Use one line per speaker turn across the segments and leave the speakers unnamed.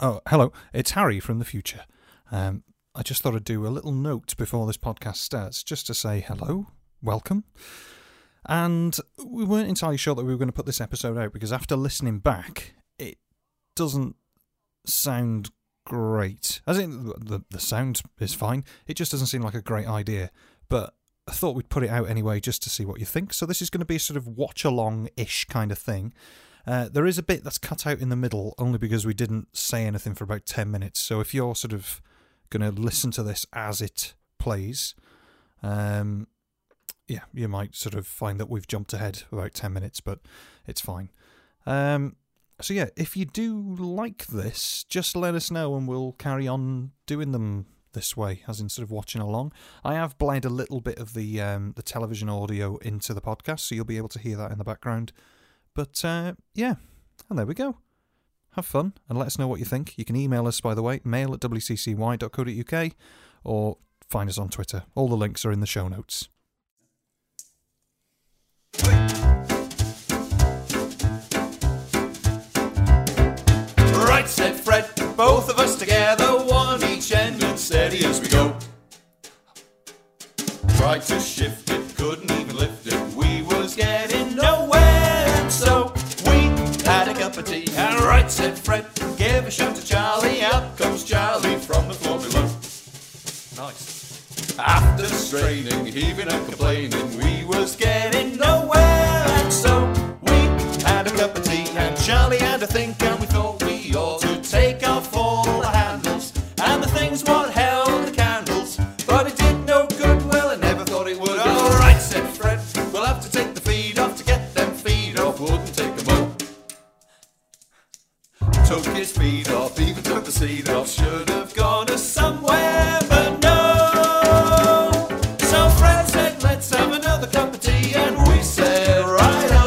Oh, hello. It's Harry from the future. Um, I just thought I'd do a little note before this podcast starts just to say hello, welcome. And we weren't entirely sure that we were going to put this episode out because after listening back, it doesn't sound great. As in, the, the- the sound is fine, it just doesn't seem like a great idea. But I thought we'd put it out anyway just to see what you think. So this is going to be sort of watch along ish kind of thing. Uh, there is a bit that's cut out in the middle only because we didn't say anything for about 10 minutes. So if you're sort of going to listen to this as it plays, um, yeah, you might sort of find that we've jumped ahead about 10 minutes, but it's fine. Um, so yeah, if you do like this, just let us know and we'll carry on doing them this way, as in sort of watching along. I have bled a little bit of the um, the television audio into the podcast, so you'll be able to hear that in the background. But uh, yeah, and there we go. Have fun and let us know what you think. You can email us, by the way, mail at wccy.co.uk or find us on Twitter. All the links are in the show notes.
Right, said Fred, both of us together, one each end and steady as we go. Tried to shift it, couldn't even lift it, we was getting nowhere, and so we had a cup of tea. And right, said Fred, give a shout to Charlie, out comes Charlie from the floor below. Nice. After straining, heaving and complaining, we was getting nowhere, and so we had a cup of tea, and Charlie had a think, and we thought we ought to take off all the handles and the things what held the candles, but it did no good. Well, I never thought it would. All right, said Fred, we'll have to take the feet off to get them feet off. Wouldn't take them off. Took his feet off, even took the seat off. Should have gone to somewhere, but no. So Fred said, let's have another cup of tea, and we said, righto.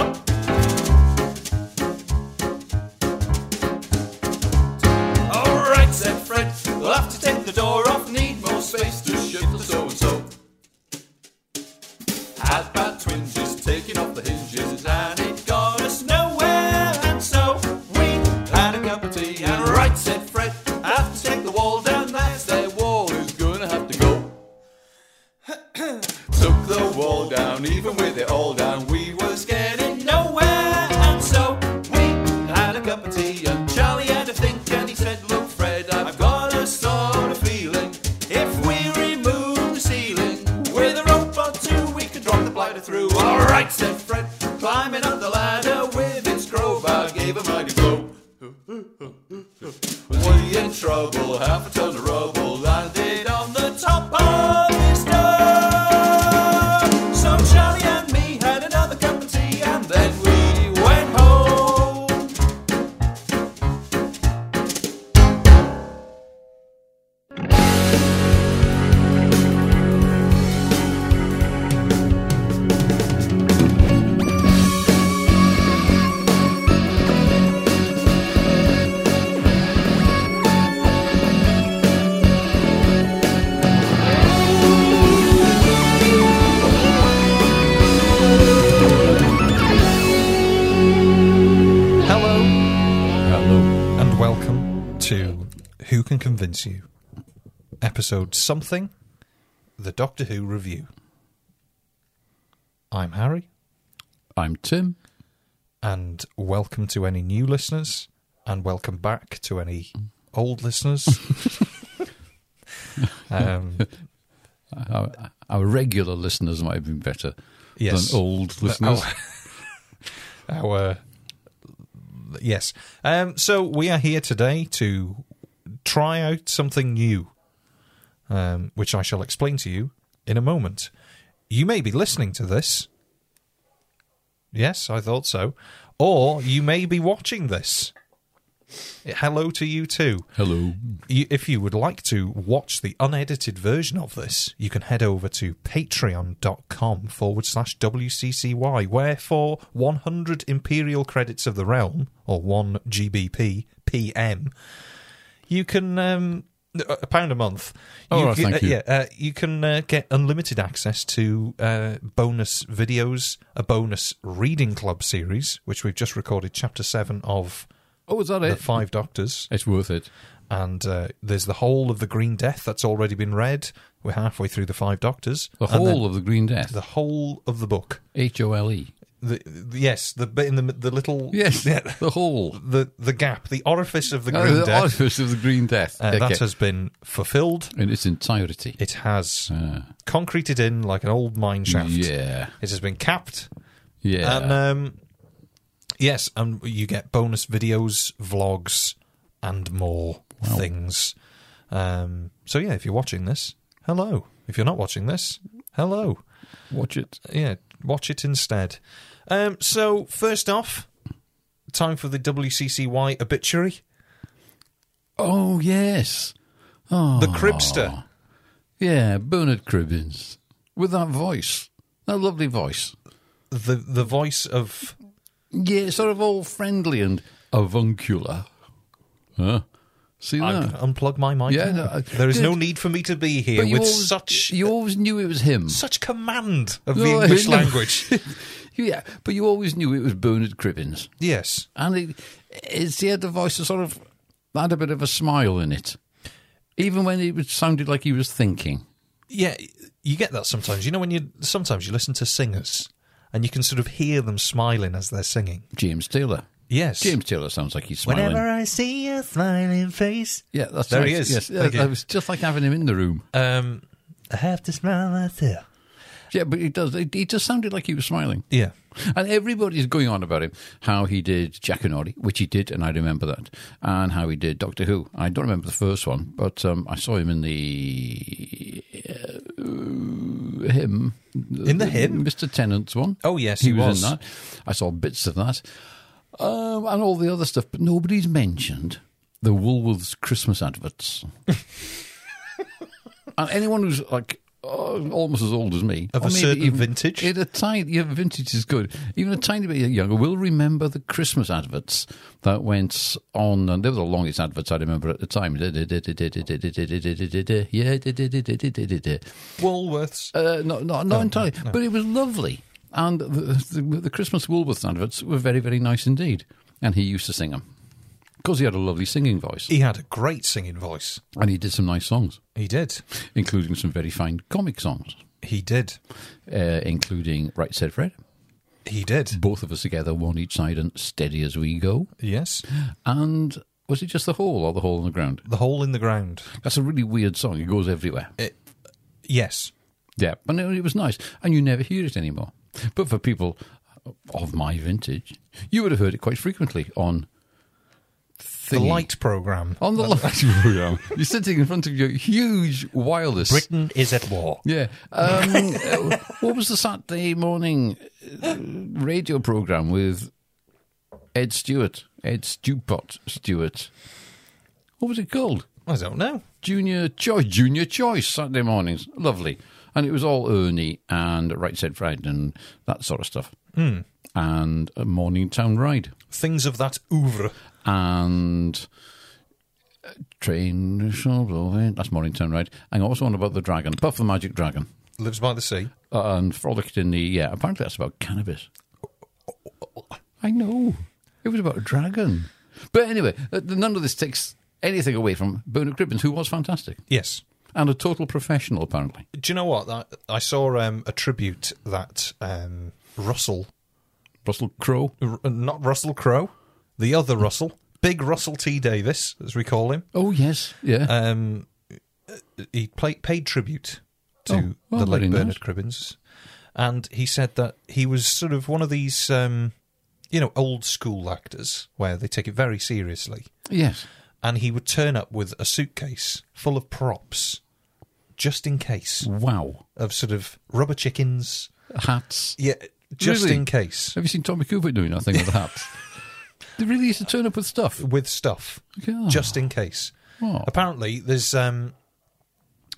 Up. All right, said Fred, we'll have to take the door off. Need more space to shift the so and so. Had bad twinges, taking off the hinges, and it got us nowhere. And so we had a cup of tea, and right said Fred, I have to take the wall down. That's their wall, who's gonna have to go? Took the wall down, even with it all down, we was getting nowhere. And so we had a cup of tea, and Charlie had a think, and he said, Look, Fred, I've got a sort of feeling. If we remove the ceiling with a rope or two, we could drop the blighter through. Alright, said Fred, climbing up the ladder with his crowbar, gave a mighty blow. We in trouble, half a ton of rubble landed on the top of his dome. So Charlie and me had another cup of tea and then we went home. Hello.
Hello. And welcome to Who Can Convince You? Episode something, the Doctor Who review. I'm Harry,
I'm Tim.
and welcome to any new listeners, and welcome back to any old listeners. um,
Our, our regular listeners might have been better
Yes. oh,
than old listeners.
our yes. Um, so we are here today to try out something new, um, which I shall explain to you in a moment. You may be listening to this. Yes, I thought so. Or you may be watching this. Hello to you too.
Hello.
You- if you would like to watch the unedited version of this, you can head over to patreon.com forward slash WCCY, where for 100 Imperial Credits of the Realm, or 1 GBP PM, you can um, uh, a pound a month.
Oh, right,
can,
thank you.
Yeah, uh, you can uh, get unlimited access to uh, bonus videos, a bonus reading club series, which we've just recorded chapter seven of
Oh, is that
the
it?
Five Doctors,
It's worth it.
and uh, there's the whole of the Green Death that's already been read. We're halfway through the Five Doctors.
The
And then
whole of the Green Death.
the whole of the book.
H O L E.
The, the- yes, the bit in the the little
Yes.
yeah,
The whole.
the the gap, the orifice of the
Oh,
Green
the
Death.
orifice of the Green Death.
Uh,
Okay.
that has been fulfilled.
In its entirety.
It has
Ah.
concreted in like an old mine shaft.
yeah.
It has been capped.
Yeah.
And um, yes, and you get bonus videos, vlogs, and more things. Um, so yeah, if you're watching this, hello. If you're not watching this, hello.
Watch it.
Yeah, watch it instead. Um, so first off, time for the WCCY obituary.
Oh, yes. Oh,
The Cribster.
Yeah, Bernard Cribbins. With that voice. That lovely voice.
The the voice of
Yeah, sort of all friendly and avuncular. Huh? See that?
I'm gonna unplug my mic.
Yeah,
now.
no, I-
there is no uh,
Dude,
need for me to be here with
always,
such
you always knew it was him.
such command of
No,
the
I
English
know.
language.
yeah, but you always knew it was Bernard Cribbins.
yes,
And it, it's, he had the voice that sort of had a bit of a smile in it. Even when it was- sounded like he was thinking.
yeah, you get that sometimes. You know when you sometimes you listen to singers and you can sort of hear them smiling as they're singing.
James Taylor.
Yes,
James Taylor sounds like he's smiling.
whenever I see a smiling face,
Yeah, that's
There
right.
he is.
Yes, yeah,
Thank you.
it was just like having him in the room.
um, I have to smile myself.
Yeah, but he does. He he just sounded like he was smiling,
Yeah,
and everybody's going on about him how he did Jack and Ordy, which he did, and I remember that, and how he did Doctor Who. I don't remember the first one, but um, I saw him in the uh, him
in the hymn.
Mr. Tennant's one.
Oh, yes,
he,
he
was.
was.
in that. I saw bits of that, um, and all the other stuff, but nobody's mentioned the Woolworths Christmas adverts. and anyone who's like oh, almost as old as me,
Of
or
a
maybe
certain
even-
vintage?
in a tiny, yeah, vintage is good. Even a tiny bit younger will remember the Christmas adverts that went on, and they were the longest adverts I remember at the time. Yeah,
Woolworths.
uh, no, no, not entirely. But it was lovely, and the, the, the Christmas Woolworths adverts were very, very nice indeed. And he used to sing them because he had a lovely singing voice,
He had a great singing voice.
and he did some nice songs,
He did.
including some very fine comic songs,
He did.
uh, including Right Said Fred,
He did.
both of us together, one each side, and Steady as We Go,
Yes.
and. Was it just the hole or the hole on the ground?
The hole in the ground.
That's a really weird song. It goes everywhere.
Yes.
Yeah, but no, it was nice, and you never hear it anymore. But for people of my vintage, you would have heard it quite frequently on
The
thingy.
light program.
on the light program. You're sitting in front of your huge wireless.
Britain is at war.
Yeah. Um, uh, what was the Saturday morning uh, radio program with Ed Stewart? Ed Stewpot Stewart. What was it called?
I don't know.
Junior Choice, Junior Choice, Saturday mornings. Lovely. And it was all Ernie and Right Said Fred and that sort of stuff. Mm. And a morning town ride.
Things of that oeuvre.
And uh, train shall blow in. That's morning town ride. And also on about the dragon, Puff the Magic Dragon.
Lives by the sea.
Uh, and frolicked in the, yeah, apparently that's about cannabis. I know. It was about a dragon. But anyway, uh, none of this takes anything away from Bernard Cribbins, who was fantastic
Yes.
and a total professional, apparently.
Do you know what? I, I saw um, a tribute that um, Russell,
Russell Crowe.
r- not Russell Crowe, the other Russell, big Russell T Davis, as we call him,
Oh yes, yeah.
um, he play, paid tribute to
Oh, well,
the
very
late
nice.
Bernard Cribbins. And he said that he was sort of one of these, um, you know, old school actors where they take it very seriously.
yes.
and he would turn up with a suitcase full of props, just in case,
Wow.
of sort of rubber chickens.
Hats.
Yeah, just
Really?
in case
Have you seen Tommy Cooper doing nothing with hats? they really used to turn up with stuff.
with stuff,
Yeah.
just in case.
Oh.
Apparently, there's um,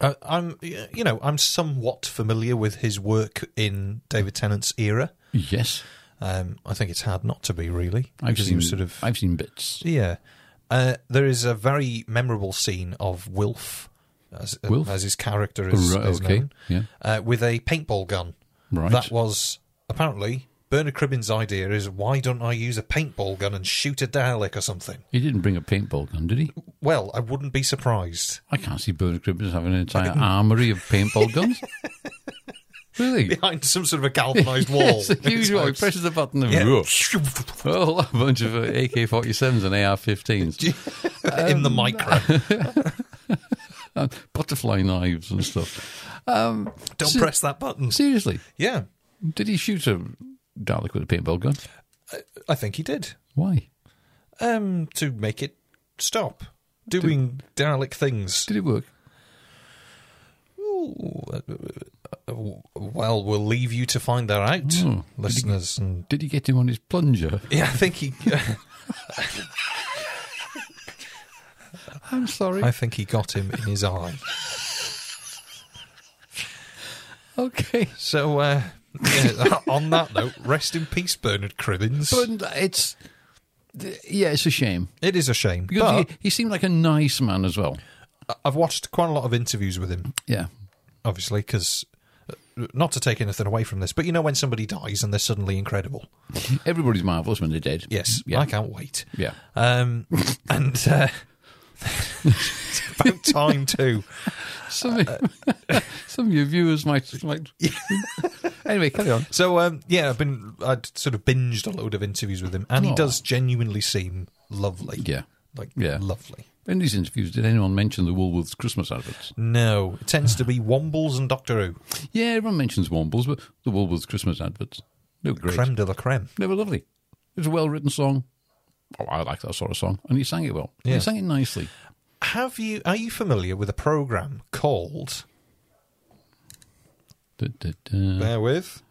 uh, I'm you know I'm somewhat familiar with his work in David Tennant's era.
Yes.
Um, I think it's hard not to be really because he was sort of
I've seen bits.
yeah. Uh, there is a very memorable scene of Wilf, as, uh,
Wilf?
as his character is,
Right,
is
okay,
known,
yeah.
uh, with a paintball gun.
Right.
That was apparently Bernard Cribbin's idea. Is why don't I use a paintball gun and shoot a Dalek or something?
He didn't bring a paintball gun, did he?
Well, I wouldn't be surprised.
I can't see Bernard Cribbins having an entire armory of paintball guns. really?
Behind some sort of a galvanised wall.
It's a
in his
huge one. He
house.
presses the button and
Yeah.
a whole bunch of uh, AK 47s and AR 15s,
in
Um,
the micro.
butterfly knives and stuff.
Don't press that button.
Seriously,
Yeah,
did he shoot a Dalek with a paintball gun?
I think he did.
Why?
Um, to make it stop doing Dalek things.
Did it work?
Ooh, uh, uh, uh, well, we'll leave you to find that out,
Oh.
listeners. And
Did he get him on his plunger?
yeah, I think he.
I'm sorry.
I think he got him in his eye.
okay.
So, uh, yeah, on that note, rest in peace, Bernard Cribbins.
But it's. Yeah, it's a shame.
it is a shame,
Because
but
he, he seemed like a nice man as well.
I've watched quite a lot of interviews with him,
Yeah.
obviously, because not to take anything away from this, but you know when somebody dies and they're suddenly incredible.
Everybody's marvellous when they're dead.
Yes,
Yeah.
I can't wait.
Yeah.
Um, and uh, it's about time too.
Some, some of your viewers might. might... anyway, carry on.
So um, yeah, I've been I'd sort of binged a load of interviews with him, and he
Oh.
does genuinely seem lovely.
Yeah.
like
Yeah.
lovely.
In these interviews, did anyone mention the Woolworths Christmas adverts?
No, it tends to be Wombles and Doctor Who,
Yeah, everyone mentions Wombles, but the Woolworths Christmas adverts. They were great.
creme de la creme.
They were lovely. It was a well written song. Oh, I like that sort of song. And he sang it well.
Yeah.
He sang it nicely.
Have you are you familiar with a program called?
Da, da, da.
Bear with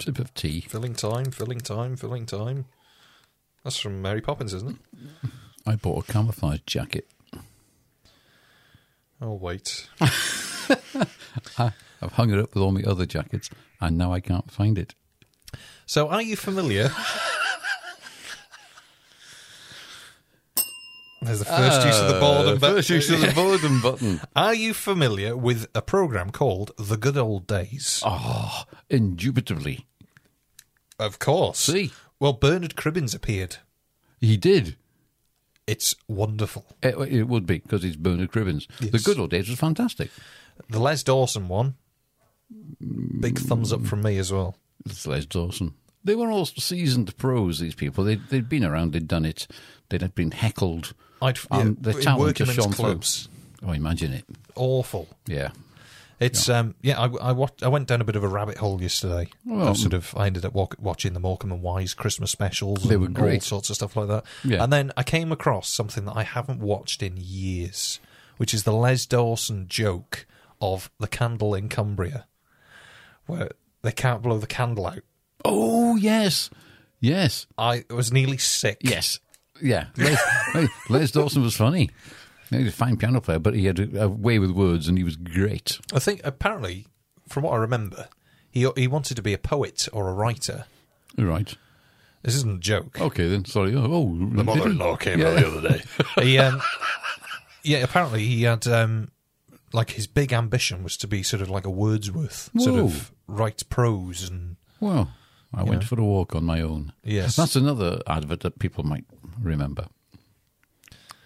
Sip of tea.
filling time, filling time, filling time. That's from Mary Poppins, isn't it?
I bought a camouflage jacket.
Oh wait,
I've hung it up with all my other jackets, and now I can't find it.
So, are you familiar? There's the first use of the boredom button.
Uh, First use of the boredom button.
Are you familiar with a program called The Good Old Days?
Oh, indubitably.
Of course.
See?
Well, Bernard Cribbins appeared.
He did.
It's wonderful.
It, Eh, it would be, because it's Bernard Cribbins. The
Yes.
good old days was fantastic.
The Les Dawson one. Big thumbs up from me as well.
It's Les Dawson. They were all seasoned pros, these people. They'd, they'd been around, they'd done it, they'd had been heckled.
I'd
and
yeah,
their
in
talent just
workingmen's
shone
clubs.
through. Oh, imagine it.
Awful.
Yeah.
It's um yeah I I, watched, I went down a bit of a rabbit hole yesterday.
Well, mm.
I sort of I ended up walk, watching the Morecambe and Wise Christmas specials.
They were
and all
great.
sorts of stuff like that.
Yeah.
And then I came across something that I haven't watched in years, which is the Les Dawson joke of the candle in Cumbria, where they can't blow the candle out.
Oh, yes. Yes.
I was nearly sick.
Yes. Yeah. Les, Les- Les Dawson was funny. He was a fine piano player, but he had a, a way with words and he was great.
I think apparently, from what I remember, he he wanted to be a poet or a writer.
Right.
This isn't a joke.
Okay, then. Sorry. Oh, oh the
came out the other day. he, um, yeah, apparently he had um, like his big ambition was to be sort of like a Wordsworth, sort
Whoa.
of write prose and
Well, I went for a walk on my own.
Yes.
That's another advert that people might remember.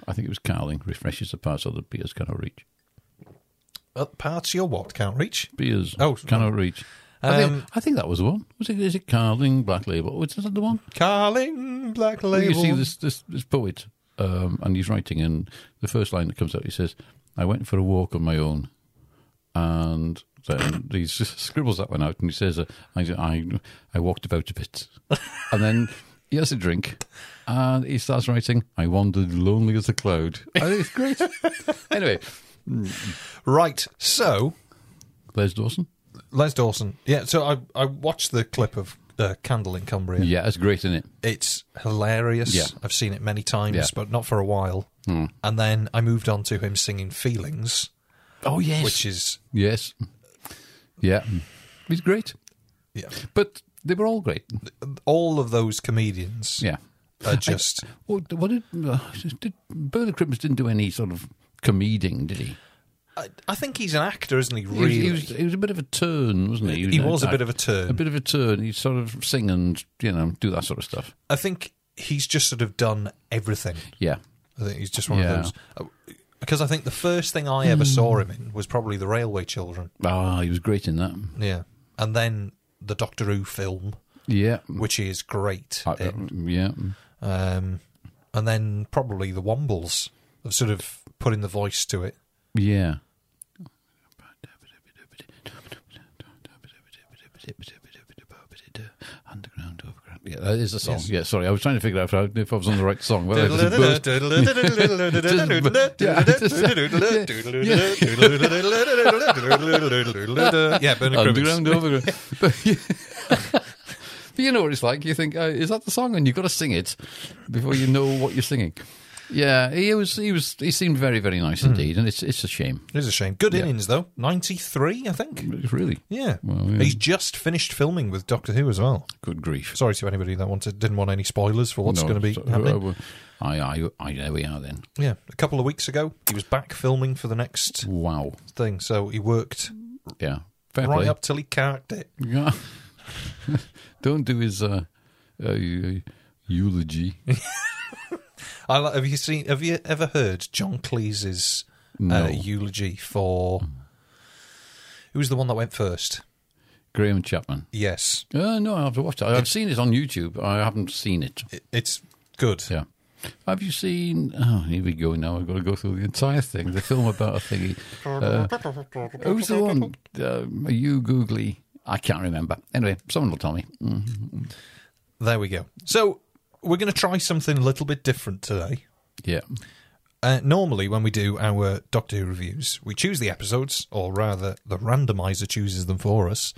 I think it was Carling refreshes the parts other beers cannot reach.
uh, parts your what can't reach.
Beers
Oh,
cannot reach. I,
Um,
think, I think that was the one. Was it? Is it Carling Black Label? Was that the one?
Carling Black
You
Label.
see this this, this poet, um, and he's writing, and the first line that comes out, he says, "I went for a walk on my own," and then he just scribbles that one out, and he says, uh, I, "I I walked about a bit," and then he has a drink, and he starts writing, "I wandered lonely as a cloud." And it's great. anyway,
Right, so
Les Dawson.
Les Dawson. Yeah, so I I watched the clip of uh, Candle in Cumbria.
Yeah, that's great, isn't it?
It's hilarious.
Yeah.
I've seen it many times,
Yeah. Hmm.
but not for a while. And then I moved on to him singing "Feelings,"
Oh yes,
which is
yes, yeah, he's great.
yeah,
But they were all great.
all of those comedians.
Yeah.
are just.
What, what did, uh, did Bernard Cribbins didn't do any sort of comeding, did he?
I, I think he's an actor, isn't he?
He was-
Really?
He was, he was, a bit of a turn, wasn't he?
He was a bit of a turn.
A bit of a turn. He'd sort of sing and, you know, do that sort of stuff.
I think he's just sort of done everything.
Yeah.
I think he's just one
Yeah. Hmm.
of those. Uh, Because I think the first thing I ever saw him in was probably The Railway Children.
Ah, he was great in that.
Yeah. And then the Doctor Who film,
Yeah.
which is great.
I-
It-
yeah.
um, and then probably the Wombles have sort of putting the voice to it.
Yeah. Underground, overground. Yeah, that is the song. Yeah, sorry, I was trying to figure out if I, if I was on the right song. Well, it was a burst.
yeah, Bernard Cribbins.
uh, underground, overground. but, you, but you know what it's like. You think, uh, is that the song? And you've got to sing it before you know what you're singing. Yeah, he was. He was. He seemed very, very nice
Hmm.
indeed. And it's it's a shame.
It is a shame. Good innings though. Ninety three, I think.
Really,
Yeah.
Well, yeah.
He's just finished filming with Doctor Who as well.
good grief.
Sorry to anybody that wanted didn't want any spoilers for what's
No,
going to be
so- uh,
happening.
I, I, I, there we are then.
yeah, a couple of weeks ago he was back filming for the next
Wow.
thing, so he worked
Yeah. Fair
right
play.
up till he carked it.
Yeah. Don't do his uh, uh, eu- eulogy.
I like, have you seen? Have you ever heard John Cleese's
No.
uh, eulogy for? Who was the one that went first?
Graham Chapman.
Yes,
Uh, no, I have to watch that. I've seen it on YouTube. I haven't seen it.
it, it's good.
Yeah. Have you seen? Oh, here we go. Now I've got to go through the entire thing. The film about a thingy. Uh, who's the one? Um, are you googly? I can't remember. Anyway, someone will tell me. Mm.
There we go. So we're going to try something a little bit different today.
Yeah.
Uh, normally, when we do our Doctor Who reviews, we choose the episodes, or rather, the randomizer chooses them for us,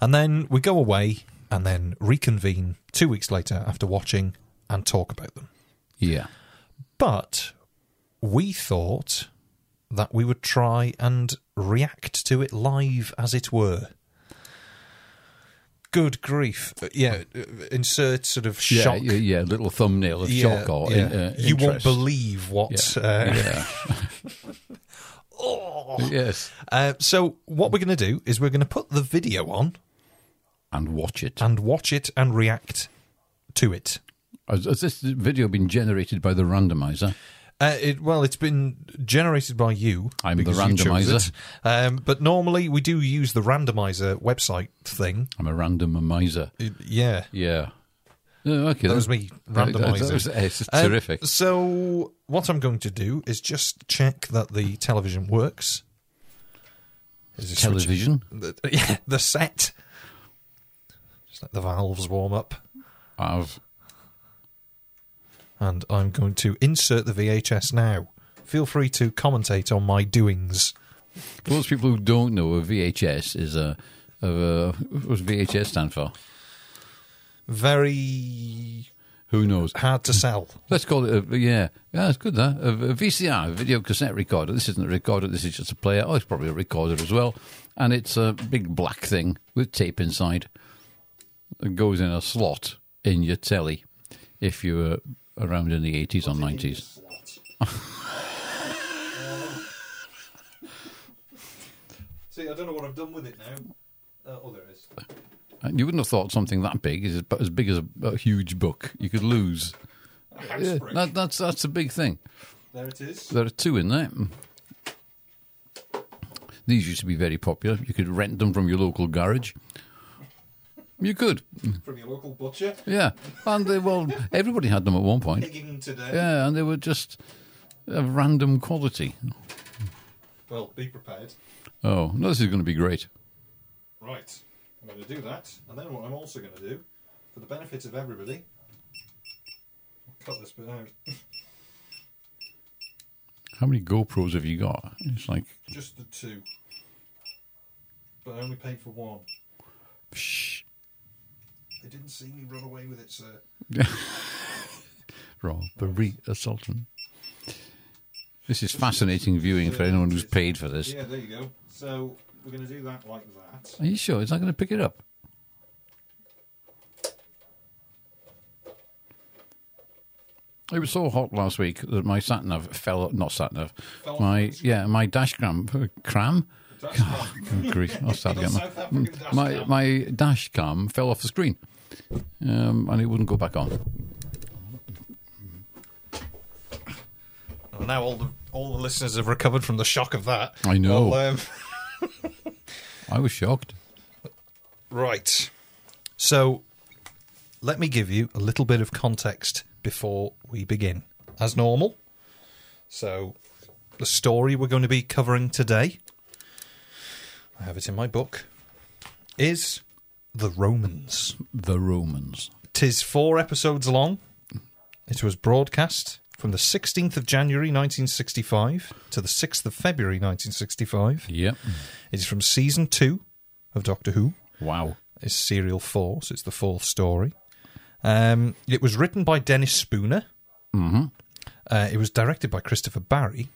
and then we go away and then reconvene two weeks later after watching and talk about them.
Yeah.
But we thought that we would try and react to it live, as it were. Good grief. Uh, Yeah, uh, insert sort of
Yeah.
shock.
Yeah. yeah, Little thumbnail of
Yeah,
shock or
yeah.
in- uh,
you won't
interest.
believe what. Uh,
Yeah. Yes.
uh, so, what we're going to do is we're going to put the video on
And watch it.
and watch it and react to it.
Has, has this video been generated by the randomizer?
Uh, it, well, it's been generated by you.
I'm the
because you chose
randomizer.
it. Um, but normally we do use the randomizer website thing.
I'm a randomizer.
It- yeah.
Yeah. Oh, okay.
That was me
Right, that-
randomizing.
that was- it's
Um,
terrific.
So, what I'm going to do is just check that the television works. Is it switch-
Television.
The, yeah, the set. Just let the valves warm up.
I've
And I'm going to insert the VHS now. Feel free to commentate on my doings.
For those people who don't know, a VHS is a. Of a what does VHS stand for?
Very
Who knows?
hard to sell.
Let's call it a. Yeah, yeah, it's good, that. A, a VCR, a video cassette recorder. This isn't a recorder, this is just a player. Oh, it's probably a recorder as well. And it's a big black thing with tape inside. It goes in a slot in your telly if you were around in the 80s or 90s.
See, I don't know what I've done with it now. Uh, oh, there is.
And you wouldn't have thought something that big is about as big as a, a huge book. You could lose. Yeah, that, that's that's a big thing.
There it is.
There are two in there. These used to be very popular. You could rent them from your local garage. You could,
From your local butcher.
yeah. And they well, everybody had them at one point.
Digging today.
Yeah, and they were just of random quality.
Well, be prepared.
Oh, no, this is going to be great.
Right. I'm going to do that. And then what I'm also going to do, for the benefit of everybody, I'll cut this bit out.
How many GoPros have you got? It's like
Just the two. But I only paid for one.
shh,
They didn't see me run away with it, sir.
robbery, assaulting. This is fascinating viewing for anyone who's paid for this.
Yeah, there you go. So we're going to do that like that.
Are you sure it's not going to pick it up? It was so hot last week that my sat nav fell. Not sat nav. My yeah, my dash cram cram. Oh, Good grief, I'll start again.
South African dash
Mm, My
cam.
my dash cam fell off the screen, um, and it wouldn't go back on.
Well, now all the all the listeners have recovered from the shock of that.
I know.
Well, um,
I was shocked.
right. So, let me give you a little bit of context before we begin, as normal. So, the story we're going to be covering today, I have it in my book, is the Romans.
The Romans.
Tis four episodes long. It was broadcast from the 16th of January 1965 to the 6th of February 1965.
Yep.
It is from season two of Doctor Who.
Wow.
It's serial four, so it's the fourth story. Um, it was written by Dennis Spooner. Mm-hmm. Uh, it was directed by Christopher Barry,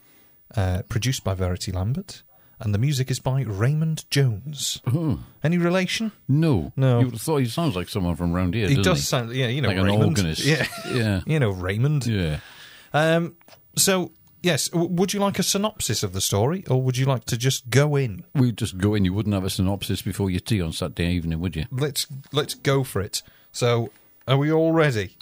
uh, produced by Verity Lambert, and the music is by Raymond Jones.
Mm-hmm.
Any relation?
No.
No.
You would have thought he sounds like someone from round here.
He
doesn't
does
he?
sound, yeah, you know,
like an
Raymond.
organist.
Yeah,
Yeah.
you know, Raymond.
Yeah.
Um, so, yes, w- would you like a synopsis of the story, or would you like to just go in?
We just go in. You wouldn't have a synopsis before your tea on Saturday evening, would you?
Let's let's go for it. So, are we all ready?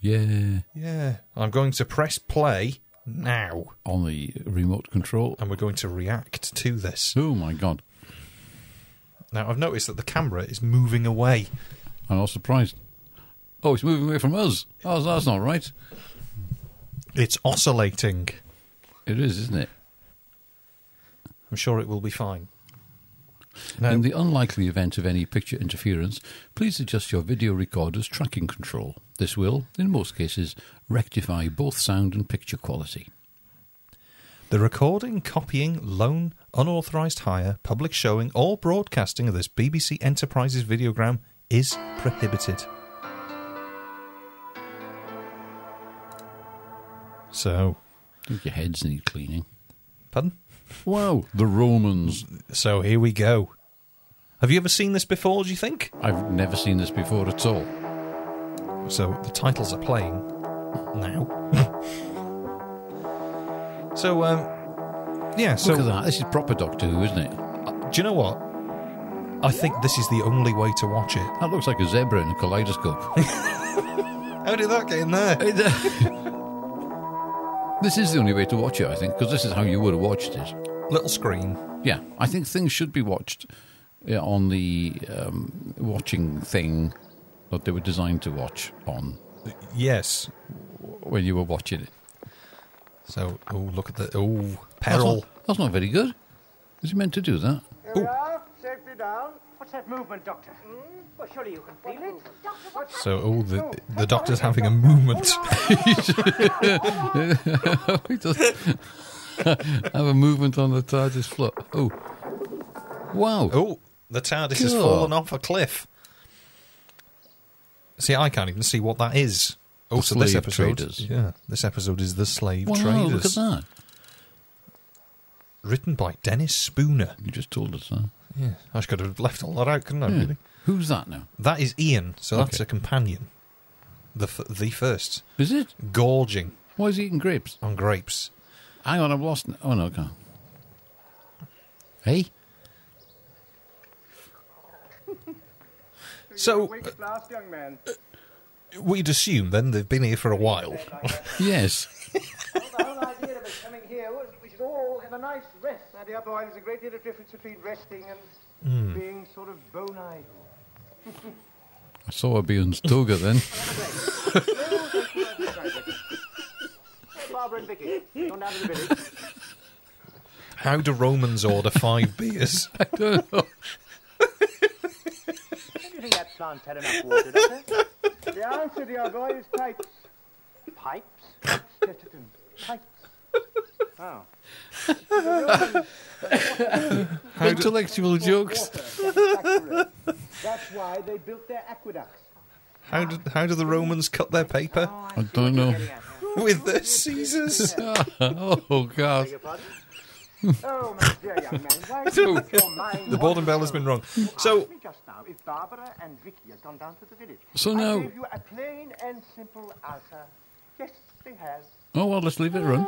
Yeah.
Yeah. I'm going to press play now,
On the remote control.
and we're going to react to this.
Oh my god!
Now, I've noticed that the camera is moving away.
I'm all surprised. Oh, it's moving away from us. Oh, that's not right.
It's oscillating.
It is, isn't it?
I'm sure it will be fine. No.
In the unlikely event of any picture interference, please adjust your video recorder's tracking control. This will, in most cases, rectify both sound and picture quality.
The recording, copying, loan, unauthorised hire, public showing, or broadcasting of this BBC Enterprises videogram is prohibited. So,
I think your heads need cleaning.
pardon?
Wow, the Romans.
So here we go. Have you ever seen this before, do you think?
I've never seen this before at all.
So the titles are playing now. so, um, yeah, so.
Look at that. This is proper Doctor Who, isn't it?
Do you know what? I think this is the only way to watch it.
That looks like a zebra in a kaleidoscope. uh,
How did that get in there?
this is the only way to watch it, I think, because this is how you would have watched it.
Little screen.
Yeah, I think things should be watched yeah, on the um, watching thing that they were designed to watch on
Yes.
when you were watching it.
So, oh, look at the. Oh,
That's
peril.
not, that's not very good. Is it meant to do that?
Here we are, safely down. Hmm?
What's that movement, Doctor? Well, surely you can feel it.
So, oh, the, the doctor's having a movement.
It does have a movement on the TARDIS floor. Oh, wow!
oh, the TARDIS has
Cool.
fallen off a cliff. See, I can't even see what that is. Oh,
The
so this
slave
episode.
traders.
Yeah, this episode is The Slave
wow!
Traders.
Look at that.
Written by Dennis Spooner.
You just told us that.
Yeah. I could have left all that out, couldn't I,
Yeah.
really?
Who's that now?
That is Ian, so that's
Hmm. Okay.
a companion. The, f- the first.
Is it?
Gorging
Why is he eating grapes?
on grapes.
Hang on, I've lost. n- Oh no, I can't. Hey,
So,
Wake at last, young man.
we'd assume then they've been here for a while.
yes.
the whole idea of us coming here was that we should all have a nice rest.
My dear boy, there's a great deal of difference between resting and being sort of bone idle.
I saw a Beyond's toga then.
Barbara and Vicky, gone down to the village.
How do Romans order five beers?
Do you think that plant's had enough water, Doctor?
The answer, dear boy, is pipes.
Pipes?
Chesterton, pipes.
Oh.
Intellectual jokes.
Satisfactory. That's why they built their aqueducts.
How did how do the Romans cut their paper
Oh,
I don't know.
with their Caesars?
Oh God!
Oh, my dear young man, why is your mind?
The Borden Bell has been wrong. So
Ask me just now if Barbara and Vicky had gone down to the village.
So
I
now,
gave you a plain and simple answer. Yes, he has.
Oh, well, let's leave it run.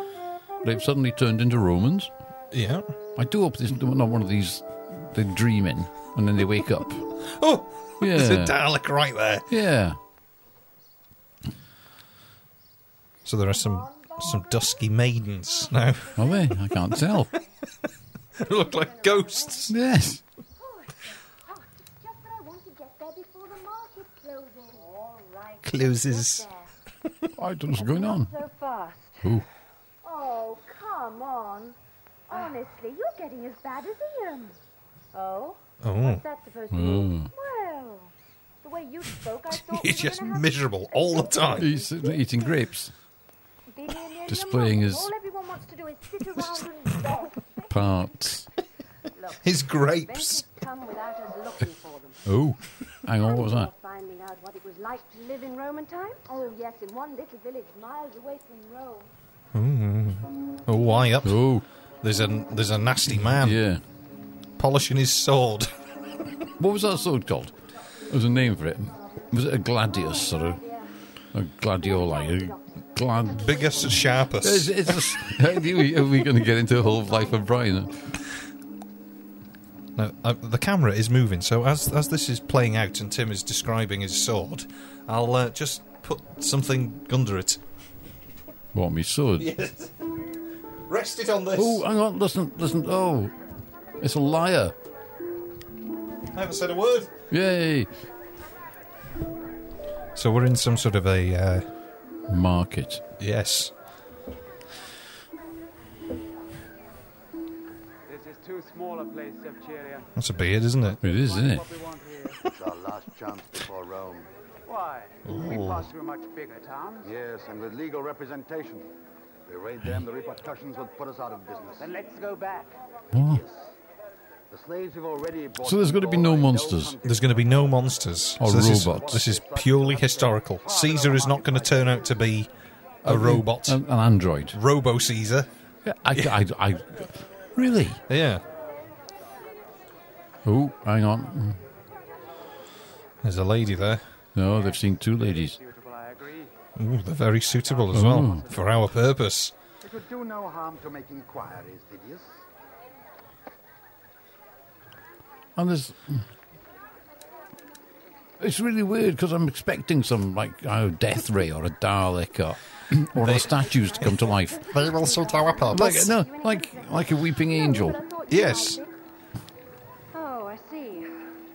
They've suddenly turned into Romans.
Yeah.
I do hope this is not one of these, they're dreaming and then they wake up.
Oh, there's a
Yeah.
Dalek right there.
Yeah.
So there are some some dusky maidens now
Are they? I can't tell.
who look like ghosts.
Yes.
Oh, it's just that I want to get there before the market closes. All right.
Closes.
I don't know what's going on.
So fast.
Ooh.
Oh, come on. Honestly, you're getting as bad as Ian. Oh?
Oh,
What's that supposed to
Hmm.
mean? Well, the way you spoke, I thought
he's
we were
just
gonna have
miserable all the time.
He's eating grapes.
to be near- near your
displaying
mum.
his-
All everyone wants to do is sit around and gossip.
Parts.
His
They
grapes.
could come without us looking for them.
Oh. Hang on, what was
We're
that?
finding out what it was like to live in Roman times.
Oh, yes, in one little village miles away from Rome.
Oh, why up?
Oh.
There's a there's a nasty man
Yeah.
polishing his sword.
What was that sword called? There was a name for it. Was it a gladius or a, a gladioli? A glad.
Biggest and
It's,
sharpest.
it's just- are we, going to get into the whole life of Brian?
Now, uh, the camera is moving, so as as this is playing out and Tim is describing his sword, I'll uh, just put something under it.
What, me sword?
Yes. Rest it on this.
Oh, hang on, listen, listen. Oh, it's a liar.
I haven't said a word.
Yay.
So we're in some sort of a uh,
Market.
yes.
This is too small a place, Septuria.
That's a beard, isn't it?
It is, isn't it?
What we want here.
It's our last chance before Rome.
Why? We pass through much bigger towns.
Yes, and with legal representation. We raid them, the repercussions would put us out of business.
Then let's go back.
The slaves have already bought
So there's
them
gonna be
all
no
by
monsters?
country.
There's going to be no monsters
Or
So this Is,
robots.
this is purely historical. Caesar is not going to turn out to be a robot.
An, an android.
Robo Caesar.
Yeah, I, I, I, really?
Yeah.
Oh, hang on.
There's a lady there.
No, they've seen two ladies.
Suitable, I agree.
Ooh, they're very suitable as
Mm.
well for our purpose.
It would do no harm to make inquiries, Didius.
And there's. It's really weird because I'm expecting some, like, oh, death ray or a Dalek or. Or the statues to come to life,
They will suit our
like no, like like a weeping angel.
Yes.
Oh, I see.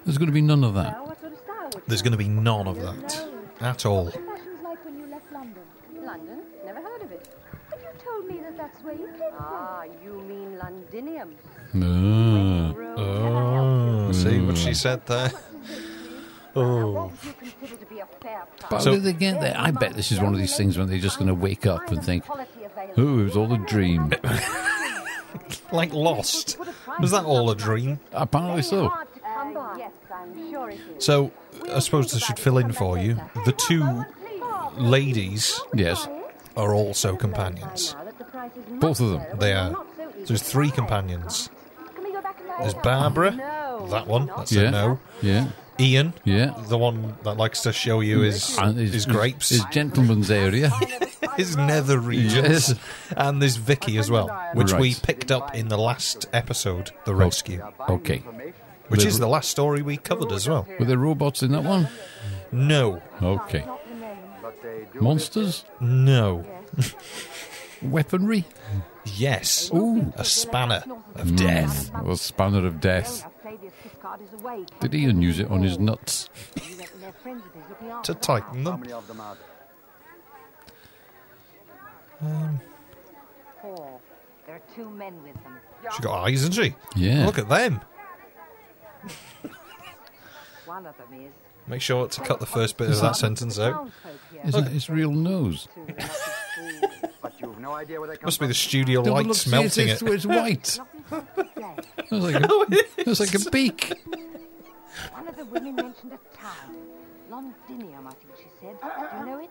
There's going to be none of that.
Now, what sort of style would
There's going to be none of that at all.
Fashion's like when you left London.
you... London? Never heard of it.
But you told me that that's where you came from.
Ah, you mean Londinium.
Ah. No.
Rome.
Oh, see what
Mm.
she said there.
Now, what would you
Oh.
consider to be a fair
Oh. But
price?
So-
how did they get there? I bet this is one of these things when they're just going to wake up and think, "Oh, it was all a dream."
Like Lost. Was that all a dream?
Apparently so.
Hard to come by. yes, I'm sure it is.
So, I suppose I should fill in for you. The two ladies
Yes.
are also companions.
Both of them.
They are. There's three companions. There's Barbara, that one. That's
Yeah.
a no.
Yeah.
Ian,
Yeah.
the one that likes to show you his
And
his, grapes,
His
his,
gentleman's area.
nether regions,
Yes.
and there's Vicky as well, which we
Right.
picked up in the last episode, the rescue,
Okay.
which is the last story we covered as well.
Were there robots in that one?
No,
Okay.
But they do
Monsters?
no,
Weaponry?
yes,
Ooh.
a spanner of death.
Mm, Well, spanner of death.
Flavius Ciscard is awake.
Did Ian use it on his nuts?
You reckon they're friends of his looking
To
after the
tighten
How
them,
many of them are there?
four. There are two men with them.
she got eyes, hasn't she?
Yeah.
Look at them.
One of them is.
Make sure to cut the first bit of that sentence out.
townsfolk here.
Isn't that his real nose?
Two lucky fools.
But you've no idea where they come
Must be the
from.
studio
No, but
lights
see, it's,
melting
it's,
it.
it's white. It was like a, it was like a beak.
One of the women mentioned a town. Londinium, I think she said. Do you know it?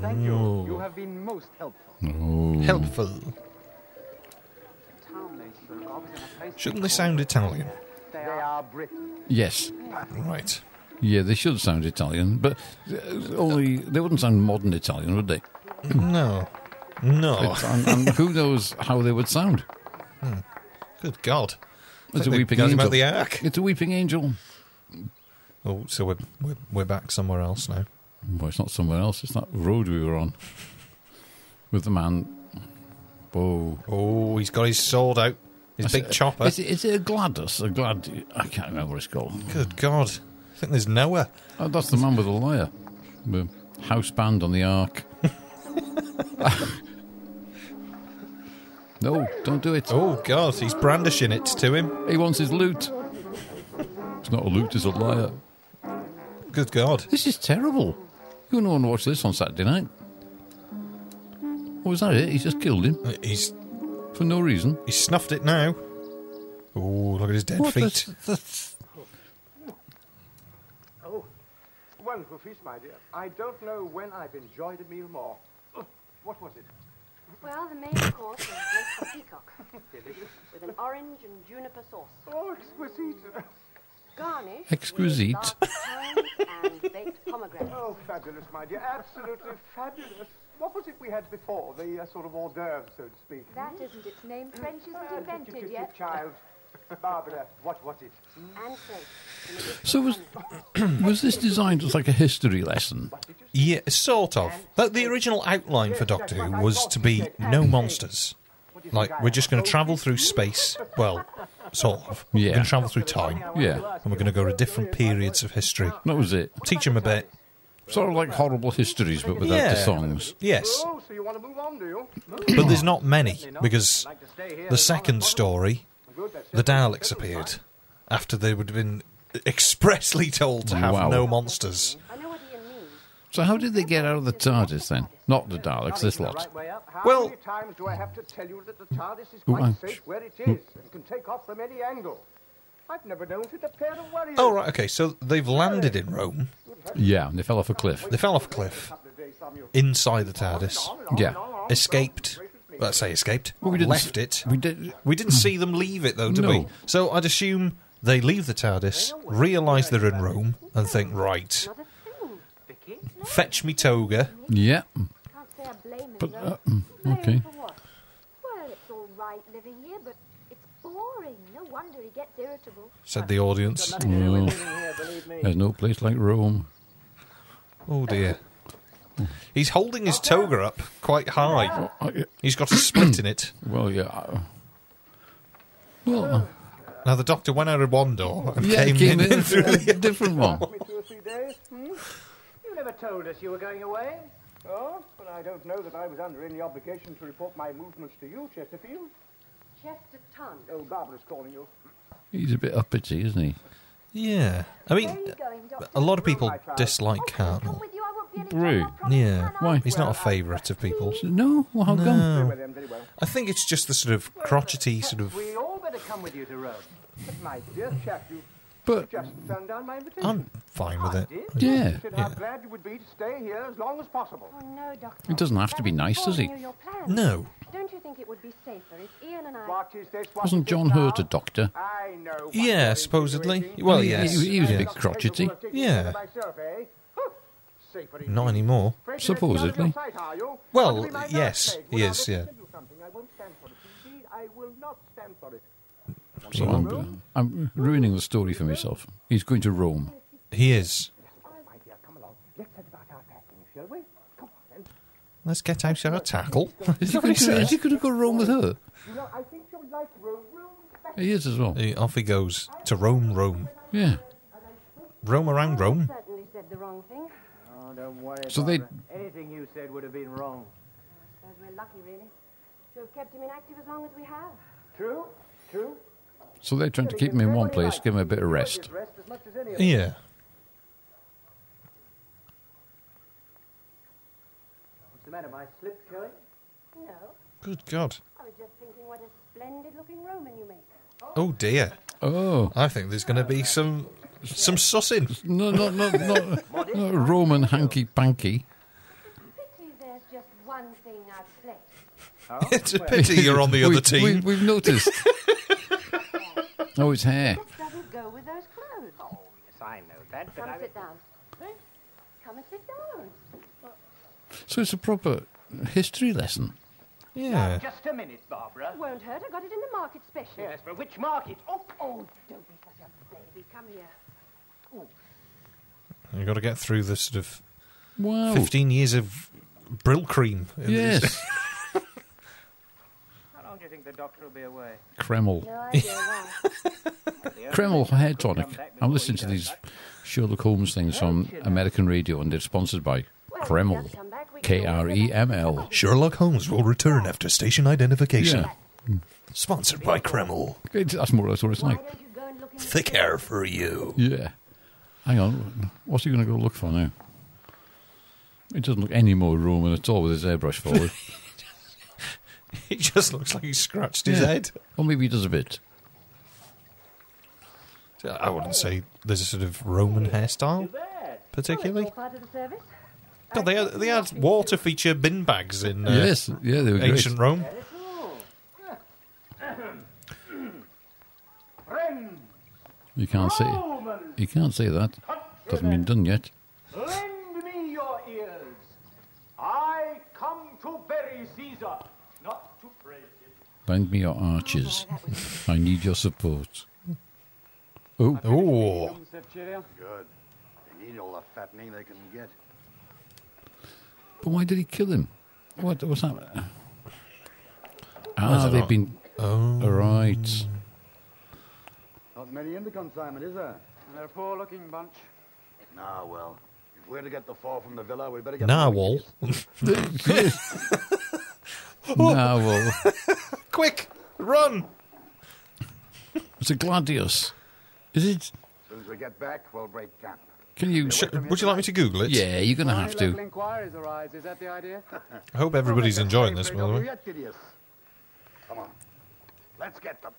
Thank you. You have been most helpful.
Helpful.
Town they spoke of is in a place
Shouldn't
they
they sound Italian?
They
They
are
are Britons.
Yes.
Right.
Yeah, they should sound Italian, but uh, only they wouldn't sound modern Italian, would they?
No. No.
It's- and, and who knows how they would sound?
Good God.
It's
Like
a
the
weeping
guys
angel.
about the Ark.
It's a weeping angel.
Oh, so we're, we're, we're back somewhere else now.
Well, it's not somewhere else. It's that road we were on with the man. Oh,
Oh, he's got his sword out. His big chopper.
is it, is it a Gladys? A Glad? I can't remember what it's called.
Good God. I think there's Noah.
Oh, that's the man with the lyre. The house band on the ark. no, don't do it.
Oh, God. He's brandishing it to him.
He wants his loot. It's not a loot, it's a lyre.
Good God.
This is terrible. You no one watch this on Saturday night. Was that it? He just killed him
Uh, He's
for no reason.
he's snuffed it now. Oh, look at his dead
What the-
feet.
Oh, wonderful feast, my dear. I don't know when I've enjoyed a meal more. What was it?
Well, the main course was roast of peacock with an orange and juniper sauce,
Oh, exquisite.
garnish
Exquisite.
with dark currants and baked pomegranate.
Oh, fabulous, my dear. Absolutely fabulous. What was it we had before? The uh, sort of hors d'oeuvre, so to speak.
That isn't its name. French
Uh,
isn't invented yet.
Child. Barbara, what was it?
And so,
So was was this designed as like a history lesson?
Yeah, sort of. Like the original outline for Doctor Who was to be no monsters. Like we're just going to travel through space. Well, sort of. We're
Yeah.
going to travel through time,
Yeah,
and we're going to go to different periods of history.
that was it.
Teach them a bit.
Sort of like horrible histories, but without
Yeah.
the songs.
Yes,
Oh, so you want to move on, do you?
but there's not many because the second story, the Daleks appeared after they would have been expressly told to have
Wow.
no monsters.
I know what Ian means.
So how did they get out of the TARDIS then? Not the Daleks, this lot.
Right way up. How
Well-
many times do I have to tell you that the TARDIS is
Oh,
quite
I'm
safe
sh-
where it is and can take off from any angle? I've never known it to pair of worries.
Oh right, okay. So they've landed in Rome.
Yeah, and they fell off a cliff.
They fell off a cliff inside the TARDIS.
Yeah.
escaped. Let's say escaped.
Well, we didn't
left
s-
it.
We did.
We didn't see them leave it though, did we?
No.
So I'd assume they leave the TARDIS, realise they're in Rome, and think, right, fetch me toga.
Yeah.
Can't say I blame him,
But
though.
uh,
Blame
mm,
him
okay.
for what? Well, it's all right living here, but it's boring. No wonder he gets irritable.
Said the audience.
No. There's no place like Rome.
Oh dear. He's holding his toga up quite high.
I-
He's got a split in it.
Well, yeah. I- Well, uh,
Now the doctor went out of one door and
yeah,
came,
it came
in,
in
through
through a different one.
Two or three days? Hmm? You never told us you were going away. Oh, but I don't know that I was under any obligation to report my movements to you, Chesterfield.
Chester Tund.
Oh, Barbara's calling you.
He's a bit uppity, isn't he?
Yeah. I
Where are
mean,
you going, Doctor? Oh,
a lot of people dislike
Come
Cartmel.
with you. I won't be any
Brew.
trouble, I promise,
Yeah.
can I?
Why?
He's not a favourite of people's.
No. Well, how come?
Well, then, very well.
I think it's just the sort of crotchety sort of.
We all better come with you to Rome. But my dear chap, you
But
just turned down my invitation.
I'm fine with it.
Did?
yeah,
You said how glad you would be to stay here as long as possible.
Oh, no, Doctor.
he doesn't have to be nice, does he?
Knew your plans.
No.
Don't you think it would be safer if Ian and I
What is this? What
Wasn't
is this
John
now?
Hurt a doctor?
I know. what
Yeah,
you're
supposedly.
insinuating.
Well,
He-
yes.
he- he was a
Yeah.
bit crotchety.
Yeah.
Myself, eh? Huh. Safer indeed.
Not anymore.
Frederick,
Supposedly.
you're out of your sight, are you?
Well,
Want to be my
yes,
namesake?
he
Well, now,
is,
let me
yeah.
tell you something. I won't stand for it. Indeed, I will not stand for it.
So I'm, I'm ruining the story for myself. He's going to Rome.
He is.
My dear, come along. Let's set about our packing, shall we? Come on, then.
Let's get out of our tackle.
Is he going to, is he going to go to Rome with her?
You know, I think you'll like Rome. Rome better.
He is as well.
He- Off he goes to Rome, Rome.
Yeah.
Roam around Rome.
certainly said the wrong thing?
Oh, don't worry.
So they-
Barbara. Anything you said would have been wrong.
Suppose we're lucky, really, to have kept him inactive as long as we have.
True? True?
So they're trying to keep him in one place, give him a bit of rest.
Rest as much as any of us.
Yeah.
What's the matter? My slip, Kelly?
No,
Good God.
I was just thinking what a splendid-looking Roman you make.
Oh dear.
Oh,
I think there's going to be some some sussing.
no, no, no, no, no Roman hanky panky.
Pity there's just one thing out of place.
it's a pity you're on the
We-
other team.
We, we've noticed. oh, it's hair.
Doesn't go with those clothes.
Yes, Oh, I know that,
Come sit down. Come and sit down.
So it's a proper history lesson.
Yeah.
Just a minute, Barbara.
Won't hurt. I got it in the market special.
Yes, but which market? Oh,
Oh, don't be such a baby. Come here.
You've got to get through the sort of
Wow.
15 years of Brill cream. in these-
Oh. Yes.
how long do you think the doctor will be away?
Kreml.
No idea why.
Kreml hair tonic. I'm listening to these Sherlock Holmes things on American radio, and they're sponsored by Kreml. K R E M L.
Sherlock Holmes will return after station identification.
Yeah,
Sponsored by Kreml.
It's- that's more or less what it's
Why
like.
don't you go and look in the
Thick hair for you.
Yeah. Hang on. What's he going to go look for now? It doesn't look any more Roman at all with his airbrush forward.
He just looks like he scratched his
Yeah.
head.
or maybe he does a bit.
I wouldn't say there's a sort of Roman hairstyle, particularly.
part of the service?
God, they had, they had water feature bin bags in uh,
Yes. Yeah, they were great.
ancient Rome.
Friend,
You can't say.
woman,
You can't say that. Doesn't mean done yet.
lend me your ears. I come to bury Caesar, not to praise him.
Lend me your arches. I need your support. Oh,
Oh,
Good. They need all the fattening they can get.
but why did he kill him? What was that? Ah,
don't
they've
know.
been. Oh. Right.
Not many in the consignment, is there?
They're a poor looking bunch.
Nah, well. If we're to get the four from the villa, we better get
narwhal.
now, well,
Quick, run!
it's a gladius. Is it?
As soon as we get back, we'll break camp.
Can you?
Sh- would you like me to Google it?
Yeah, you're gonna have to.
inquiries arise, is that the idea?
I hope everybody's enjoying this, by the way.
Yet, Didius. Come on. Let's get them.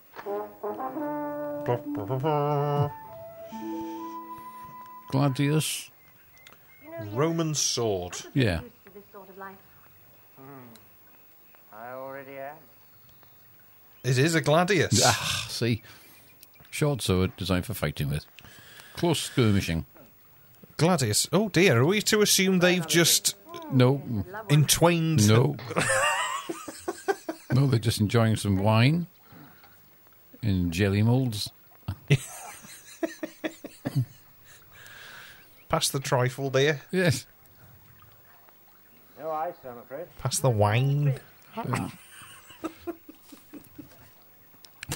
Gladius.
You know, you're
Roman sword.
Yeah.
used to this sort of life.
I already am.
It is a gladius.
Ah, see, short sword designed for fighting with, close skirmishing.
Gladius. Oh dear, are we to assume they've just
No, mm.
entwined?
no, no. They're just enjoying some wine in jelly molds.
Past the trifle there,
Yes.
No ice, I'm afraid.
past the wine.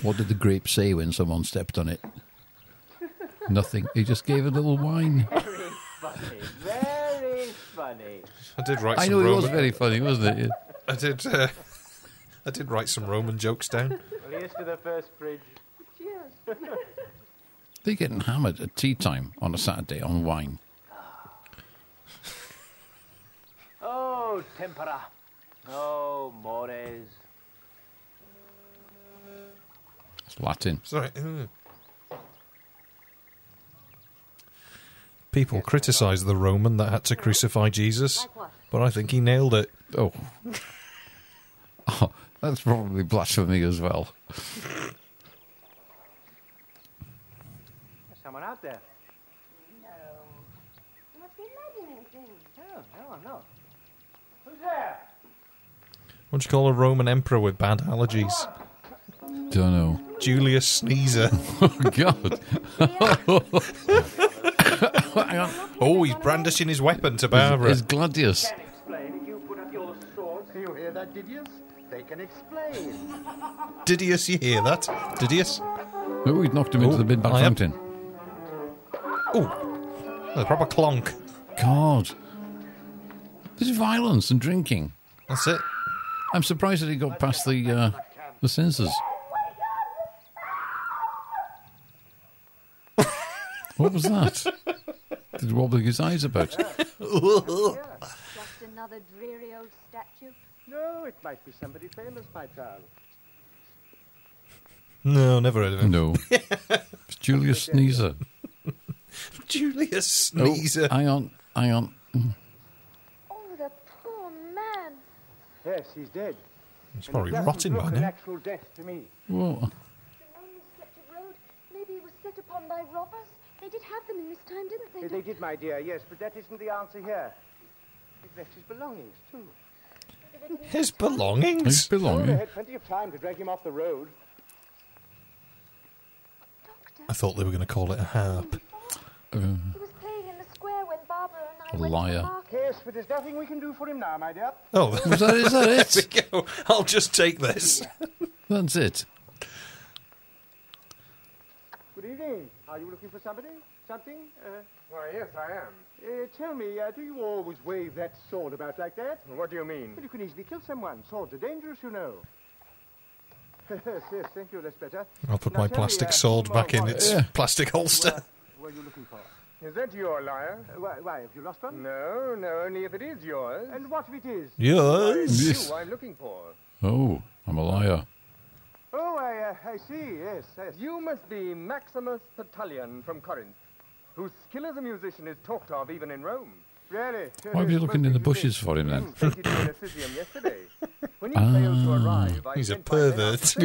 What did the grape say when someone stepped on it? Nothing. He just gave a little whine.
Very funny, very funny.
I did write
I
some
know it
Roman.
was very funny, wasn't it?
I did. Uh, I did write some Roman jokes down.
Well, here's to the first bridge.
Cheers.
They're getting hammered at tea time on a Saturday on wine.
Oh, tempera. Oh, mores.
It's Latin.
Sorry. mm. People criticise the Roman that had to crucify Jesus,
Like what?
but I think he nailed it.
Oh. oh, that's probably blasphemy as well.
There's someone out there.
You must be imagining things.
No, Oh, no, I'm not. Who's there?
What do you call a Roman emperor with bad allergies?
Don't know.
Julius Sneezer.
Oh, God. Hang on.
oh, he's brandishing his weapon to Barbara.
It's Gladius.
Can explain if you put up your swords.
You hear that, Didius? They can explain.
Didius, you hear that? Didius?
No, we knocked him into
Oh,
the bin
I
back
am-
fountain.
Oh, a proper clonk.
God. There's violence and drinking.
That's it.
I'm surprised that he got past the uh, the censors. what was that? Did wobbling his eyes about?
Just another dreary old statue.
No, it might be somebody famous, my child.
No, never heard of him.
No. It's Julius Sneezer.
Julius
Oh,
Sneezer.
hang on, hang on.
Oh, the poor man.
Yes, he's dead.
It's probably
Doesn't
rotten
look
by
an
now.
actual death to me.
Whoa.
The man misstepped a road. Maybe he was set upon by robbers. They did have them in this time, didn't they?
Eh, They did, my dear, yes, but that isn't the answer here. He's left his belongings, too.
His belongings?
They
belonging.
had plenty of time to drag him off the road.
I thought they were going to call it a harp.
He was playing in the square when Barbara and I
A
went to
liar.
the market.
Yes, but there's nothing we can do for him now, my dear.
Oh,
Was that, is that
there
it?
we go. I'll just take this.
That's it.
Good evening. Are you looking for somebody? Something? Uh,
Why, yes, I am.
uh, tell me, uh, do you always wave that sword about like that?
What do you mean?
Well, you can easily kill someone. Swords are dangerous, you know. yes, yes, thank you, that's better.
I'll put
Now
my
tell me,
plastic
uh,
sword
Seymour
back in
Wallace,
its
Yeah.
plastic holster.
What are you looking for?
Is that your liar?
Uh, why, why, have you lost one?
No, no, only if it is yours.
And what if it is?
Yes.
Yes.
You I'm looking for.
Oh, I'm a liar.
Oh, I, uh, I see, yes, yes.
You must be Maximus Tertullian from Corinth, whose skill as a musician is talked of even in Rome.
Really?
Why were you looking in the bushes for him then?
He did an Elysium yesterday. When he failed
Ah,
to arrive, I
He's a
sent my men out
pervert.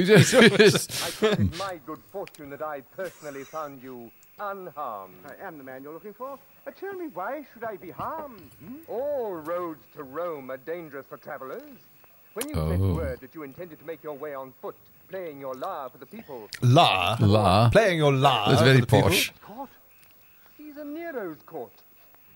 Yes.
I thought it my good fortune that I personally found you unharmed.
I am the man you're looking for. Uh, tell me, why should I be harmed? Hmm?
All roads to Rome are dangerous for travelers. When you sent
Oh.
word that you intended to make your way on foot, playing your lyre for the people,
La.
La.
Playing your la.
That's
Ah, for
very
the people.
posh.
caught. Caesar Nero's court.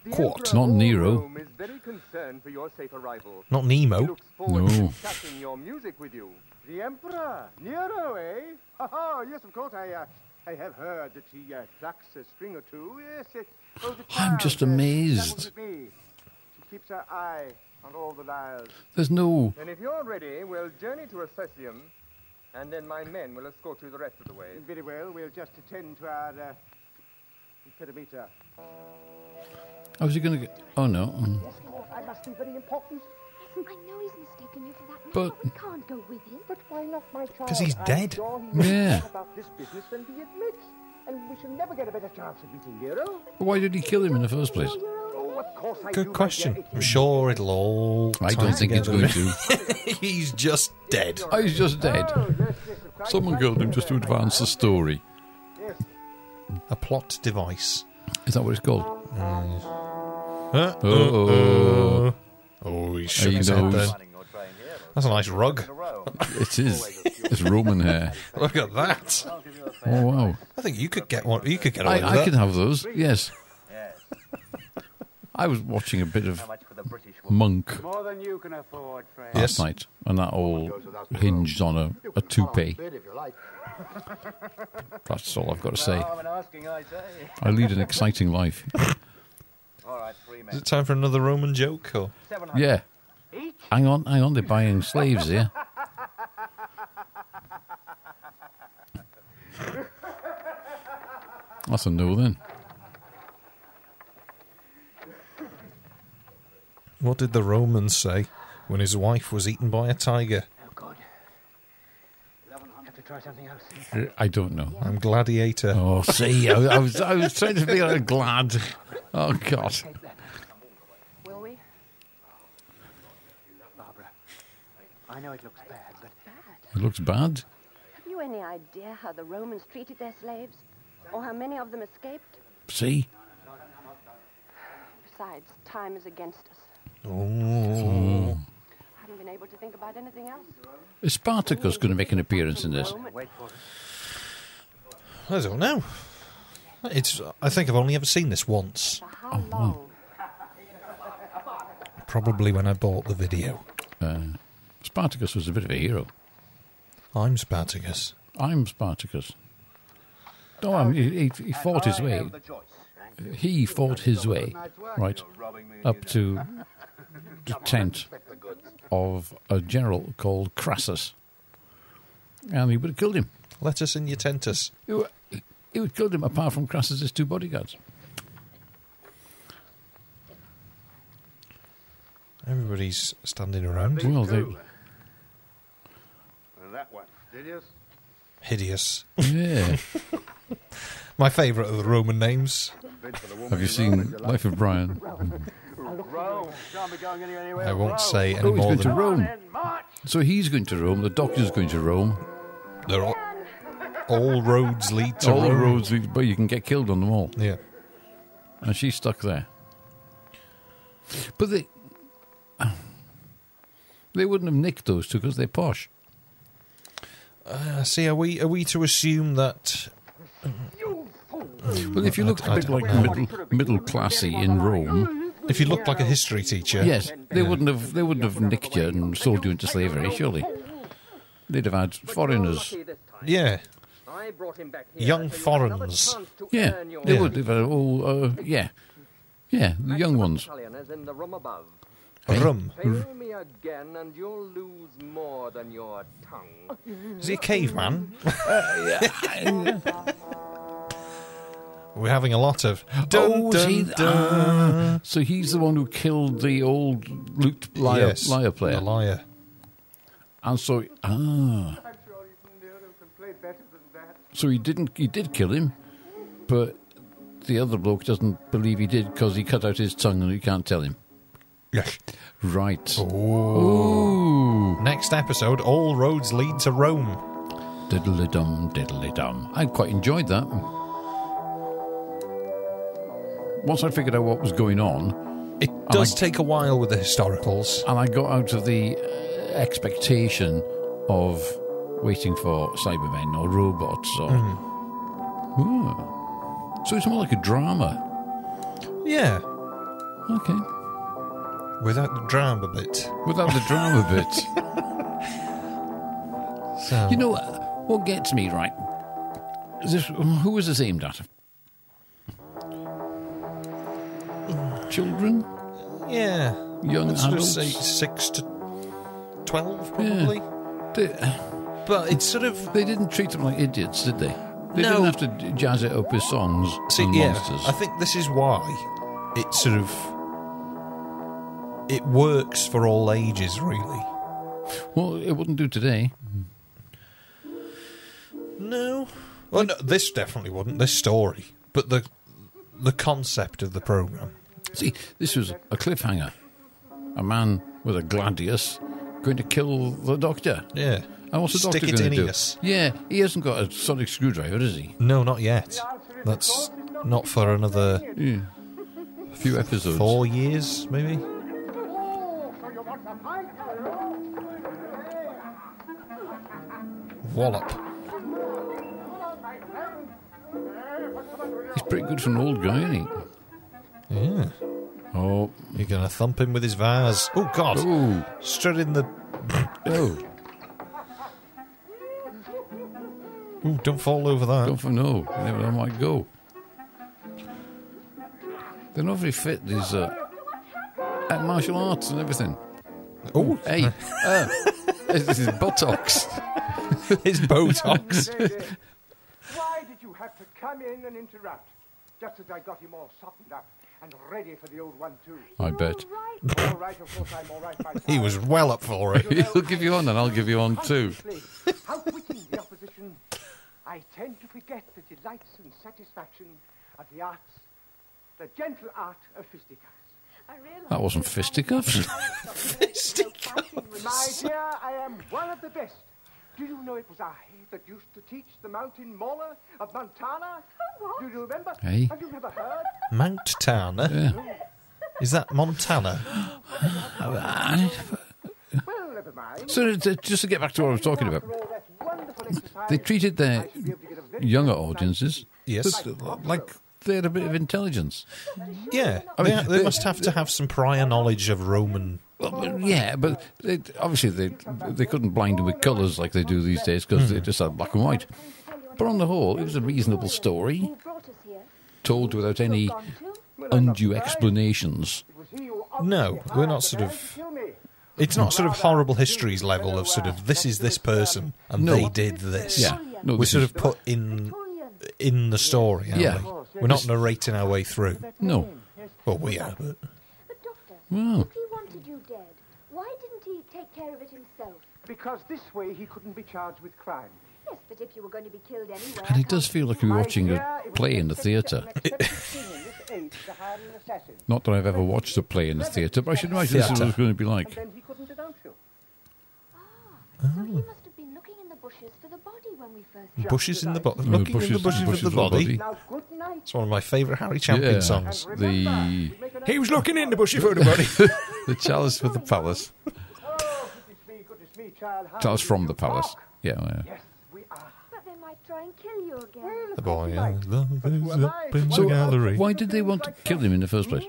The
Court,
Emperor
not
of
Nero.
Rome is very concerned for your safe arrival.
Not
He
Nemo.
looks forward to
Oh, No.
discussing your music with you.
The Emperor? Nero, eh? Oh, yes, of course, I, uh, I have heard that he uh, plucks a string or two. Yes, yes. Oh, the
I'm just
child, uh,
amazed.
travels with me. She keeps her eye on all the lyres.
There's no.
Then if you're ready, we'll journey to Assisium, and then my men will escort you the rest of the way.
Very well, we'll just attend to our uh, perimeter.
How's he going to get. Oh, no. Mm.
Yes, Lord, I must be very important.
Yes, I know he's mistaken you for that man,
But-
but we can't go with him.
But why not, my child?
'Cause he's
I'm
dead.
Sure he knows
Yeah.
more about this business than he admits. And we shall never get a better chance of meeting Nero.
Why did he kill him in the first place?
Oh, of course I do, my
Good
dear.
question.
It
I'm
is
sure it'll all.
I
tie
don't think it's
together.
going to.
He's just dead.
Oh, he's just dead. Someone killed him just to advance the story.
A plot device.
Is that what it's called? uh,
Huh?
Oh,
Oh, he
He
shook his head
knows.
then. That's a nice rug.
it is. It's Roman hair.
Look at that.
Oh wow!
I think you could get one. You could get away with
I, I
that.
can have those. Yes. I was watching a bit of Monk
More than you can afford, friend.
Yes.
last night, and that all hinged on a, a toupee. That's all I've got to say.
I'm asking, I say.
I lead an exciting life.
All right, three men.
Is it time for another Roman joke? Or?
Yeah. Hang on, hang on. They're buying slaves here. That's a no then.
What did the Roman say when his wife was eaten by a tiger?
Oh, God. I have to try something else.
I don't know.
I'm gladiator.
Oh, see, I, I was, I was trying to be like glad. Oh God,
Will we?
Barbara, I know it looks bad, but
it looks bad.
Have you any idea how the Romans treated their slaves? Or how many of them escaped?
See,
Besides, time is against us.
Oh.
I haven't been able to think about anything else.
is Spartacus going to make an appearance in this?
Rome and-
I don't know. It's. I think I've only ever seen this once.
For how
Oh,
long?
Probably when I bought the video.
Spartacus was a bit of a hero.
I'm Spartacus.
I'm Spartacus. No, I mean, he, he- he fought his way. He fought his way, right, Uh, up to the tent of a general called Crassus, and he would have killed him.
Let us in your tentus.
He would, he would have killed him, apart from Crassus's two bodyguards.
Everybody's standing around.
Well, they,
that one. Did you?
Hideous.
yeah.
My favourite of the Roman names.
Have you seen Life of Brian?
Rome. Can't be going anywhere. anywhere.
I won't say any
Oh, he's
more
going to
than
Rome.
And march.
So he's going to Rome. The doctor's going to Rome.
they're all, all roads lead to
all the
Rome.
roads, lead- but you can get killed on them all.
Yeah.
And she's stuck there. But the They wouldn't have nicked those two because they're posh.
Uh, see, are we are we to assume that?
But if you looked a bit like middle middle classy in Rome,
If you looked like a history teacher,
yes, they wouldn't have they wouldn't have nicked you and sold you into slavery. Surely, they'd have had foreigners.
Lucky this time.
yeah,
I brought him back here
young
so you have another
foreigners.
chance to
Yeah,
earn your
they would have had all. Uh, yeah, yeah, the young ones.
Italian is in the room above.
rum.
Fail me again, and you'll lose more than your tongue.
Is he a caveman?
Oh,
We're having a lot of.
Oh, see,
uh,
ah, so he's the one who killed the old loot liar,
Yes,
liar player.
The liar.
And so, ah,
I'm sure even Nero can play better than that.
so he didn't. He did kill him, but the other bloke doesn't believe he did because he cut out his tongue and he can't tell him.
Yes.
Right.
Next episode, all roads lead to Rome.
Diddly dum, diddly dum. I quite enjoyed that. Once I figured out what was going on,
It does
like-
take a while with the historicals.
and I got out of the uh, expectation of waiting for Cybermen or robots or. Hmm. So it's more like a drama.
Yeah,
Okay.
without the drama bit.
Without the drama bit.
So,
You know uh, what gets me right? Is This, um, who was this aimed at? Children,
yeah,
young
I'd sort of
adults.
say six to twelve, probably.
They,
But it's sort of
they didn't treat them like idiots, did they? They
No.
didn't have to d- jazz it up with songs
See,
and
yeah,
monsters.
I think this is why it sort of it works for all ages, really.
well, it wouldn't do today.
No, well, no, this definitely wouldn't. This story, but the the concept of the program.
See, this was a cliffhanger. A man with a gladius going to kill the doctor.
Yeah,
And what's the
stick
doctor
it
going
in
to do?
us.
Yeah, he hasn't got a sonic screwdriver, has he?
No, not yet. That's not for another
A few episodes.
four years, maybe. Wallop.
He's pretty good for an old guy, isn't he?
Yeah,
Oh,
you're gonna thump him with his vase. Oh God!
oh,
Straight in the
oh!
Ooh, don't fall over that.
Don't for no, never I might go. They're not very fit. These uh, at martial arts and everything.
Oh,
Hey, uh, this is buttocks.
it's Botox.
Lady, why did you have to come in and interrupt? Just as I got him all softened up and ready for the old one, too.
I bet
all right, of course, I'm all right myself.
he was well up for it.
he'll give you on, and I'll give you on too.
Constantly Outwitting the opposition, I tend to forget the delights and satisfaction of the arts, the gentle art of fisticuffs.
I realize
That wasn't fisticuffs.
My dear, I am one of the best. Do you know it was I that used to teach the mountain mauler of Montana? Do you remember?
Hey.
Have you never heard?
Mount Tana. Is that Montana?
Well, never mind.
so uh, just to get back to what I was talking about,
After all that wonderful exercise,
they treated their younger audiences
Yes.
like they had a bit of intelligence.
Yeah.
I mean,
they, they
the-
must have to have some prior knowledge of Roman.
Well, but- yeah, but they, obviously they they couldn't blind them with colours like they do these days because they just had black and white. But on the whole, it was a reasonable story
Who brought us here?
told without any
Gone to?
undue explanations.
it was he who obviously
No, we're not
hired
sort
the
of-
man to kill me.
It's not sort of horrible histories level of sort of this is this person and
No.
they did this.
Yeah, no,
We're
this
sort
is-
of put
Mm.
in
Napoleon.
in the story, aren't
Yeah.
we? We're not narrating our way through.
no.
Well, we are, but
But, Doctor,
Well,
if he wanted you dead, why didn't he take care of it himself?
Because this way he couldn't be charged with crime.
Yes, but if you were going to be killed anyway.
and it does feel like you're watching a play in the theatre. Not that I've ever watched a play in the theatre, but I should imagine this is what it's going to be like.
Then he couldn't denounce you.
So he must have been looking in the bushes for the body when we first.
bushes in the body.
The
Looking in the bushes, of the body.
Now, good night.
It's one of my favourite Harry Champion
Yeah.
songs.
The
He was looking in the bushes for the body.
Oh,
the chalice with the palace.
child how
That was
to
from the
shoot
palace.
cock.
Yeah, yeah.
Yes, we are.
But they might try and kill you again.
The boy and the
who
is
am I
up in
to
the
work out
gallery.
Why did they want to kill him in the first place?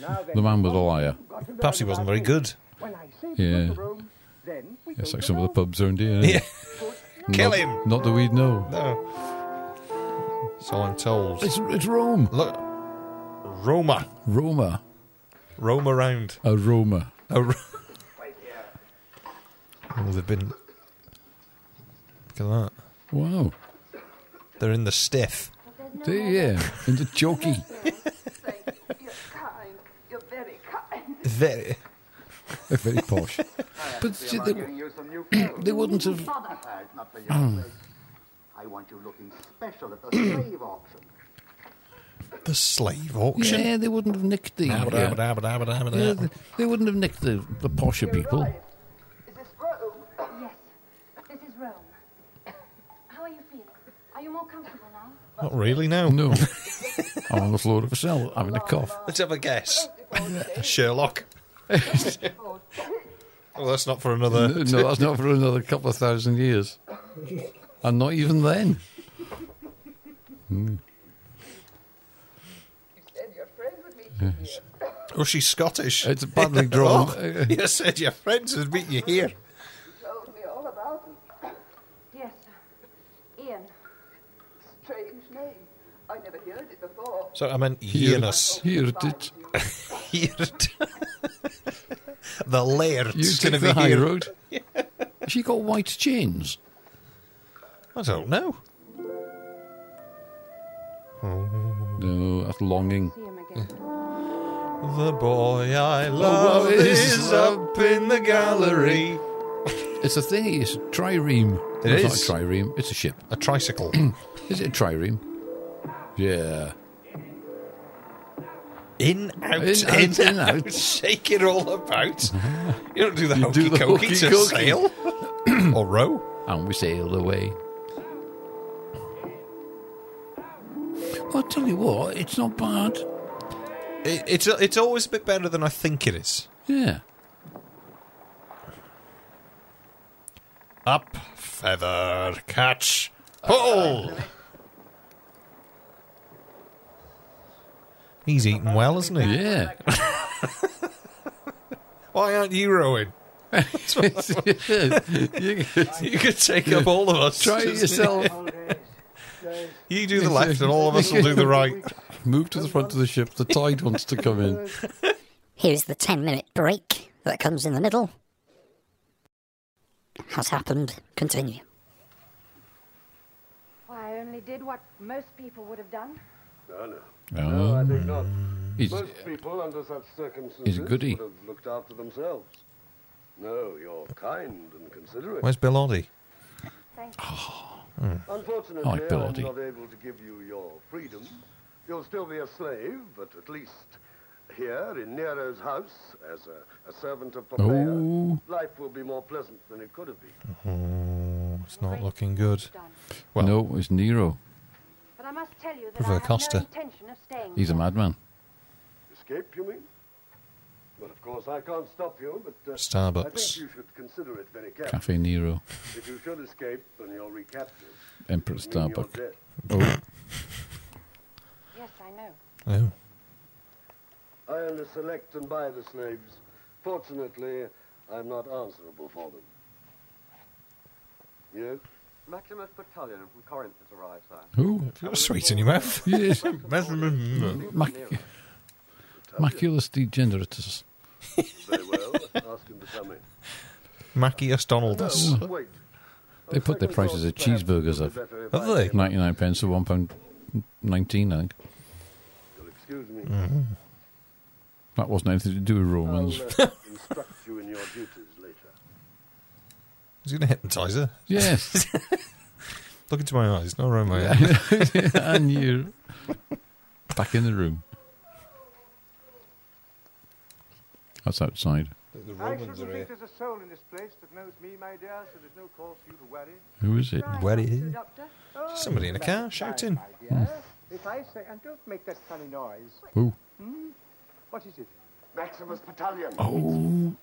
Now then,
The man was a liar.
got to learn
Perhaps he wasn't
about
very
me.
good.
When I say
Yeah.
yeah. the room, then we
It's
go
like
to
some of the
Rome.
pubs around here.
Yeah.
Not-
Kill him!
Not that we'd know.
No. So I'm told.
It's, it's Rome.
Look. Roma.
Roma.
Roam around.
A Roma.
A ro- oh, they've been. Look at that.
Wow.
They're in the stiff.
There, yeah. In the jokey.
You're kind. You're very kind.
Very.
They're very posh. But see, they,
Getting you some new clothes.
they wouldn't have.
Ah, it's not for your
Mm.
place. I want you looking special at the slave auction.
The slave auction.
Yeah, they wouldn't have nicked the.
Abba,
yeah.
abba, abba, abba, abba,
Yeah,
abba.
they, they wouldn't have nicked the, the posher people.
Is this Rome?
Yes, this is Rome. How are you feeling? Are you more comfortable now?
Not really, no.
No. I'm on the floor of a cell having a
Oh,
cough.
Let's have a guess. Sherlock. well, that's not for another.
No, that's not for another couple of thousand years. And not even then.
You said you're friends with me.
Oh, she's Scottish.
It's badly drawn. uh,
Oh, you said your friends would meet you here.
told me all about him.
Yes, Ian.
Strange name. I never heard it before.
So I meant Eunus.
Here it is.
Heard. the
You
laird's
take
going to
the
be
high
here.
road. Has she got white chains?
I don't know.
No, that's longing.
See him again.
The boy I
love
love
Oh, is
is up in the gallery.
It's a thingy. It's a trireme.
It
it's
is.
not a trireme. It's a ship.
A tricycle.
Is it a trireme? Yeah.
in, out, in,
In, out, in,
out.
out.
Shake it all about. you don't do the
You
hokey
do the
cokey to
hokey-cokey.
sail. or row.
And Um, we sailed away. Well, I'll tell you what, it's not bad.
It, it's, it's always a bit better than I think it is.
Yeah.
Up, feather, catch, pull. He's eating well, isn't he?
Yeah.
Why aren't you rowing?
you could
You could take up all of us.
try it yourself.
You do the left, and all of us will do the right.
Move to the front of the ship. The tide wants to come in.
Here's the 10 minute break that comes in the middle. Has happened. Continue.
Why, I only did what most people would have done.
No, no. No, I
Oh.
think not.
He's- uh,
Most people under such
he's
circumstances
a goodie.
would have looked after themselves. No, you're kind and considerate.
Where's Bill Oddie?
Unfortunately,
Oh, Bill
I'm
Oddie.
not able to give you your freedom. You'll still be a slave, but at least here in Nero's house, as a, a servant of Pompeo,
Oh.
life will be more pleasant than it could have been.
Oh, it's not looking good.
Done.
Well,
no, it's Nero.
But I must tell you that
River
I have
Costa.
no intention of staying.
He's a madman.
Escape, you mean? Well, of course, I can't stop you, but uh, I
Starbucks.
think you should consider it very carefully.
Cafe Nero.
If you should escape, then you're recaptured.
Emperor
meaning you're
Starbuck.
dead.
Oh,
Yes, I know.
Oh,
I only select and buy the slaves. Fortunately, I'm not answerable for them. Yes?
Maximus Battalion from Corinth has arrived, sir.
who?
you've got a sweet in your mouth.
Yes.
Method-
Uh, Mac- Maculus degeneratus.
Very well. Ask him to come in.
Macius Donaldus.
No, wait.
They put their prices at cheeseburgers up.
Have they?
99 pence or one pound 19, I think.
You'll excuse me.
Mm. That wasn't anything to do with
I'll
Romans.
uh, instruct you in your duties later.
He's going to hypnotise her.
Yes.
Look into my eyes, not around my eyes.
and you back in the room. That's outside.
The
I shouldn't think there's a soul in this place that knows me, my dear, so there's no cause for you to worry.
Who is it?
Where is
Doctor,
it?
Doctor.
Oh,
Somebody in a car shouting.
My
Hmm.
dear. If I say, and don't make that funny noise.
Who?
What is it?
Oh.
Maximus Battalion.
Oh,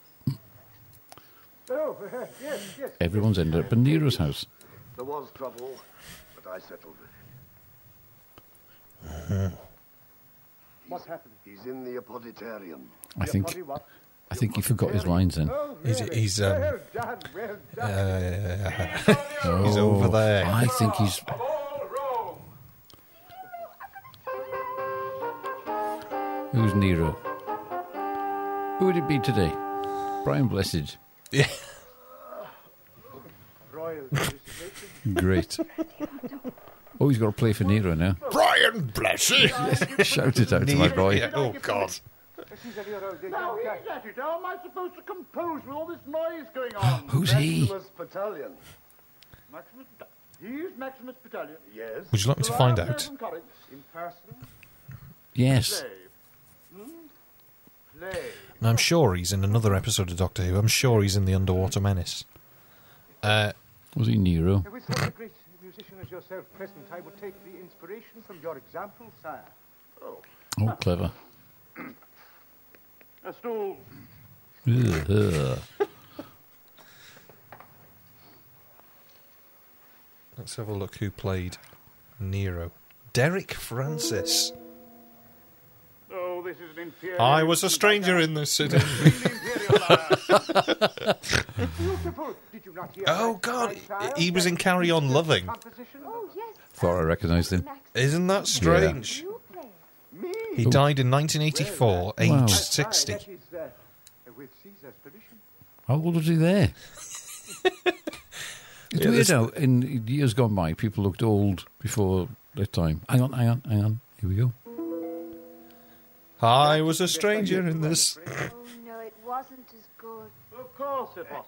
Oh, yes, yes.
Everyone's ended up in Nero's house.
There was trouble, but I settled it.
Uh-huh.
What happened?
He's in the apoditarium.
I think I think he forgot his lines then.
He's, he's, um,
Well done, well done.
he's over there.
Oh, I think he's. Who's Nero? Who would it be today? Brian Blessed.
Yeah.
Royal.
Great. Oh, he's got to play for Nero now.
Brian Blessed.
Shout it out to my boy.
Yeah, Oh, God.
Now, he's at it. How am I supposed to compose with all this noise going on?
Who's he?
Maximus Battalion.
Maximus. He's Maximus Battalion.
Yes.
Would you like me to find out?
In person.
Yes.
Play. Hmm? Play.
And I'm sure he's in another episode of Doctor Who. I'm sure he's in the Underwater Menace. Uh,
Was he Nero?
With such a great musician as yourself present, I would take the inspiration from your example, sire. Oh.
Oh, clever.
A stool.
Ugh.
Let's have a look who played Nero. Derek Francis.
Oh, this is an inferior.
I was a stranger in this city.
Beautiful. Did you not hear?
oh God, he was in Carry On Loving. Oh,
Thought I recognised him.
Isn't that strange? He died in 1984, aged
Wow.
60.
That is uh, with Caesar's tradition.
How old was he there? it's
Yeah,
weird
this-
how in years gone by, people looked old before their time. Hang on, hang on, hang on. Here we go.
I was a stranger in this.
Oh, no, it wasn't as good.
Of course it was.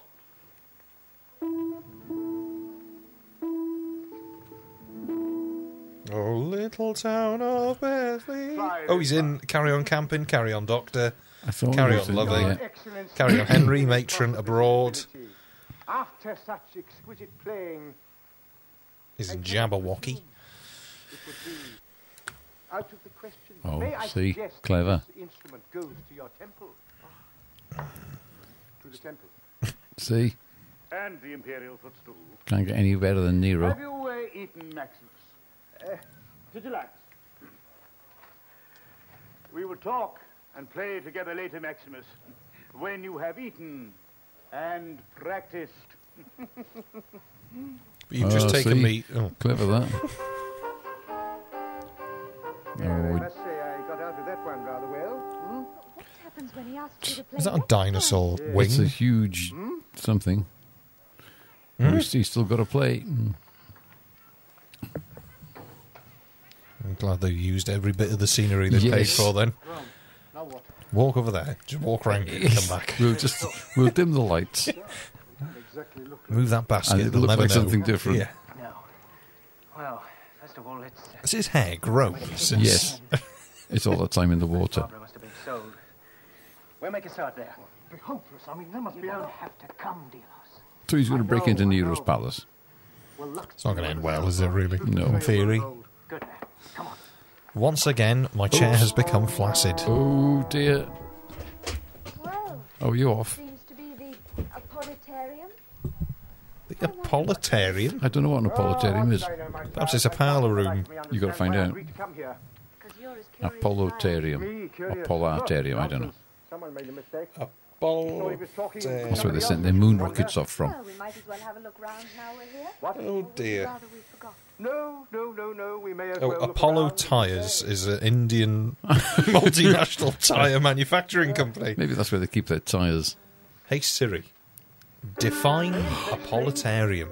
Oh, little town of Bethley.
Five
Oh, he's in Carry On Camping, Carry On Doctor,
I thought
Carry
it
On
was in-
Loving,
yeah.
Carry On Henry, Matron Abroad.
After such exquisite playing,
He's in Jabberwocky.
it would be out of the question.
Oh,
May I
see,
suggest that
clever.
This instrument goes to your temple. To the temple.
See,
And the imperial footstool.
can't get any better than Nero.
Have you uh, eaten, Maximus? Uh, did you like? We will talk and play together later, Maximus, when you have eaten and practiced.
You've just
Ah,
taken
see?
me. Oh.
Clever that.
I
Oh,
must say I got out of that one rather well.
What happens when he asks you to play?
Is that a
next
dinosaur wing?
it's a huge something.
Hmm?
He's, he's still got to play. Mm.
I'm glad they used every bit of the scenery they paid
Yes.
for then.
Wrong. Now what?
Walk over there. Just walk around and come back.
We'll just we'll dim the lights.
Exactly look
Move that basket.
And it'll
they'll
look
never
like
know.
something different.
Yeah.
No. Well, first of all, it's uh,
Has his hair grown since?
Yes, it's all the time in the water.
Barbara must have been sold. We'll make a start there.
be hopeless. I mean, there must
You
be
don't
a...
have to come, Delos.
So he's going to break into Nero's palace.
Well, look.
It's not going to end well, is it, really?
No.
In theory.
Good man. Come on.
Once again, my chair has become flaccid.
Oh dear.
Well,
Oh, you off?
seems to be the apoditarium.
The Apolletarian?
I don't know what an apolletarium is.
Perhaps it's a parlour room.
You gotta find out.
Because you're as curious as I am.
Apolletarium. Apollatarium, I don't know.
Someone made a mistake.
That's where they sent their moon rockets off from.
Well, we might as well have a look round now we're here.
What?
Oh dear.
Rather we forgot.
No, no, no, no. We may as
Oh,
well look
Apollo
around.
Tyres is an Indian multinational tyre manufacturing company.
Maybe that's where they keep their tyres.
Hey Siri, define Apolletarium.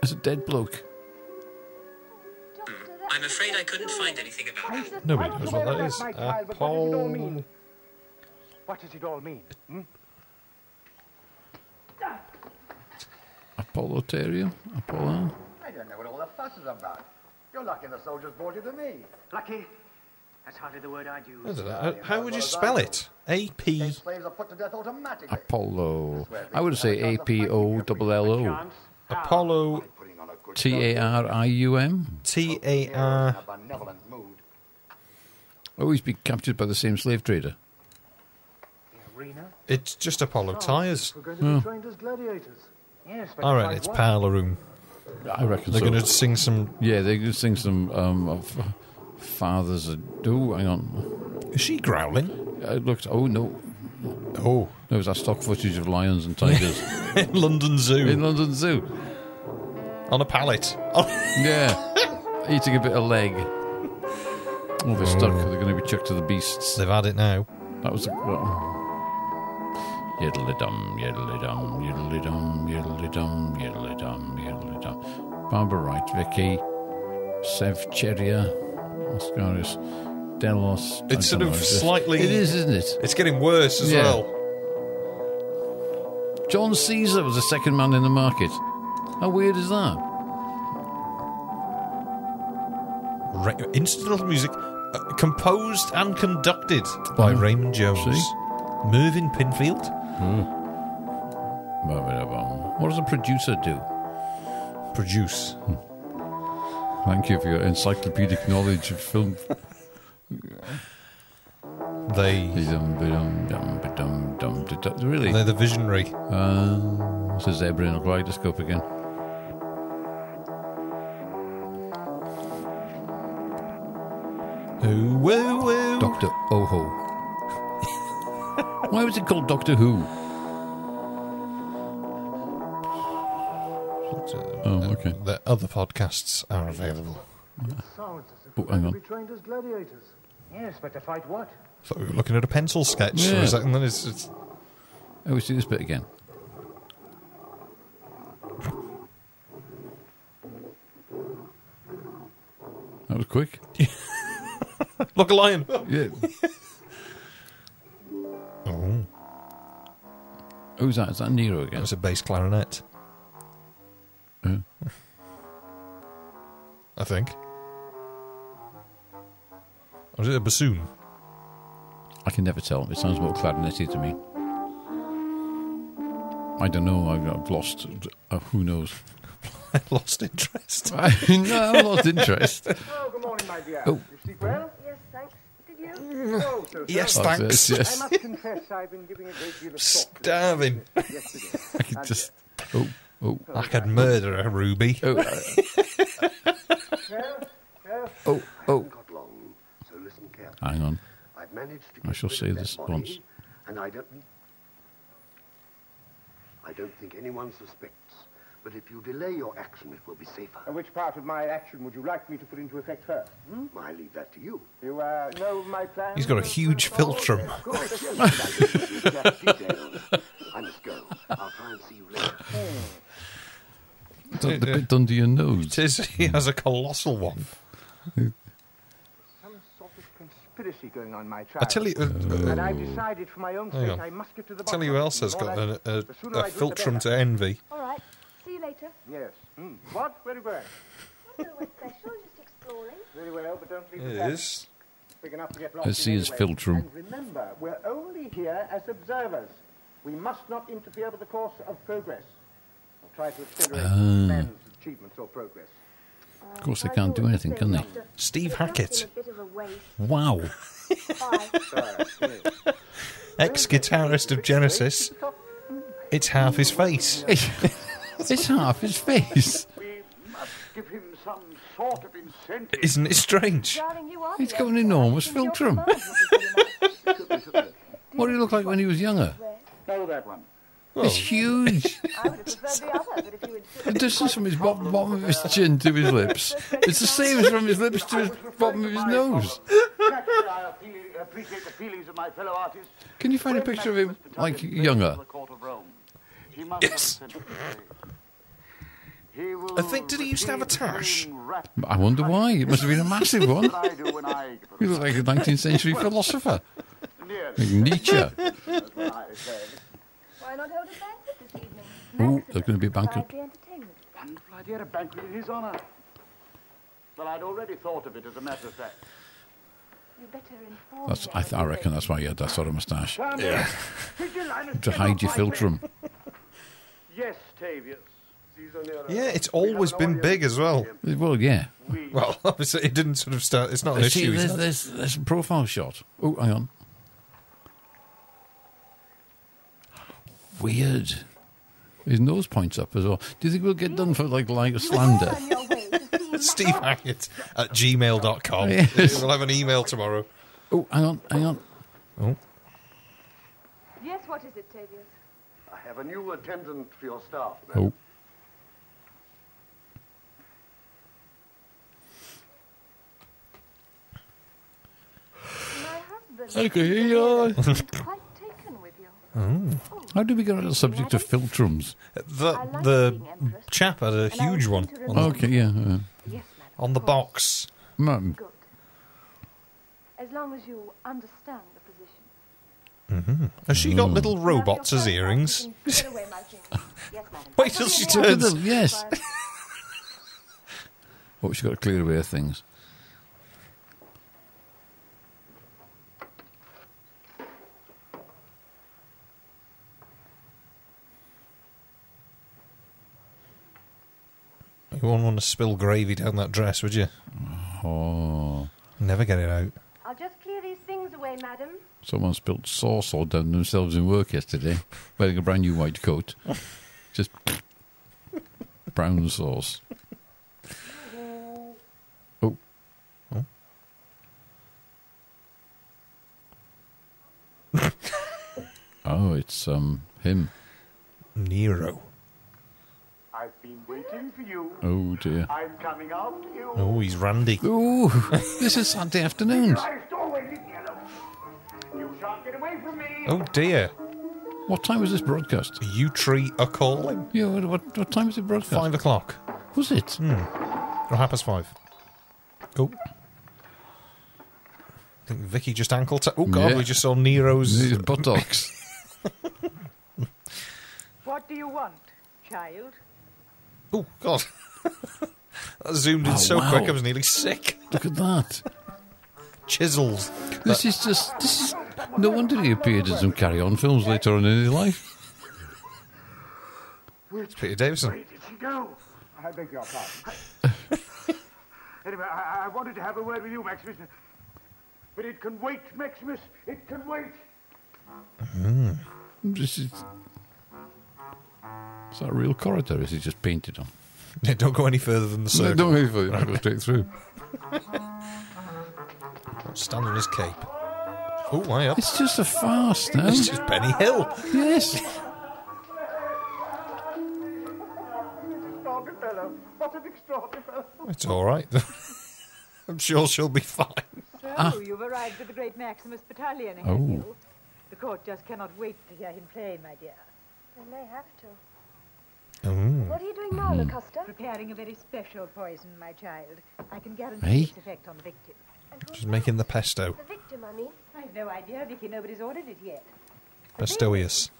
That's a dead bloke.
Doctor,
I'm afraid I couldn't find anything about that.
Nobody knows what that is.
My child, but what does it all mean?
Apol...
What does it all mean? Hmm?
Apolletarium? Apollo?
I don't know what all the fuss is about. You're lucky the soldiers brought you to me.
Lucky? That's hardly the word I'd use.
I don't know, how- How would you spell it? A P.
Slaves are put to death automatically.
Apollo. I would say A P O L L O.
Chance?
Apollo
Putting on a good
T A R I U M.
T A
air and
R.
a benevolent mood.
Oh, Always been captured by the same slave trader.
The arena?
It's just a pile
Oh,
of tyres.
We're going to be
Hmm.
trained as gladiators. Yes,
I reckon it's Parlour Room.
I reckon
They're
so.
going to sing some.
Yeah, they're going to sing some um, of Father's Do. Hang on.
Is she growling?
It looks. Oh, no.
Oh.
No, was that stock footage of lions and tigers.
In London Zoo.
In Oh. London Zoo.
On a pallet.
yeah. Eating a bit of leg. Oh, they're stuck. They're going to be chucked to the beasts.
They've had it now.
That was. A, well, Yiddly dum, yiddly dum, yiddly dum, yiddly dum, yiddly dum, yiddly dum. Barbara Wright, Vicky, Sevcheria, Oscaris, Delos. I
It's sort
don't
of
know, it's-
slightly.
It is, isn't it?
It's getting worse as
Yeah.
well.
John Caesar was the second man in the market. How weird is that?
Ra- incidental music uh, composed and conducted by
Hmm.
Raymond Jones.
See?
Mervyn Pinfield.
What does a producer do?
Produce.
Thank you for your encyclopedic knowledge of film.
They.
Really?
They're the visionary.
Uh, it's a zebra in a kaleidoscope again.
Ooh, woo, woo.
Doctor Oho. Why was it called Doctor Who? Oh, okay.
The uh, other podcasts are available.
Sounds as if
Oh, hang
we're going to
on.
be trained as gladiators. Yes, but to fight what?
Thought we were looking at a pencil sketch for
Yeah.
a second. Then it's, it's
Oh, we see this bit again. That was quick.
look a lion.
Yeah.
oh,
Who's that? Is that Nero again?
that was a bass clarinet.
Yeah.
I think. Or is it a bassoon?
I can never tell. It sounds more clarinety to me. I don't know. I've, I've lost. Uh, who knows?
I've lost interest.
I, no, I've lost interest.
Oh, good morning, my dear.
Oh.
You sleep well? Yes, thanks. Did you? Oh, so
Yes,
sorry.
thanks. Yes, yes.
I must confess I've been giving a great deal of thought.
Starving.
I
could just. Oh, oh. I could murder a ruby.
Oh, oh, oh.
Got long, so listen carefully.
Hang on.
I've managed to
I
get
shall
rid of
say
that
this
body,
once.
And I don't. I don't think anyone suspects. But if you delay your action, it will be safer.
And which part of my action would you like me to put into effect first? Hmm?
I leave that to you.
You uh, know my plan?
He's got a huge philtrum.
Of
Oh,
course.
I must go. I'll try and see you later.
The, the bit under your nose.
It is. He has a colossal one.
Some sort of conspiracy going on, my child.
I tell you. uh,
and I've
uh,
decided for my own
hang
sake
on.
I must get to the
tell
bottom.
you who else has
All
got
right.
a, a,
The sooner
a
I do, the
philtrum
better.
to envy.
All right. See you later.
Yes. Hmm. What? Very well.
Special, just exploring.
Very well, but don't leave the
Yes.
cabin. Big enough to get
Let's
lost
see
in
his
anyway.
philtrum.
And remember, we're only here as observers. We must not interfere with the course of progress. Or try to accelerate
Ah.
man's achievements or progress.
Of course, they can't do anything, can they?
Steve Hackett.
Wow.
Ex guitarist of Genesis. It's half his face.
it's half his face.
Give him some sort of incentive.
Isn't it strange?
He's got an enormous philtrum. what did he look like when he was younger?
Know that one.
It's huge. The distance from his bo- bottom of his chin to his lips, it's the same as from his lips to his bottom of his nose.
Naturally, I appeal- appreciate the feelings of my fellow artists.
Can you find a picture of him like younger?
The court of Rome. He must yes. have a sense of praise. He will
I think, did he used to have a
achieve the
tash?
same rapid
I wonder why. It must have been a massive one.
that I do when I give
He looked like a 19th century philosopher,
Nearly.
like Nietzsche.
That's what I say.
Why not hold a banquet this evening?
Oh, there's going to be a banquet.
Lively entertainment.
Wonderful idea, a banquet in his honor. Well, I'd already thought of it as a matter of fact.
You better inform
That's,
me.
I, th- I reckon that's why he had that sort of moustache.
Come here. Vigilante,
To
step
hide
off
your
my
philtrum.
bed. Yes, Tavius. Caesar Nero.
Yeah, it's always been big as well.
Well, yeah.
Well, obviously, it didn't sort of start. It's not an
See,
issue. is
there's,
it?
there's, there's a profile shot. Oh, hang on. weird. His nose points up as well. Do you think we'll get done for like like slander?
Steve Hackett at gmail.com.
Yes.
We'll have an email tomorrow.
Oh, hang on, hang on.
Oh.
Yes, what is it, Tavius?
I have a new attendant for your staff.
Oh.
My husband.
I could hear you.
quite taken with you.
How do we get on the subject of filtrums?
The the chap had a huge one on the,
Oh, Okay, yeah. uh, yeah.
on the box.
Mum.
As long as you understand the position.
Has she
Mm.
got little robots as earrings?
Get away, my king. Yes, madam.
Wait till she turns.
Yes. Oh, she's got to clear away things.
You wouldn't want to spill gravy down that dress, would you?
Oh.
Never get it out.
I'll just clear these things away, madam.
Someone spilled sauce all down themselves in work yesterday, wearing a brand new white coat. Just brown sauce. Oh. oh, it's um him.
Nero.
I've been waiting for you.
Oh dear.
I'm coming after you.
Oh, he's Randy.
Ooh, this is Sunday afternoons.
Christ, always leave me alone. You shan't get away from me.
Oh dear.
What time was this broadcast?
You tree a calling.
Yeah, what, what, what time was it broadcast?
Five o'clock.
Was it?
Or half past five. Oh. I think Vicky just ankle tap. Oh god,
Yeah.
we just saw Nero's.
His buttocks.
What do you want, child?
Oh god. that zoomed in
Oh,
so
wow.
quick I was nearly sick.
Look at that.
Chisels.
This is just. This is. No wonder he appeared in some Carry On films later on in his life.
It's Peter Davison.
Where did she go?
I beg your pardon.
Anyway, I, I wanted to have a word with you, Maximus. But it can wait, Maximus. It can wait.
This is. Is that a real corridor? Is he just painted on?
Yeah, don't go any further than the circle.
don't go for it. I go straight through.
Stand on his cape. Oh, why up?
It's just a farce now.
It's just Benny Hill.
Yes.
Extraordinary fellow. What an extraordinary fellow.
It's all right. I'm sure she'll be fine.
So, Oh, you've arrived at the Great Maximus Battalion, have
Ah. Oh.
you? The court just cannot wait to hear him play, my dear.
They may have to.
Mm.
What are you doing
now, Mhm. Locusta?
Preparing a very special poison, my child. I can guarantee
Hey.
its effect on the victim.
She's making the pesto.
The victim, I mean? I've no idea, Vicky. Nobody's ordered it yet.
Pestoius.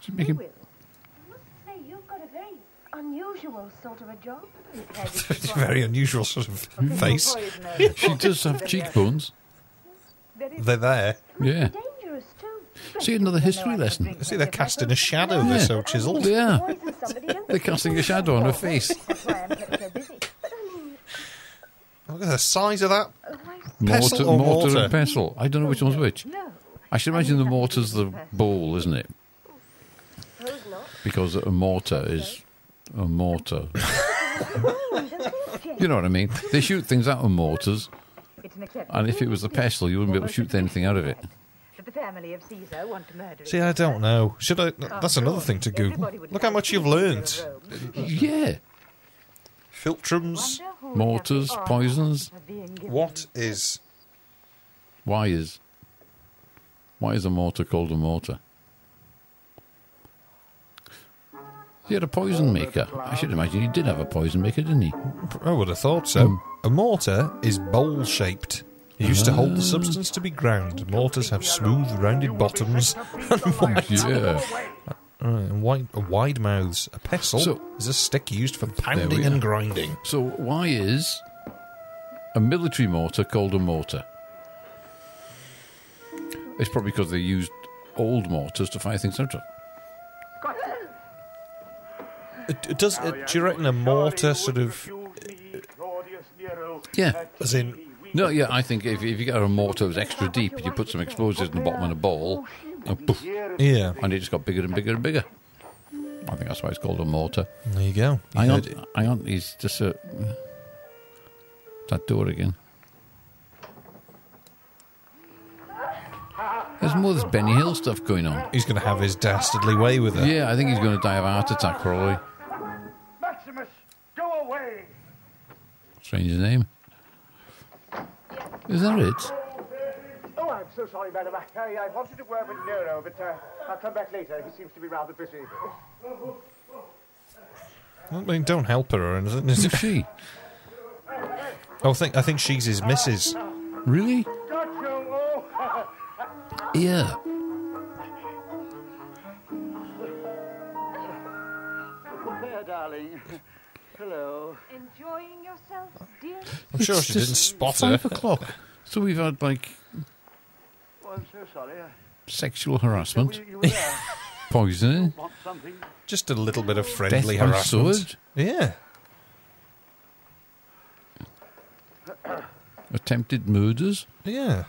She's making.
Say, you've got a very unusual sort of a job.
It's a very unusual sort of face.
she does have cheekbones.
They're there.
Yeah.
Dangerous, too.
See another history lesson.
See, they're casting a shadow. They're so chiselled.
Yeah.
Poison somebody, don't
They're casting a shadow on her face.
That's why I'm kept so busy. But I mean,
Look at the size of that.
Mortar,
Pestle or
mortar,
mortar?
and pestle. I don't know which one's which. I should imagine the mortar's the bowl, isn't it?
suppose not.
Because a mortar is a mortar.
Don't you think?
You know what I mean? They shoot things out of mortars,
It's an exception.
and if it was the pestle, you wouldn't be able to shoot anything out of it.
That the family of Caesar want to murder
See, I don't know. Should I? That's another thing to Google. Look how much you've learned.
Yeah.
Filtrums.
Mortars, poisons.
What is?
Why is why is a mortar called a mortar? He had a poison maker. I should imagine he did have a poison maker, didn't he?
I would have thought so.
Hmm.
A mortar is bowl shaped. It used to hold the substance to be ground. Mortars have smooth, rounded bottoms and wide,
Yeah.
Uh, and wide, uh, wide mouths. A pestle
So-
is a stick used for
There we
pounding and
are.
grinding.
So why is a military mortar called a mortar? It's probably because they used old mortars to fire things out of.
Uh, d- Does uh, do you reckon a mortar sort of?
Claudius Nero.
Yeah.
As in,
No, yeah, I think if, if you got a mortar that was extra deep, you put some explosives in the bottom of a bowl, and poof,
Yeah.
And it just got bigger and bigger and bigger. I think that's why it's called a mortar.
There you go. You
I
heard
on, I on, he's just a. That door again. There's more of this Benny Hill stuff going on.
He's going to have his dastardly way with it.
Yeah, I think he's going to die of a heart attack probably.
Maximus, go away!
Strange name. Is that it?
Oh, I'm so sorry, madam. I, I wanted to wear a Nero, but uh, I'll come back later. He seems to be rather busy.
I mean, don't help her or anything. Is
Who's she?
Oh, I think I think she's his missus.
Really?
Got you! Oh!
Yeah.
There, darling. Hello.
Enjoying yourself, dear?
I'm sure she didn't spot her.
Five o'clock. So we've had like
Oh, I'm so sorry. I
sexual harassment, poisoning,
want something.
Just a little bit of friendly
Death by
harassment.
sword?
Yeah.
attempted murders,
Yeah.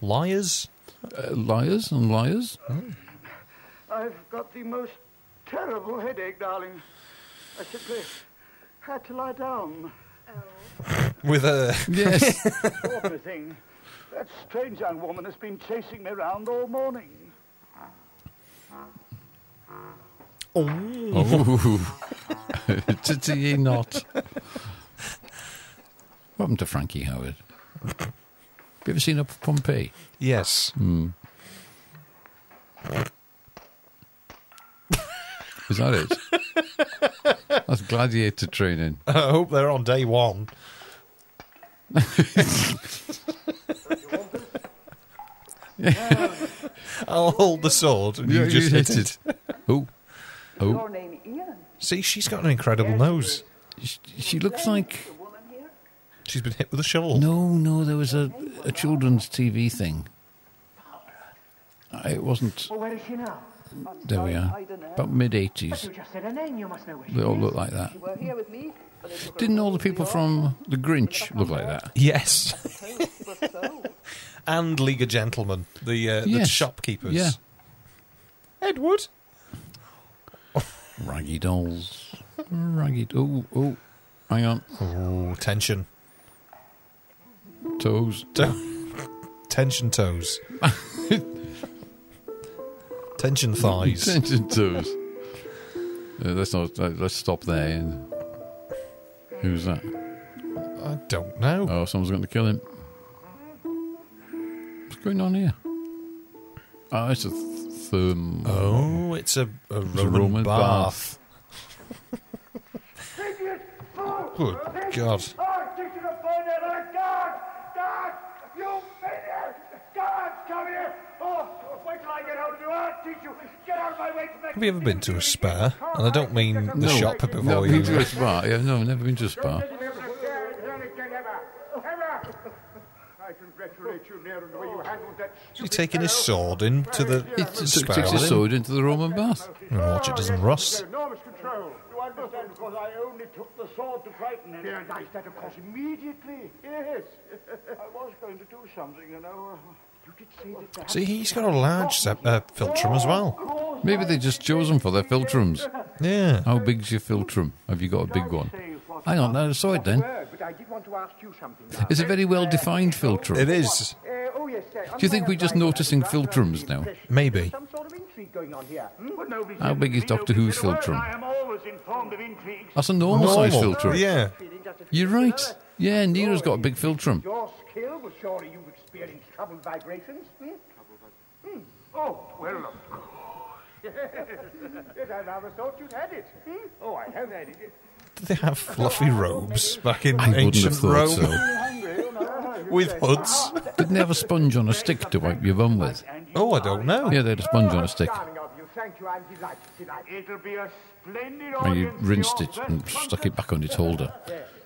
Liars.
uh, liars and liars.
I've got the most terrible headache, darling. I simply had to lie down.
With a.
Yes.
Ordinary thing. That strange young woman has been chasing me round all morning.
Oh.
Ooh. Did ye not? What happened to Frankie Howard? Have you ever seen Up Pompeii?
Yes.
Is that it? That's gladiator training.
I hope they're on day one. I'll hold the sword and you, just hit, it.
Oh, oh!
Your name Ian?
See, she's got an incredible nose.
She, she looks like
The woman here?
She's been hit with a shovel.
no, no. There was a, a children's TV thing. Uh, It wasn't.
Well, where is she now?
There we are. About mid eighties.
You just said her name. You must know where she
They all
is.
look like that.
You were here with me. but they took her
Didn't all the
across
people from The Grinch look like that?
Yes.
yard. She was so-
And League of Gentlemen, the, uh, the
Yes.
shopkeepers.
Yeah.
Edward.
Raggy dolls. Raggy. Oh, oh. Hang on.
Oh, tension.
Toes.
Tension toes. tension thighs.
Attention toes. Uh, let's not. uh, Let's stop there. And who's that?
I don't know.
Oh, someone's going to kill him. What's going on here? Oh, it's a therm.
Oh, it's a, a
It's a
Roman,
Roman
bath. Good God.
I teach you to find that like God! God! You idiot! God, come here! Oh, wait till I get out of you! I'll teach you! Get out of my way!
Have you ever been to a spa? And I don't mean the
No.
shop before
No, I've
you.
been to a spa. Yeah, no, I've never been to a spa.
I congratulate you, Nero, on the way you handled that
He's
stupid
taking his
fellow.
sword into the
He t- sticks his
sword
sword into the Roman bath.
and watch it doesn't rust.
Enormous control. You understand? Because I only took the sword to frighten him. Yeah, nice. That, of course, immediately. Yes.
I was going to do something, you know.
You did say that that
See, he's got a large sep- uh, philtrum as well.
Maybe they just chose them for their filtrums.
Yeah.
How big's your filtrum? Have you got a big one? Hang on, I saw it then.
word, but I did want to ask you something.
It's a very well defined
It
filtrum.
is.
Uh, oh, yes, sir.
Do you think we're just noticing filtrums now?
Maybe.
Some sort of intrigue going on here.
How big is Doctor Who's filtrum?
I am always informed of intrigues.
That's a normal size
Normal.
filtrum.
Yeah.
You're right. Yeah, Nero's got a big filtrum.
Your skill will surely you've experienced troubled vibrations. Hmm? Troubled vibrations? Oh, well, of course. yes, I rather thought you'd had it. Hmm? Oh, I have had it.
Did they have fluffy robes back in
I wouldn't have
ancient Rome
thought so.
with hoods?
Didn't they have a sponge on a stick to wipe your bum with?
Oh, I don't know.
Yeah, they had a sponge on a stick.
Darling of you, thank you. I'm delighted, delighted.
It'll be a splendid
And you
audience.
rinsed
your
it and
best
stuck it back on its holder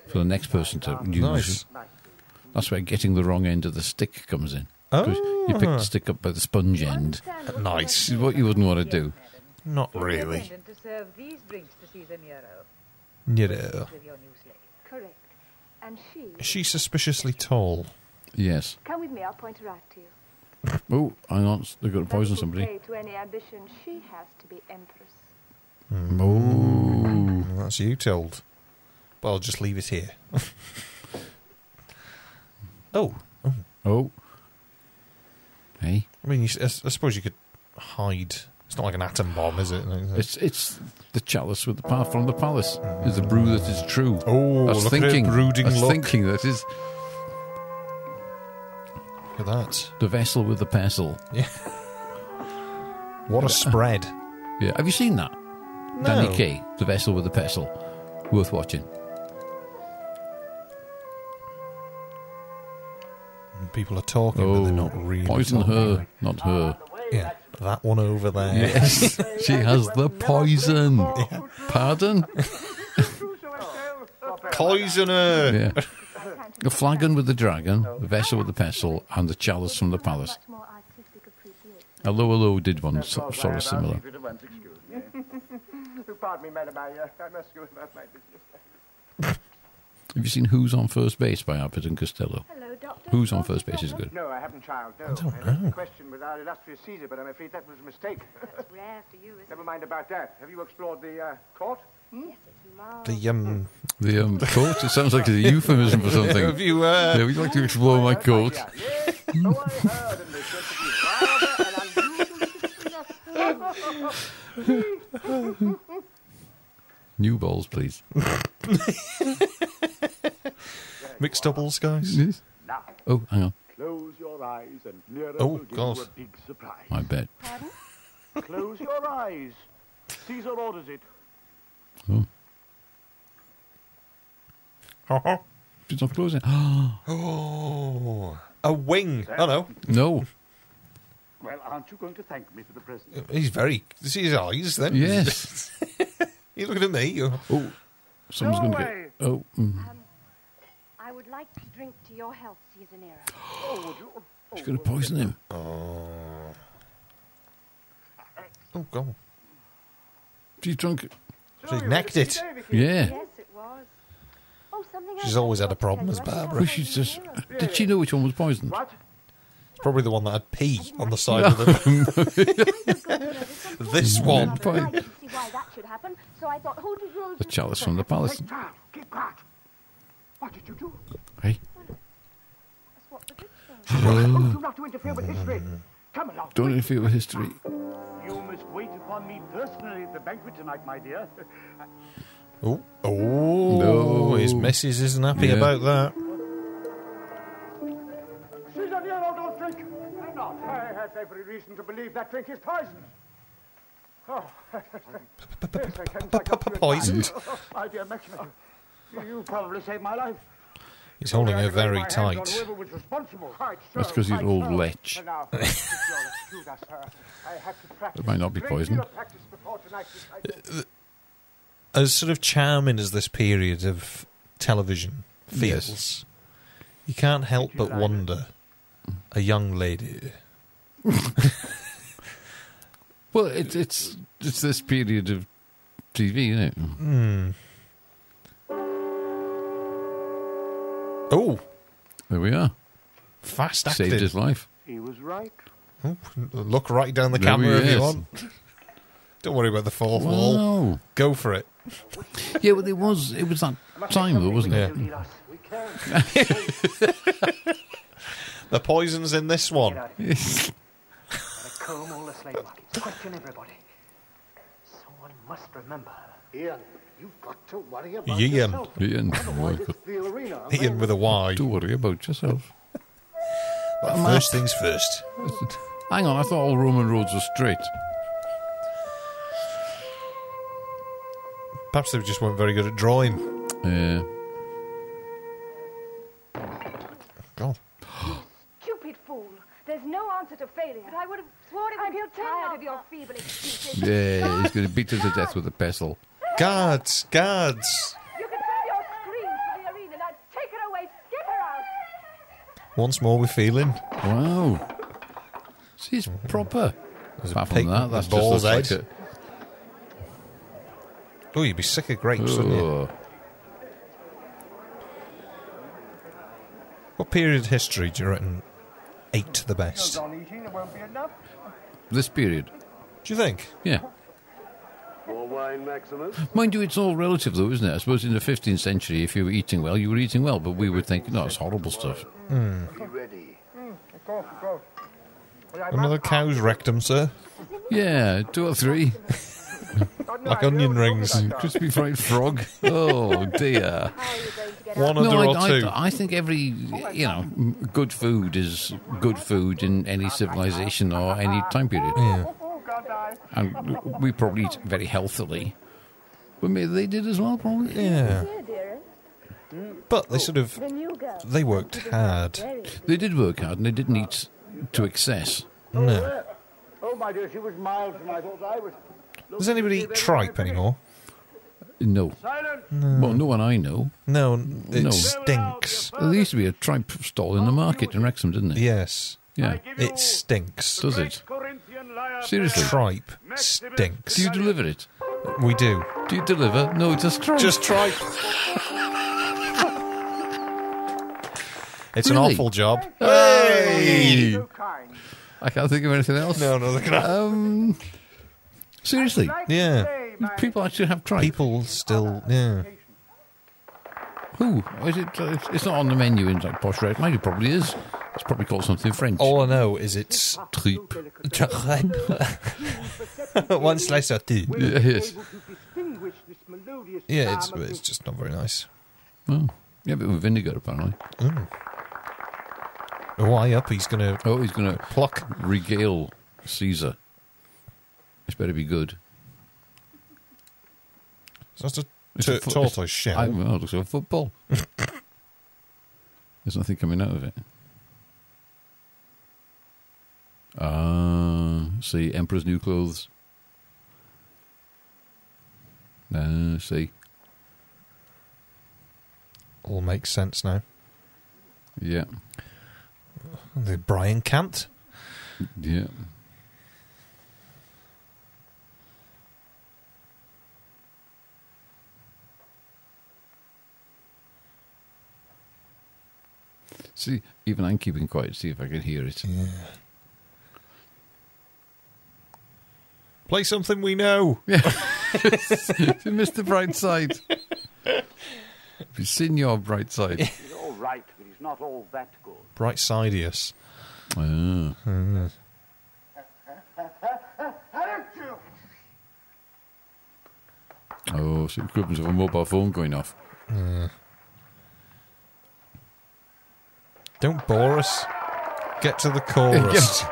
for the next person to use.
Nice.
That's where getting the wrong end of the stick comes in. 'Cause You pick
Ah.
the stick up by the sponge end.
Nice.
This is what you wouldn't want to do.
Not really.
Attendant to serve these drinks to Caesar Nero
Yeah.
with your new slave.
Correct. And she.
She's suspiciously tall.
Yes.
Come with me, I'll point her out to you.
Oh, hang on. They're going to poison somebody.
To any ambition she has to be empress.
Oh. That's you told. But I'll just leave it here. oh.
Oh. Hey.
I mean, you, s- I, s- I suppose you could hide. It's not like an atom bomb, is it?
It's it's the chalice with the pa- from the palace is the brew that is true.
Oh,
that's
look at her
thinking,
brooding
that's
look.
thinking. That is
Look at that.
the vessel with the pestle.
Yeah. What a spread.
Yeah, have you seen that?
No.
Danny Kaye, the vessel with the pestle, worth watching.
And people are talking, but they're not really.
Oh, Poison
talking.
her, not her.
Yeah, that one over there.
Yes, she has the poison. Pardon?
uh,
Poisoner.
Yeah. The flagon with the dragon, the vessel with the pestle, and the chalice from the palace. Hello, hello, did one so- sort of similar.
Pardon me, madam. I, uh, I must go about my business.
Have you seen Who's on First Base by Abbott and Costello?
Hello, Doctor.
Who's on First Base is good.
No, I haven't, child. No. I
don't
had
know.
a question with our illustrious Caesar, but I'm afraid that was a mistake. That's rare for you, Never mind about that. Have you explored the uh, court? Yes, it's marvelous.
The um,
The um, coat, it sounds like a euphemism for something.
Have you, uh,
Yeah, would you like to explore my coat?
Oh,
New balls, please.
mixed doubles, guys.
Now,
Oh, hang on.
close your eyes and Nero
Oh,
will give
God.
you a big surprise.
I bet.
close your eyes. Caesar orders it.
It's not closing.
oh, a wing. Oh no,
No.
Well, aren't you going to thank me for the present?
he's very. See his eyes then.
Yes.
you looking at me? You're...
Oh, someone's going to
Norway.
get. Oh, mm.
I would like to drink to your health, Caesarnera.
Oh, would you?
she's going to poison him.
Oh. Oh god.
She's drunk.
She's necked it.
Yeah.
Yes, it was. Oh, something else.
She's always had a problem as Barbara.
Well, she's just. Did she know which one was poisoned?
It's probably the one that had pee on the side of the. this one.
I didn't see why that should happen, so I thought, who did you...
The chalice from the palace.
Child, keep quiet. What did you do?
Hey.
Oh,
Oh,
do not to interfere with history. Come along.
uh, Don't interfere with history.
You must wait upon me personally at the banquet tonight, my dear.
Oh, oh,
No.
his missus isn't happy
Yeah.
about that.
Caesarnero, don't drink. I'm not. I have every reason to believe that drink is poisoned. Oh, yes, I can back up your advice.
Poisoned.
Oh, my dear Maximo, you, you probably saved my life.
He's holding her very
My hands on
tight.
whoever was responsible. Quite
That's
so,
'cause he's
quite
old
so.
lech.
But now, if you'll excuse us, sir, I had to practice
might not be Uh,
a great deal
poisoned.
of practice before tonight's recital.
As sort of charming as this period of television feels, you can't help but wonder a young lady.
Well, it's it's it's this period of TV, isn't it?
Hmm. Oh,
There we are.
fast acting.
Saved his life.
He was right.
Oh, look right down the
There
camera
he
if you
is.
want. Don't worry about the fourth wall.
Wow.
Go for it.
Yeah, well, it was it was that time though, wasn't it?
Yeah. the poison's in this one.
Comb all the slave markets. Question everybody. Someone must remember.
Ian, you've got to worry about
Ian.
yourself.
Ian,
It's the arena.
Ian with a Y.
don't worry about yourself.
But
Am I-
first things first.
Hang on, I thought all Roman roads were straight.
Perhaps they just weren't very good at drawing.
Yeah.
God.
Stupid fool. There's no answer to failure. But I would have sworn it would be tired of your feeble excuses.
Yeah, he's going to beat her to death with a pestle.
Guards, guards.
You can send your screams to the arena. Now take her away. Get her out.
Once more, we're feeling.
Wow. She's proper.
There's a
Apart
pig
from that,
with
that's
a ball's
just looks
head.
like
Oh, you'd be sick of grapes,
a-
wouldn't you?
Oh.
What period of history do you reckon ate the best.
Goes on eating, there won't be enough.
This period.
Do you think?
Yeah.
More wine, Maximus?
Mind you, it's all relative, though, isn't it? I suppose in the 15th century, if you were eating well, you were eating well, but we would think, no, it's horrible stuff.
Be ready.
Of course, of course. Well, I
Another cow's rectum, sir.
Yeah, two or three.
like onion rings.
Crispy fried frog. Oh, dear.
One other
I,
or
I-
two.
I think every, you know, m- good food is good food in any civilization or any time period.
Oh,
Yeah.
And we probably eat very healthily. But maybe they did as well, probably.
Yeah. But they sort of they worked hard.
They did work hard and they didn't eat to excess.
No.
Oh, my dear, she was mild, and I thought I was.
Does anybody eat tripe anymore?
No.
Mm.
Well, no one I know.
No, it stinks.
There used to be a tripe stall in the market in Wrexham, didn't there?
Yes.
Yeah.
It stinks.
Does it? Seriously?
Tripe stinks.
Do you deliver it?
We do.
Do you deliver? No, just tripe.
Just tripe. It's an
Really?
awful job.
Hey!
Hey!
I can't think of anything else.
No, no, they can
Um, seriously?
Yeah.
People actually have tripe.
People still, yeah.
Who? Is it, uh, it's not on the menu in like posh restaurant. It probably is. It's probably called something French.
All I know is it's
tripe.
One slice of tea.
Yeah, yes.
Yeah, it's, it's just not very nice.
Oh. Yeah, but with vinegar, apparently.
Why up? He's going to.
Oh, he's going to
pluck.
Regale Caesar. It's better be good.
It's not a
It's
tur-
a fo-
tortoise
I,
shell.
well, it looks like a football. There's nothing coming out of it. Uh, see, Emperor's New Clothes. Uh, see,
All makes sense now.
yeah,
The Brian Cant.
yeah. See, even I'm keeping quiet. See if I can hear it.
Play something we know.
you missed the bright side. You've seen your bright side.
He's all right, but he's not all that good.
Bright Sidious.
Ah.
Mm.
Oh, so equivalent of a mobile phone going off.
Mm. Don't bore us. Get to the chorus.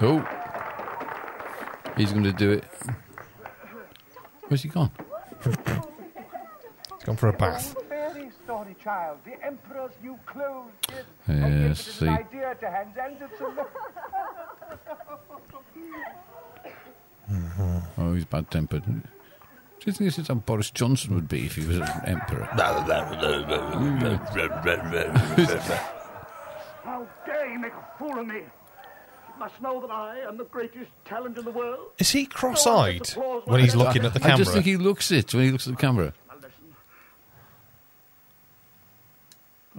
Oh, he's going to do it. Where's he gone?
He's gone for a
Ah.
bath.
Very story, child. The Emperor's new clothes gives
Yes,
an
see.
idea to Hans Andersen.
Oh, he's bad tempered. Do you think this is how Boris Johnson would be if he was an emperor?
How dare you make a fool of me? You must know that I am the greatest talent in the world.
Is he cross eyed when he's looking at the camera?
I just think he looks it when he looks at the camera.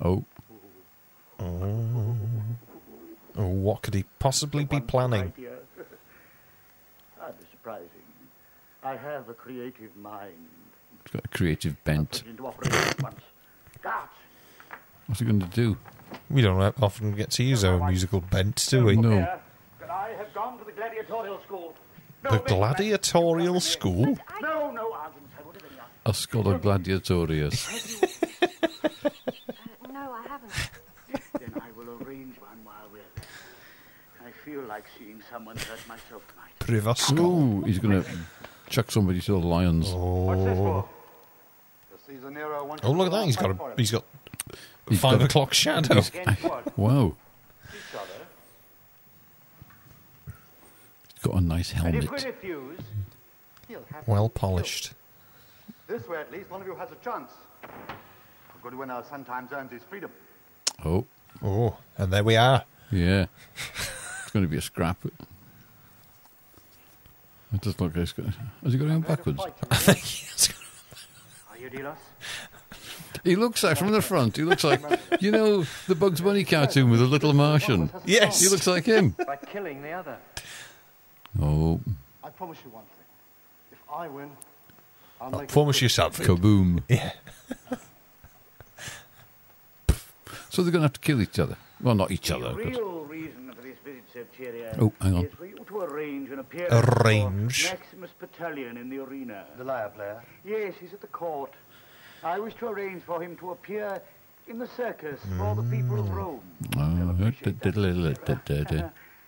Oh,
Oh. Oh, what could he possibly be planning?
Idea. Rather surprising. I have a creative mind.
he's got a creative bent.
Put into operation at once. Guards,
What's he going to do?
We don't often get to use our musical bent, do we?
No.
that I have gone to the gladiatorial school.
The gladiatorial school?
No, no, Argent, I would have been young.
A scholar gladiatorius.
No, I haven't.
Then I will arrange one while we're there. I feel like seeing someone hurt myself tonight.
Ooh, he's going to chuck somebody to the lions.
Oh. Oh, look at that! He's got a he's got
He's
five
got a-
o'clock shadow.
He's- wow. He's got a nice
And if
helmet.
we refuse, he'll have
Well polished.
This way, at least, one of you has a chance. A good winner sometimes earns his freedom.
Oh,
Oh, and there we are.
yeah. it's going to be a scrap. It does look like he's got. Has he got it on backwards?
Are you dealers?
He looks like from the front. He looks like you know the Bugs Bunny cartoon with the little Martian.
Yes.
he looks like him.
By killing the other.
Oh,
I promise you one thing. If I win, I'll
I
make
promise you something.
Kaboom.
Yeah.
so they're going to have to kill each other. Well, not each other.
The
'cause-
real reason for this visit, Sir Cheerio,
Oh, hang on.
is for you to arrange an appearance
Arrange?
for Maximus Battalion in the arena.
The lyre player.
Yes, he's at the court. I wish to arrange for him to appear in the circus for
Mm.
the people of Rome.
uh, Oh,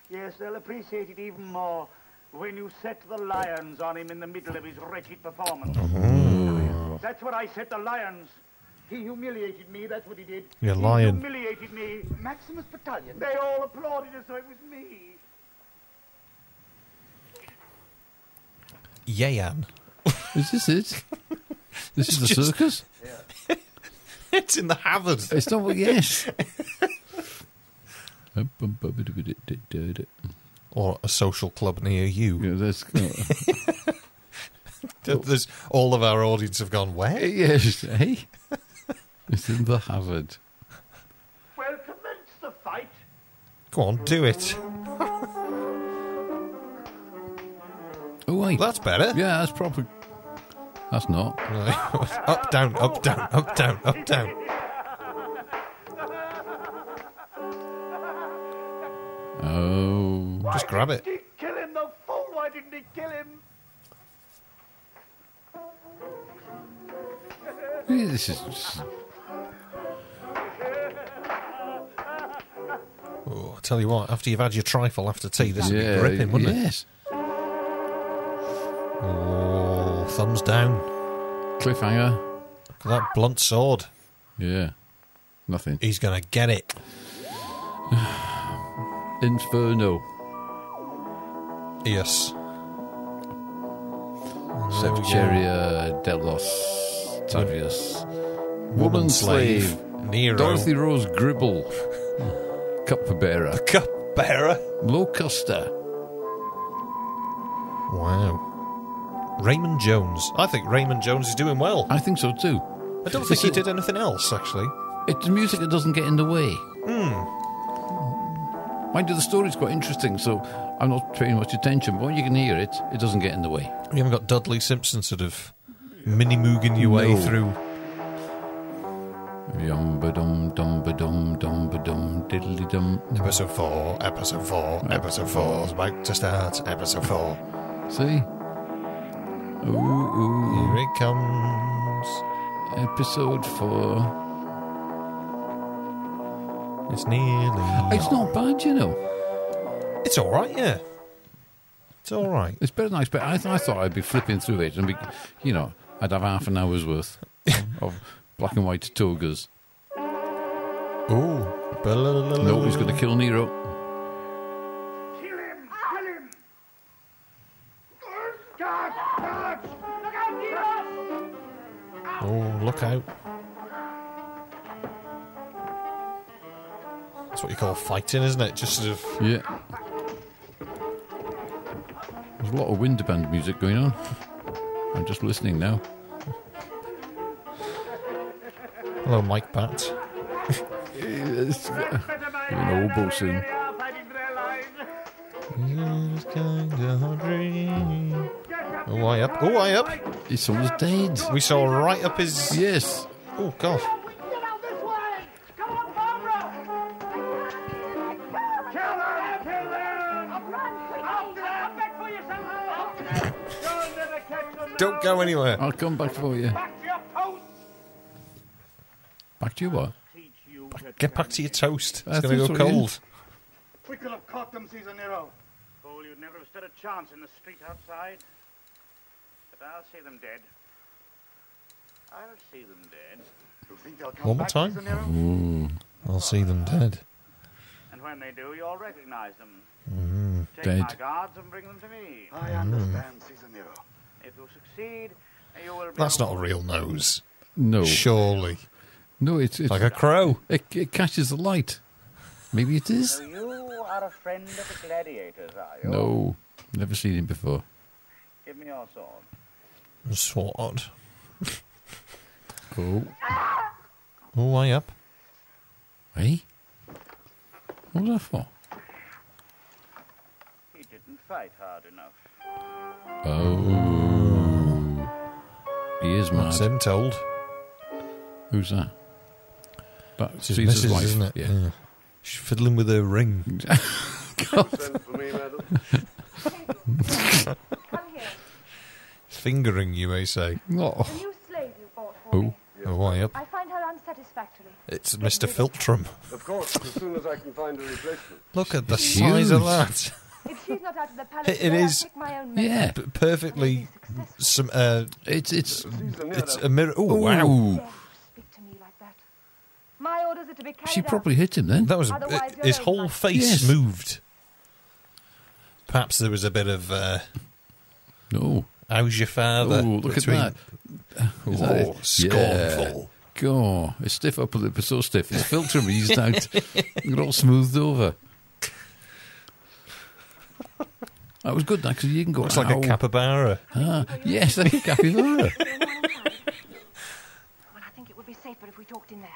Yes, they'll appreciate it even more when you set the lions on him in the middle of his wretched performance.
Mm-hmm.
Ah. That's what I said, the lions. He humiliated me, that's what he did.
You're
he
lying.
humiliated me. Maximus Battalion. They all applauded as though it was me.
Yayan.
Is this it? This is the circus?
it's in the Havard.
It's not. Yes.
or a social club near you.
Yeah, that's.
There's, all of our audience have gone, where?
Yes, eh? It's in the Harvard.
Well, commence the fight.
Go on, do it.
Oh, wait.
That's better.
Yeah, that's proper. That's not.
up, down, up, down, up, down, up, down.
Oh.
Just grab it.
Did he kill him, the fool? Why didn't he kill him?
Yeah, This is. just-
Oh, I tell you what, after you've had your trifle after tea, this would
Yeah,
be gripping, wouldn't it?
yes.
Oh, thumbs down.
Cliffhanger.
Look at that blunt sword.
Yeah. Nothing.
He's going to get it.
Inferno.
Yes.
Sevcheria Delos Tavius. Woman slave.
Nero.
Dorothy Rose Gribble. Cup bearer.
Cup bearer.
Locusta.
Wow. Raymond Jones. I think Raymond Jones is doing well.
I think so too.
I don't think
Is
he
it-
did anything else, actually.
It's music that doesn't get in the way.
Hmm.
Mind you, the story's quite interesting, so I'm not paying much attention. But when you can hear it, it doesn't get in the way.
You haven't got Dudley Simpson sort of mini mooging your way
No.
through.
Yum ba dum dum ba dum dum ba dum diddly dum.
Episode 4, episode 4, episode 4, 's about to start, episode 4.
See? Ooh, ooh.
Here it comes.
Episode four.
It's nearly.
It's not bad, you know.
It's alright, yeah. It's alright.
It's better than I expected. I, th- I thought I'd be flipping through it and be, you know, I'd have half an hour's worth of black and white togas.
Ooh.
No, he's going to kill Nero.
Kill him! Kill him! Guard! Guard! Look out, Nero!
Oh, look out. That's what you call fighting, isn't it? Just sort of.
Yeah. There's a lot of wind band music going on. I'm just listening now.
Hello, Mike Bat.
It's an oboe
eh?
soon.
It's kind of a dream. Oh, I up. Oh, I up.
It's almost dead.
We saw right up his.
Yes.
Oh, God.
Get out this way! Come on, Barbara! Kill them! Kill them! Out there! Back for yourself! Out there! You'll never catch them now!
Don't go anywhere.
I'll come back for you.
Back to your post!
Back to you, what?
Teach you to
Get back to your toast. It's
That's
going to go
what it is.
cold.
We could have caught them, Caesar Nero. Fool, you'd never have stood a chance in the street outside. But I'll see them dead. I'll see them dead.
You think they'll come
One more
back,
time.
Caesar Nero?
Hmm. I'll see them dead.
And when they do, you'll recognize them.
Mm.
Take my
Dead.
guards and bring them to me.
I understand, Caesar Nero.
If you succeed, you will be.
That's not a
rewarded.
real nose.
No.
Surely.
No, it's, it's
Oh. Like a crow.
It, it catches the light. Maybe it is.
So you are a friend of the gladiators, are
Oh.
you?
No, never seen him before.
Give me your sword.
Sword.
Oh,
Oh, I up.
Really? Eh? What was that for?
He didn't fight hard enough.
Oh. He is mad.
That's him told.
Who's that? That's
It's his
Caesar's
missus,
wife.
isn't it?
Yeah.
She's fiddling with her ring.
God.
Fingering, you may say.
Oh.
The new slave you bought for
Oh,
me.
why up?
I find her unsatisfactory.
It's Mr. Filtrum.
Of course, as soon as I can find a replacement.
Look at the
It's
size of
huge.
that.
If she's not out of the palace,
It- it
today, I'll
is.
take my own measure.
Yeah.
P- perfectly. Some. Uh,
It's it's
it's a mirror. Oh wow!
Dare you speak to me like that? My orders are to be carried
She
out.
probably hit him then.
That was
Otherwise you're
his
own
whole
life.
face
Yes.
moved. Perhaps there was a bit of uh,
No.
"How's your father?"
Oh, look
between-
at that.
Oh,
Is that it?
scornful.
Yeah. God, his stiff upper lip is so stiff. His filtrum eased out. It all smoothed over. That was good, because you can go.
Looks like a
"Ow."
capybara.
Ah, yes, like a capybara.
Well, I think it would be safer if we talked in there.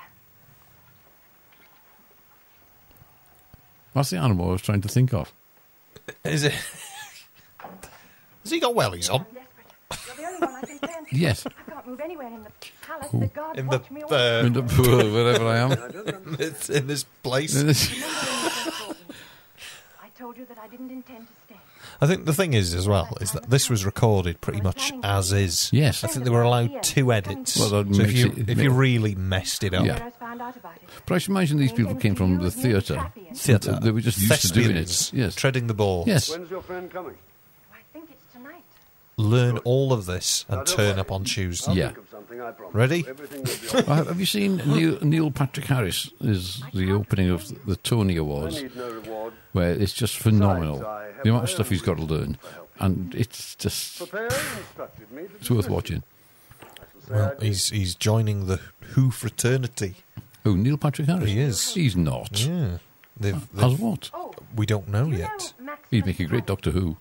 That's the animal I was trying to think of.
Is it? Has he got wellies on?
You're the only one I can stand.
Yes.
I can't move anywhere in the palace.
Oh.
The guards
In the,
watch me all
uh,
In the pool, wherever I am.
It's in this place.
I told you that I didn't intend to stay.
I think the thing is as well is that this was recorded pretty much as is.
Yes.
I think they were allowed two edits.
Well, that
so if
makes
you
it-
if you really messed it up,
Yeah.
Whereas found out about it.
But I should imagine these people came from the theatre.
theatre
They were just used to doing it.
Thespians
Yes.
treading the ball.
Yes.
When's your friend coming?
I think it's tonight.
Learn all of this and turn up on Tuesday.
Yeah.
Think of something, I promise.
Ready?
Everything will be all
Uh, Have you seen Neil, Neil Patrick Harris is the opening of the Tony Awards, where it's just phenomenal the amount of stuff he's got to learn, and it's just
Prepare instructed me to
it's worth watching.
Well, he's he's joining the Who fraternity.
Who Neil Patrick Harris?
He is.
He's not.
Yeah. They've,
As
they've-
what?
We don't know yet.
He'd make a great Doctor Who.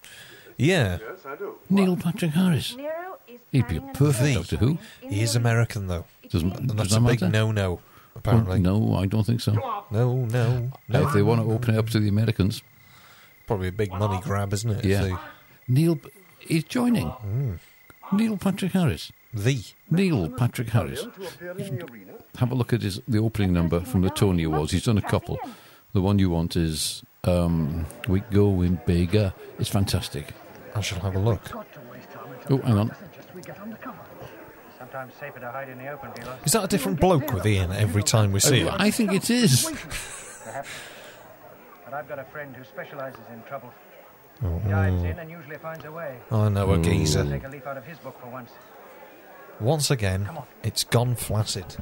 Yeah.
Yes, I do.
Neil Patrick Harris.
Nero is
He'd be a
planning
perfect
an
Doctor Who.
He is American though.
Doesn't,
And
does
that's
that
a big
matter?
no-no. Apparently.
Well, no, I don't think so.
No, no, no.
If they want to open it up to the Americans,
Probably a big money grab, isn't it? if
Yeah.
they- Mm.
Neil is joining. Neil Patrick Harris.
The
Neil Patrick Harris.
to appear in the arena.
Have a look at his the opening number from the Tony Awards. He's done a couple. The one you want is um, "We Go in Bigger." It's fantastic.
I shall have a look.
Oh, hang on.
Sometimes safer to hide in the open, Vila.
Is that a different bloke with Ian every time we see him?
I think it is.
Perhaps. But I've got a friend who specializes in trouble.
Oh,
Dives in and usually finds a way.
I know a geezer.
Take a leaf out of his book for once.
Once again, it's gone flaccid.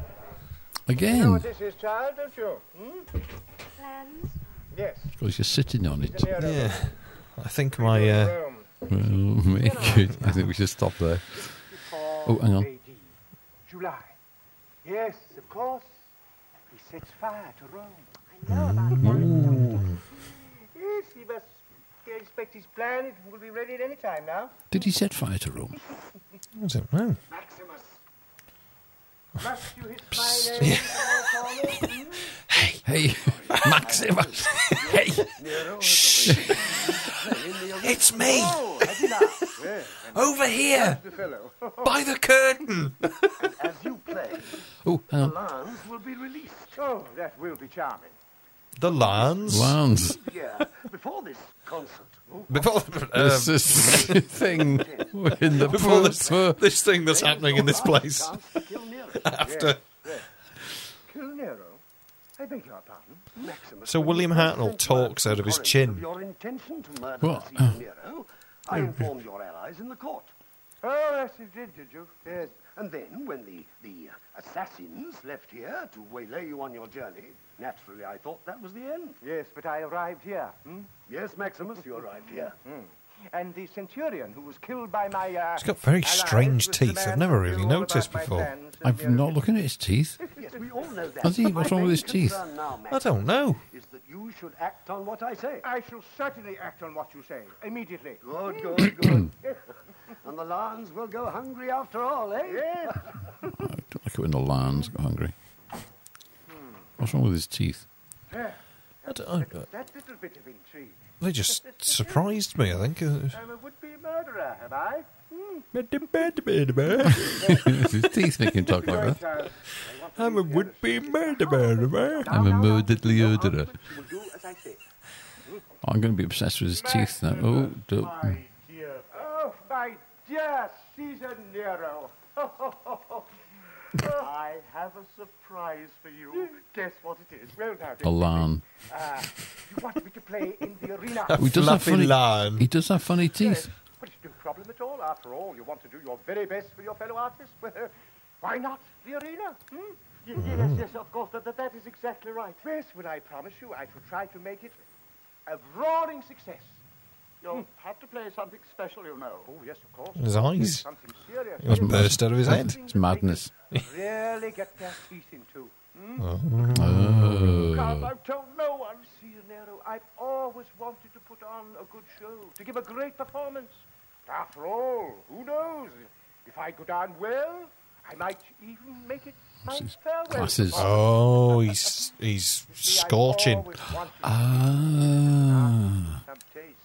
Again,
What
because
this is, child, don't you? Hmm?
Plans?
Yes.
you're sitting on it.
Yeah. I think my uh,
Well, make it. I think we should stop there. Oh, hang on.
AD. July. Yes, of course. He sets fire to Rome.
I know about that.
Yes, he must expect his plan. It will be ready at any time now.
Did he set fire to Rome?
I don't know.
Maximus. Must you his fine aims on all corners? Hmm?
Hey, Maximus. hey,
It's me
Oh, Attila. Yes,
over here
the fellow.
by the curtain.
As you play,
Oh, hang on.
Lance will be released. Oh, that will be charming.
The Lance.
Lance.
Yeah, before this concert. Oh,
Before, um,
This is the thing in the
before this,
pub.
this thing that's happening in this place.
chance to kill Nero.
After
Kill Nero? I beg your pardon. Maximus.
so William Hartnell talks out of his chin.
Your intention to murder
What?
the Caesar Nero? I informed your allies in the court. Oh, yes, you did, did you? Yes. And then, when the, the assassins left here to waylay you on your journey, naturally I thought that was the end. Yes, but I arrived here. hmm?
Yes, Maximus, you arrived here.
And the centurion who was killed by my. Uh,
He's got very strange teeth. I've never really noticed before.
I've not looking at his teeth.
Yes, we all know that.
Has he? What's wrong with his
My
teeth?
concern now,
I don't know.
Is that you should act on what I say.
I shall certainly act on what you say immediately.
Good, good, good. and the Lans will go hungry after all, eh?
Yes.
I don't like it when the lions go hungry. What's wrong with his teeth?
There.
I don't know.
That little bit of intrigue.
They just surprised me, I think. Uh,
I'm a would-be murderer, am I? Hmm.
his teeth make him talk like that.
Child,
I'm a would-be murderer.
I'm a murdered murderer.
you will do as I say.
I'm going to be obsessed with his teeth now. Oh, don't.
Dear. Oh, my dear Caesar Nero. I have a surprise for you. Guess what it is? Well, now, then.
Alan.
Ah, you want me to play in the arena?
A
He does have
fluffy
funny.
lion.
He does have funny teeth.
But it's no problem at all. After all, you want to do your very best for your fellow artists. Well, uh, why not the arena? Hmm? Yes, yes, of course. That, that is exactly right. Yes, well, I promise you, I shall try to make it a roaring success.
You'll have to play something special, you know.
Oh, yes, of course.
His eyes.
Something serious.
It was burst out of his head.
It's madness.
really get their teeth into. Hmm? Come,
Oh.
I've told no one. Caesar Nero, I've always wanted to put on a good show, to give a great performance. After all, who knows? If I go down well, I might even make it my farewell.
Glasses.
performance.
Oh, he's he's scorching.
Ah.
Some taste.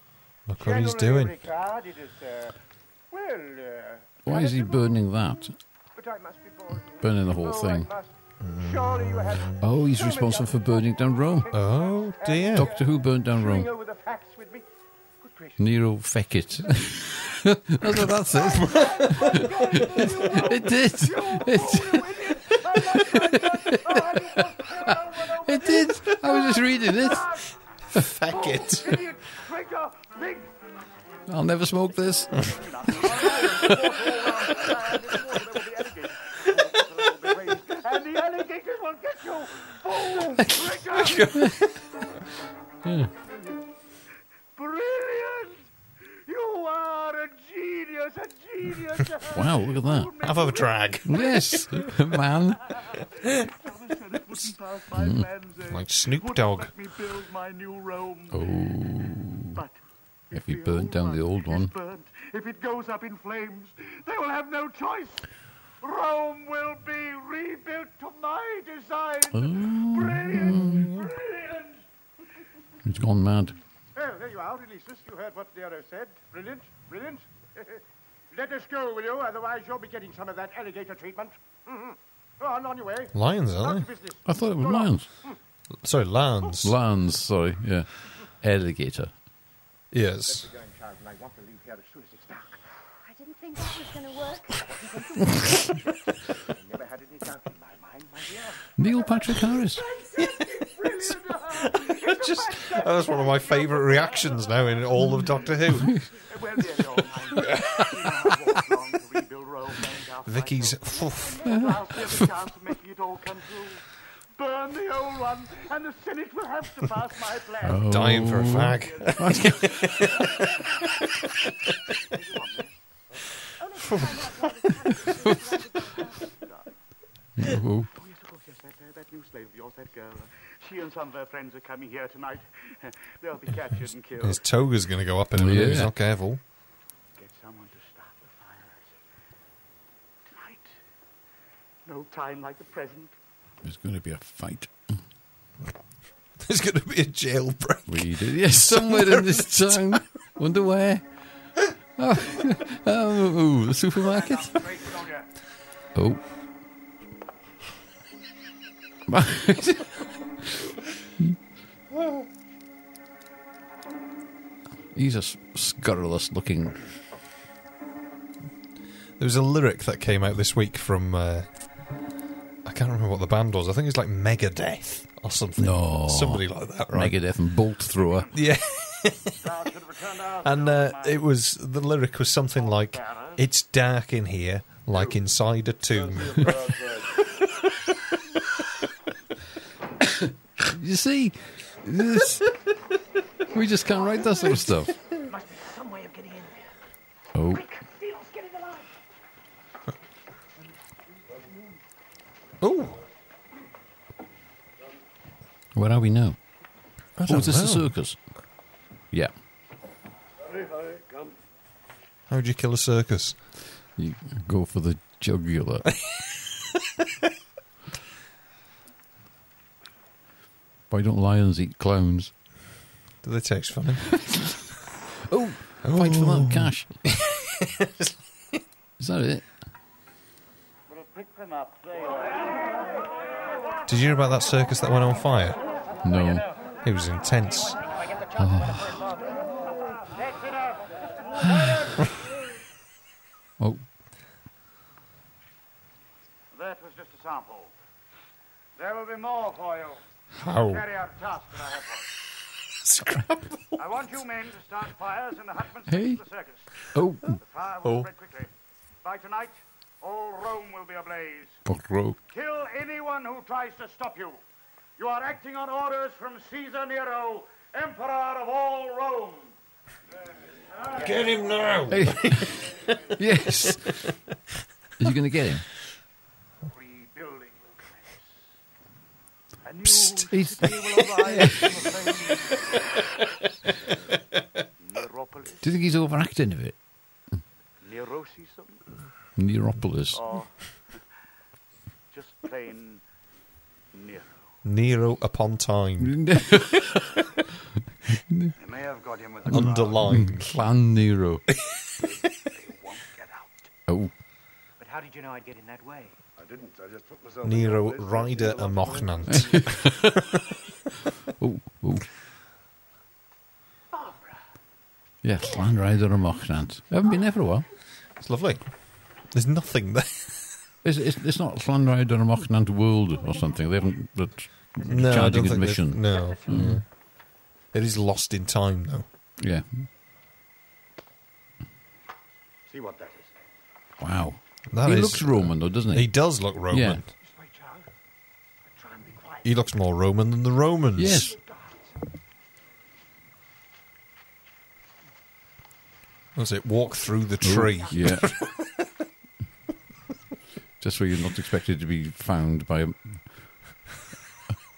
Look what he's
Generally
doing.
regarded as, uh, well, uh,
Why is he burning that?
but I must be bored.
Burning the whole
Oh, I
thing.
must. Surely you have
Oh, he's responsible for burning down Rome.
Oh dear.
Doctor Who burned down
Bring
Rome.
over the facts with me. Good gracious.
Nero Feckett. that's what that says. it did. It, it did. I was just reading it.
Feck it.
I'll never smoke this.
And the alligators will get you. Oh, Brilliant! You are a genius, a genius.
Wow, look at that.
Have a drag.
Yes, man.
Like Snoop Dogg.
Let me build my new Rome.
Oh.
But
If he burnt down the old one.
burnt, if it goes up in flames, they will have no choice. Rome will be rebuilt to my design. Brilliant, brilliant.
He's Oh. gone mad.
Well, there you are, releases. You heard what Nero said. Brilliant, brilliant. Let us go, will you? Otherwise, you'll be getting some of that alligator treatment. hmm Go on, on your way.
Lions,
Out
are
of
they?
business.
I thought it was lions.
Sorry, lions.
Lions, sorry, yeah. Alligator.
Yes.
We're going, child, and I want to leave here as soon as it's dark.
I didn't think that was going to work.
I never had any doubt in my mind, my dear.
Neil Patrick Harris.
Just that was Oh, one of my favourite reactions now in all of Doctor Who.
Well, dear Lord, my dear, we have walked long to rebuild Rome and our
Vicky's.
I'll take a chance of making it all come true. Burn the old one, and the Senate will have to pass my plan.
Dying for a
Oh.
fag.
Oh,
Oh, yes, of course, yes, that, uh, that new slave of yours, that girl. She and some of her friends are coming here tonight. They'll be captured and killed.
His toga's going to go up in a minute if he's
Oh, Yeah.
not careful.
Get someone to start the fires. Tonight. No time like the present.
There's going to be a fight.
There's going to be a jailbreak.
We do, yes, somewhere in this town. Wonder where. Oh, oh, ooh, the supermarket.
Great soldier.
Oh. He's a s- scurrilous looking.
There was a lyric that came out this week from uh, I can't remember what the band was. I think it's like Megadeth or something.
No.
somebody like that, right?
Megadeth and bolt thrower.
yeah,
Thou should have returned ours.
and uh, it was the lyric was something like, "It's dark in here, like inside a tomb."
You see, this, we just can't write that sort of stuff.
Must be some way of getting in there.
Oh,
Theo's getting alive.
oh,
where are we now? Oh,
don't
is this the
know.
circus? Yeah.
how would you kill a circus?
You go for the jugular. Why don't lions eat clowns?
Do they taste funny?
oh, fight for that cash. Is that it?
We'll pick them up. There
Did you hear about that circus that went on fire?
No.
It was intense.
Oh,
That was just a sample. There will be more for you.
How?
Carry out a task that I have for
Scrap.
you. I want you men to start fires in the hutman's
Hey.
of the circus.
Oh.
The fire will
Oh.
spread quickly. By tonight, all Rome will be ablaze.
Oh,
Kill anyone who tries to stop you. You are acting on orders from Caesar Nero, emperor of all Rome.
Get him now!
yes. Is he going to get him?
Rebuilding will commence. A new
Psst.
city
He's-
will arise from the Neuropolis.
Do you think he's overacting a bit?
Neurosisum?
Neuropolis.
Or just plain Nero.
Nero upon time.
They may have got him with the
Underlined.
Clan Nero. oh,
But how did you know I'd get in that way? I didn't. I just put myself.
Nero Rider a Mochnant.
oh, oh. Yeah, Clan Rider and Mochnant. I haven't been there for a while.
It's lovely. There's nothing there.
It's, it's, it's not Clan Rider and Mochnant World or something. They haven't. That's
No, I
charging
don't think
admission.
they've- no.
Mm.
Yeah. It is lost in time, though.
Yeah.
See what that is.
Wow.
That
he
is-
looks Roman, though, doesn't he?
He does look Roman.
Yeah.
He looks more Roman than the Romans.
Yes.
Was it walk through the tree?
Oh, yeah. Just where you're not expected to be found by a,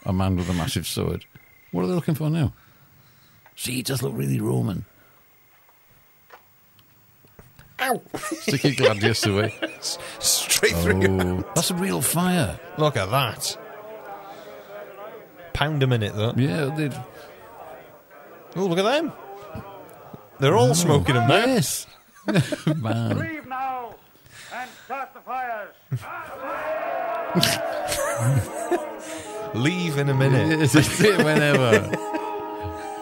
a man with a massive sword. What are they looking for now? See, he does look really Roman.
Ow!
Sticky gladius away.
Straight through your
Oh, That's a real fire.
Look at that. Pound a minute, though.
Yeah, they.
Oh, look at them. They're all smoking them now.
Yes. man.
Leave now and start the fires.
Leave in a minute.
Yes, it's it whenever.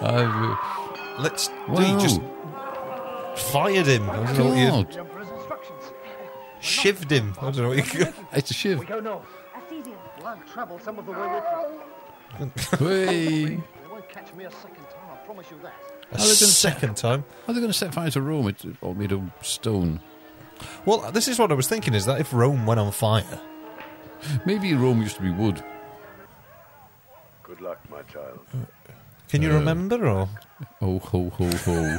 I've,
Let's.
Wow.
He just fired him. I don't know what you-
God.
Shivved him. I don't know what you.
It's a shiv.
go north. Athenian. Well, I've travelled some of the way with you.
Hey.
They won't catch me a second time, I promise you that.
A second time.
How are they going to set fire to Rome? It's all made of stone.
Well, this is what I was thinking: is that if Rome went on fire,
Maybe Rome used to be wood.
Good luck, my child.
can you
Uh,
remember? Or
Oh, ho, ho, ho.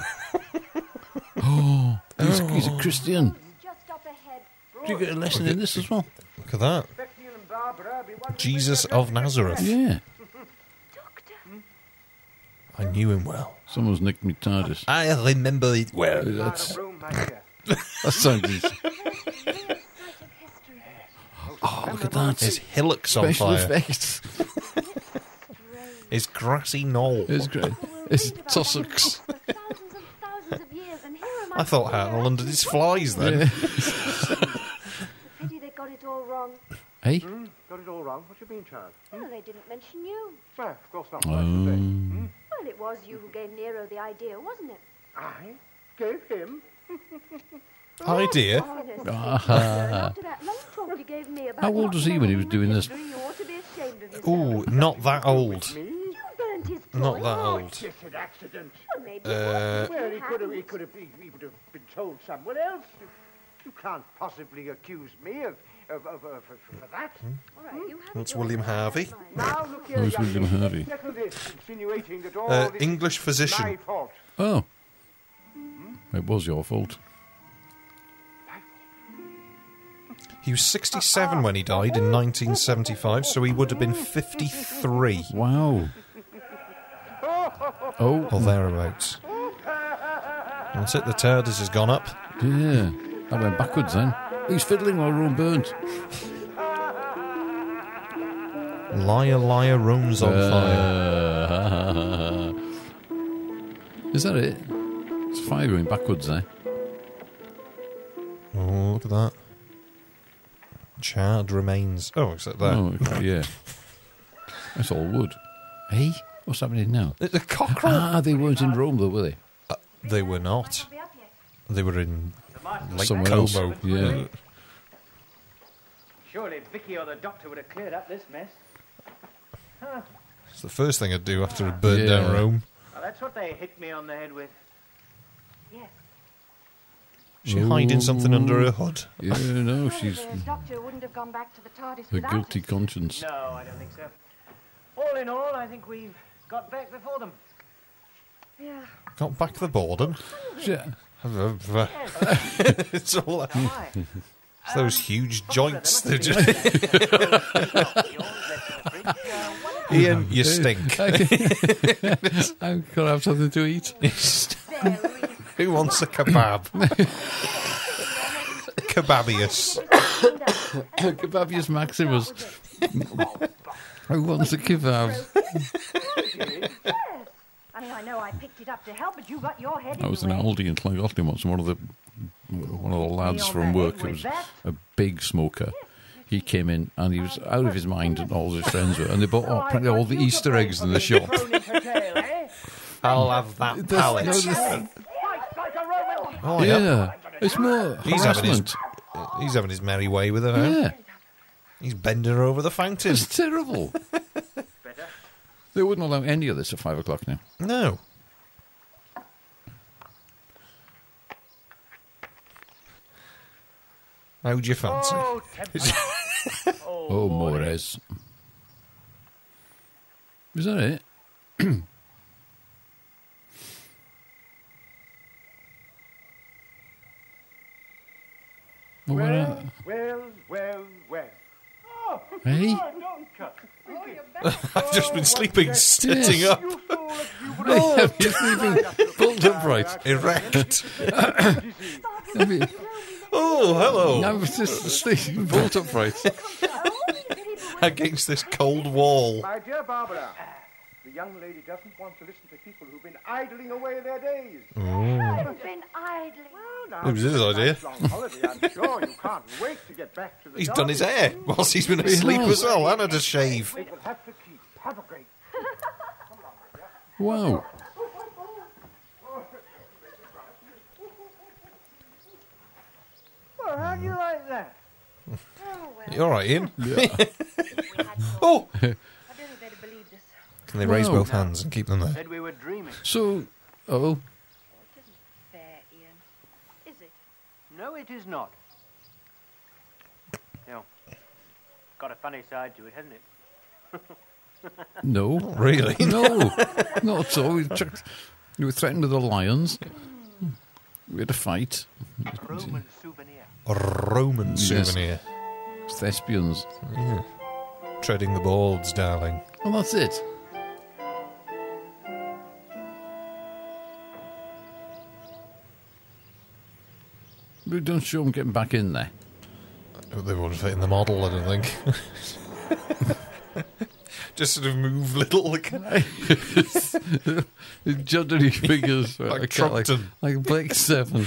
oh, he's, he's a Christian.
Just up ahead.
Do you get a lesson in this as well?
look at that, Jesus of Nazareth.
Yeah.
I knew him well.
Someone's nicked me TARDIS.
I remember it well.
That's, that sounds. Oh, look at that.
His hillocks on
Special
fire.
effects.
His grassy knoll.
It's great. It's tussocks.
Thousands of years, and here am I.
I thought Hartnell under his flies then.
Pity they got it all wrong.
Hey?
Got it all wrong. What do you mean, child?
Well, they didn't mention you.
Well, of course not.
Oh.
Um,
Well, it was you who gave Nero the idea, wasn't it?
I gave him.
Idea?
Honestly,
Ah.
After that long talk you gave me about
How old was he when he was doing this?
you ought to be ashamed of yourself.
Ooh, not that old.
You burnt his
Not
toy.
that old.
Just an accident.
Well, maybe it
Uh,
wasn't.
Well, he
It
could have, he
happened.
could have, he would have been told somewhere else. You, you can't possibly accuse me of, of, of, of, of- of that.
Hmm?
All right, you have
That's William Harvey.
Now look here,
Who's
young
William
lady,
Harvey?
settle this, insinuating that all
Uh,
this
English physician.
is my fault.
oh. It was your fault.
He was 67 when he died in 1975, so he would have been 53.
Wow. Oh.
Or thereabouts. That's it, the TARDIS has gone up.
Yeah. That went backwards then. He's fiddling while Rome burnt.
Liar, liar, Rome's on
Uh, is that it? It's fire going backwards there.
fire. Oh, look at that. Charred remains. Oh, except that.
Oh, okay, yeah. That's all wood. Hey, what's happening now?
It's a cockerel.
Ah, they weren't in Rome though, were they?
they were not. They were in Lake
Somewhere
Como.
else. Yeah.
Surely Vicky or the doctor would have cleared up this mess. Huh.
It's the first thing I'd do after I burnt down
Yeah.
Rome.
Well, that's what they hit me on the head with. Yes.
Is She hiding something under her hood.
Yeah, no, she's
The doctor wouldn't have gone back to the TARDIS
a
without
guilty
it.
conscience.
No, I don't think so. All in all, I think we've got back before them.
Yeah.
Got back the boredom.
Yeah.
it's all that. It's those huge joints. They're just Ian, you stink.
I've got to have something to eat.
Who wants a kebab? Kebabius.
Kebabius Maximus. Who wants a kebab?
I mean, I know I picked it up to help, but you got your head
I was in
into it.
Aldi in Llangollen once. and One of the one of the lads from work who was a big smoker. He came in and he was out of his mind, and all his friends were, and they bought all, apparently all the Easter eggs in the shop.
I'll have that
That's-
pallet.
no, that's-
Oh,
yeah, it's more
He's having,
harassment.
his, he's having his merry way with her. huh?
Yeah.
He's bending her over the fountain.
It's terrible. They wouldn't allow any of this at five o'clock now.
No. How'd you fancy?
Oh, temper.
Oh, Mores. Is that it? Well, what a-
Well, well, well, well. Oh,
Hey?
Donker.
Oh, I've just been sleeping, sitting
Yes.
up.
You fool, if you would
Oh,
have-
you're sleeping.
Pulled upright.
Erect.
I mean,
oh, hello.
I was just sleeping bolt upright.
Against this cold wall.
My dear Barbara, the young lady doesn't want to listen to people who've been idling away their days.
I've been idling.
Now,
It was his
it's a
idea.
nice long holiday, I'm sure you can't wait to get back to the
He's done his
garden.
hair whilst he's been asleep as well, and had a shave.
They will have to keep. Have a great.
Wow.
Well, how do you like that?
You all right, Ian?
Yeah.
oh!
I really better believe this.
Can they raise
Wow.
both hands and keep them there?
Said we were dreaming.
So, oh,
Fair, Ian. Is it?
No, it is not. No. Got a funny side to it, hasn't it?
no.
really?
No. Not at all. We, chucked, we were threatened with the lions. We had a fight.
Roman souvenir.
A Roman
Yes.
souvenir.
Thespians.
Yeah. Treading the boards, darling.
And that's it. We don't show them getting back in there.
They won't fit in the model, I don't think. Just sort of move little. Like,
Juddering figures.
Like
I can't-
Trumpton.
Like Blake Seven.
And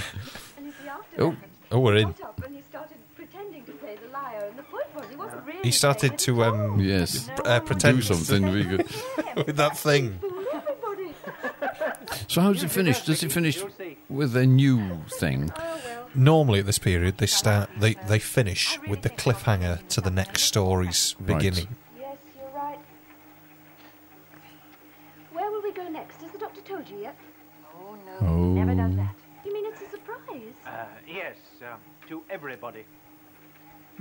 it's the
Oh,
aftermath.
oh, we're in.
Got up and he started pretending to play the lyre, and the point was he wasn't really.
He started
playing
to um,
Yes.
pr- uh, pretend
Do something we could.
with that thing.
So how does it finish? Does it finish with a new thing?
Normally at this period, they start they, they finish with the cliffhanger to the next story's
Right.
beginning.
Yes, you're right. Where will we go next? Has the doctor told you yet?
Oh, no.
Oh.
Never does that.
You mean it's a surprise?
Uh, yes, um, to everybody.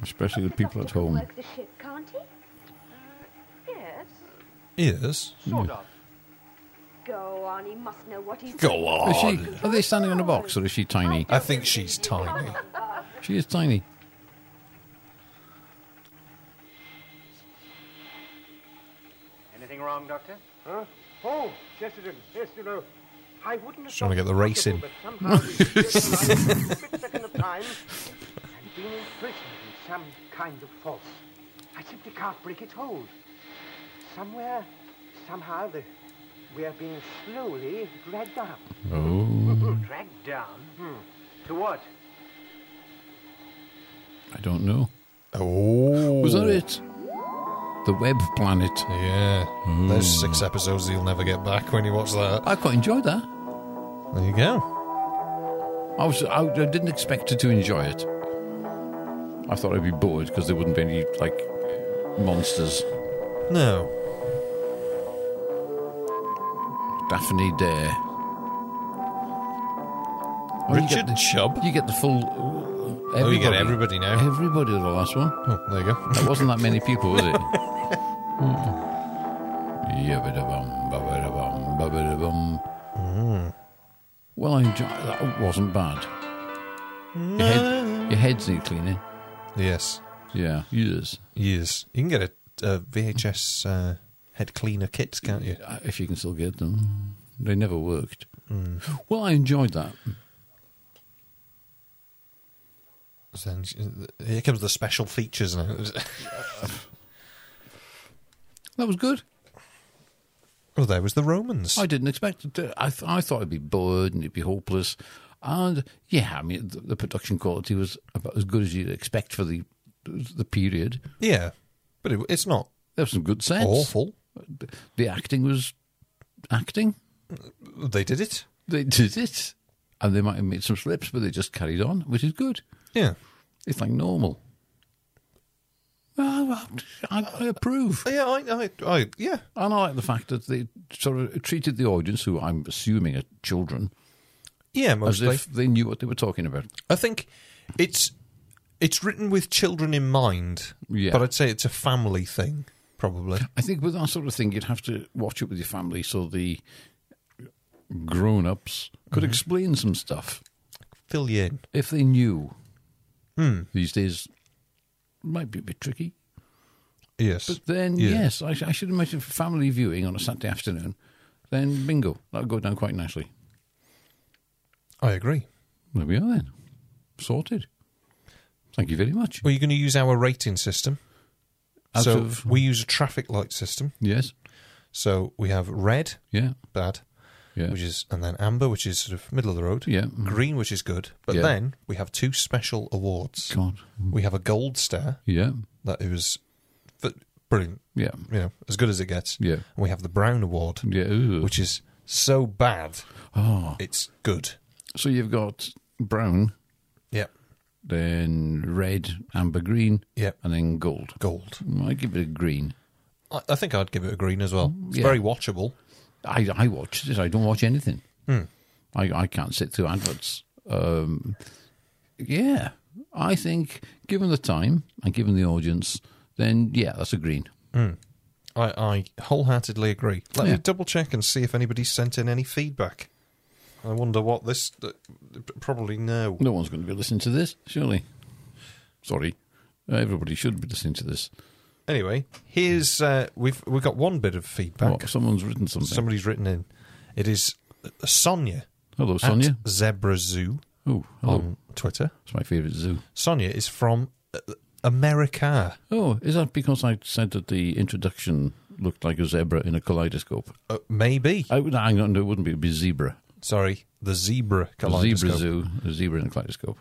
Especially the people at
Doctor can
home.
Work the ship, can't he? Uh,
Yes.
Yes.
Sort of.
Go on, he must know what he's.
Go on.
Is she, are they standing on a box or is she tiny?
I think she's tiny.
She is tiny.
Anything wrong, Doctor?
Huh? Oh, yes, it is. Yes, you know. I wouldn't have
She's trying to
thought
get the
it
race in.
possible, but somehow this year time, split second of time, and being imprisoned in some kind of false. I simply can't break its hold.
Somewhere, somehow, the, we are being slowly dragged down.
Oh,
Dragged down? Hmm. To what?
I don't know.
Oh.
Was that it? The Web Planet.
Yeah. Those
Hmm.
six episodes you'll never get back when you watch that.
I quite enjoyed that.
There you go.
I was I, I didn't expect to enjoy it. I thought I'd be bored because there wouldn't be any like monsters.
No.
Daphne Dare.
Richard
Chubb. You get the full.
Oh, you get everybody now.
Everybody was the last one.
Oh, there you go.
That wasn't that many people, was it? Yabba-dabum, babba-dabum, babba-dabum. Well, I enjoy that. wasn't bad. Your, head, your heads need cleaning.
Yes.
Yeah. Yes.
Yes. You can get a, a VHS uh, head cleaner kit, can't you?
uh, If you can still get them. They never worked. Well, I enjoyed that.
Then here comes the special features now.
That was good.
oh, there was the Romans.
I didn't expect it. To, I th- I thought it'd be bored and it'd be hopeless. And yeah, I mean, the, the production quality was about as good as you'd expect for the the period.
Yeah, but it, it's not
There was some good sense.
awful.
The, the acting was acting.
They did it.
They did it, and they might have made some slips, but they just carried on, which is good.
Yeah.
It's like normal. Well, I, I approve.
Yeah, I, I, I, yeah.
And I like the fact that they sort of treated the audience, who I'm assuming are children,
Yeah,
as
mostly.
if they knew what they were talking about.
I think it's it's written with children in mind.
Yeah.
But I'd say it's a family thing, probably.
I think with that sort of thing, you'd have to watch it with your family so the grown ups could
Mm-hmm.
explain some stuff
Fill you in.
if they knew.
Hmm.
These days, might be a bit tricky.
Yes.
But then,
Yeah.
yes, I, sh- I should imagine for family viewing on a Saturday afternoon, then bingo, that'll go down quite nicely.
I agree.
There we are then. Sorted. Thank you very much.
Well, you're going to use our rating system.
Out
so
of-
we use a traffic light system.
Yes.
So we have red,
Yeah.
bad,
Yeah.
which is, and then amber, which is sort of middle of the road.
Yeah. mm.
Green, which is good. But
Yeah. Mm.
then we have two special awards.
God.
We have a gold star
Yeah.
that it was f- brilliant.
Yeah.
You know, as good as it gets.
Yeah.
And we have the brown award,
Yeah. Ooh.
which is so bad
Oh.
it's good.
So you've got brown,
Yep.
then red, amber, green,
Yep.
and then gold.
Gold.
I give it a green.
I, I think I'd give it a green as well. It's
yeah.
very watchable.
I, I watched it. I don't watch anything.
Hmm.
I, I can't sit through adverts. Um, yeah. I think, given the time and given the audience, then yeah, that's a green.
I, I wholeheartedly agree. Let
Yeah.
me double check and see if anybody sent in any feedback. I wonder what this. Uh, probably no.
No one's going to be listening to this, surely. Sorry. Everybody should be listening to this.
Anyway, here's uh, we've we've got one bit of feedback.
Oh, someone's written something.
Somebody's written in. It is uh, Sonia.
Hello, Sonia.
At Zebra Zoo
Oh, hello.
on Twitter.
It's my favourite zoo.
Sonia is from uh, America.
Oh, is that because I said that the introduction looked like a zebra in a kaleidoscope?
Uh, maybe.
I would, hang on, no, it wouldn't be, it'd be zebra.
Sorry, the zebra
A
kaleidoscope.
zebra zoo, a zebra in a kaleidoscope.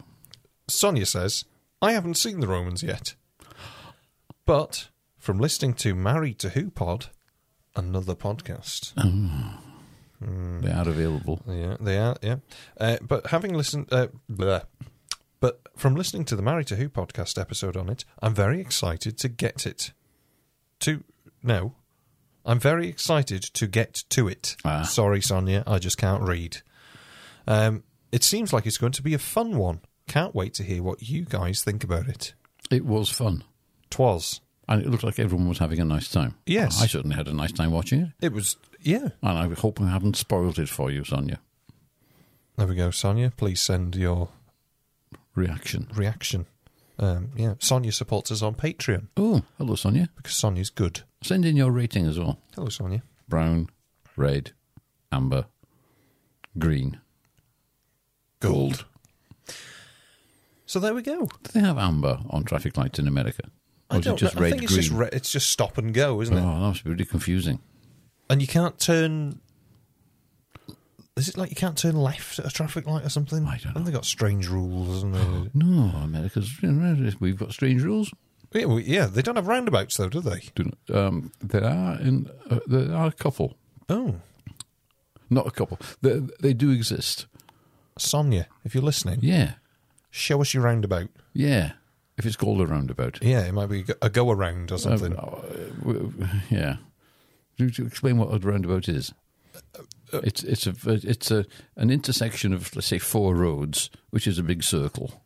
Sonia says, I haven't seen the Romans yet. But from listening to Married to Who pod, another podcast. Hmm.
They are available.
Yeah, they are. Yeah, uh, but having listened, uh, bleh. but from listening to the Married to Who podcast episode on it, I'm very excited to get it. To no, I'm very excited to get to it.
Ah.
Sorry, Sonia, I just can't read. Um, it seems like it's going to be a fun one. Can't wait to hear what you guys think about it.
It was fun.
Twas.
And it looked like everyone was having a nice time.
Yes.
I certainly had a nice time watching it.
It was. Yeah.
And I hope I haven't spoiled it for you, Sonia.
There we go, Sonia. Please send your
Reaction.
reaction. Um, yeah, Sonia supports us on Patreon
Oh, hello, Sonia.
because Sonia's good.
Send in your rating as well.
Hello, Sonia.
brown, red, amber, green. Gold.
So there we go.
Do they have amber on traffic lights in America? Or is it just
know. I
red
think it's just
green?
re- it's just stop and go, isn't it?
Oh, that must be really confusing.
And you can't turn. Is it like you can't turn left at a traffic light or something? I don't know. they got strange rules, and
Oh.
they?
No, America's we've got strange rules.
Yeah, well, yeah, they don't have roundabouts though, do they?
Um, there are in uh, there are a couple.
Oh,
not a couple. They, they do exist.
Sonia, if you're listening,
yeah,
show us your roundabout.
Yeah, if it's called a roundabout.
Yeah, it might be a go
Oh,
around or something.
yeah. Do you explain what a roundabout is? Uh, it's it's a it's a an intersection of let's say four roads, which is a big circle,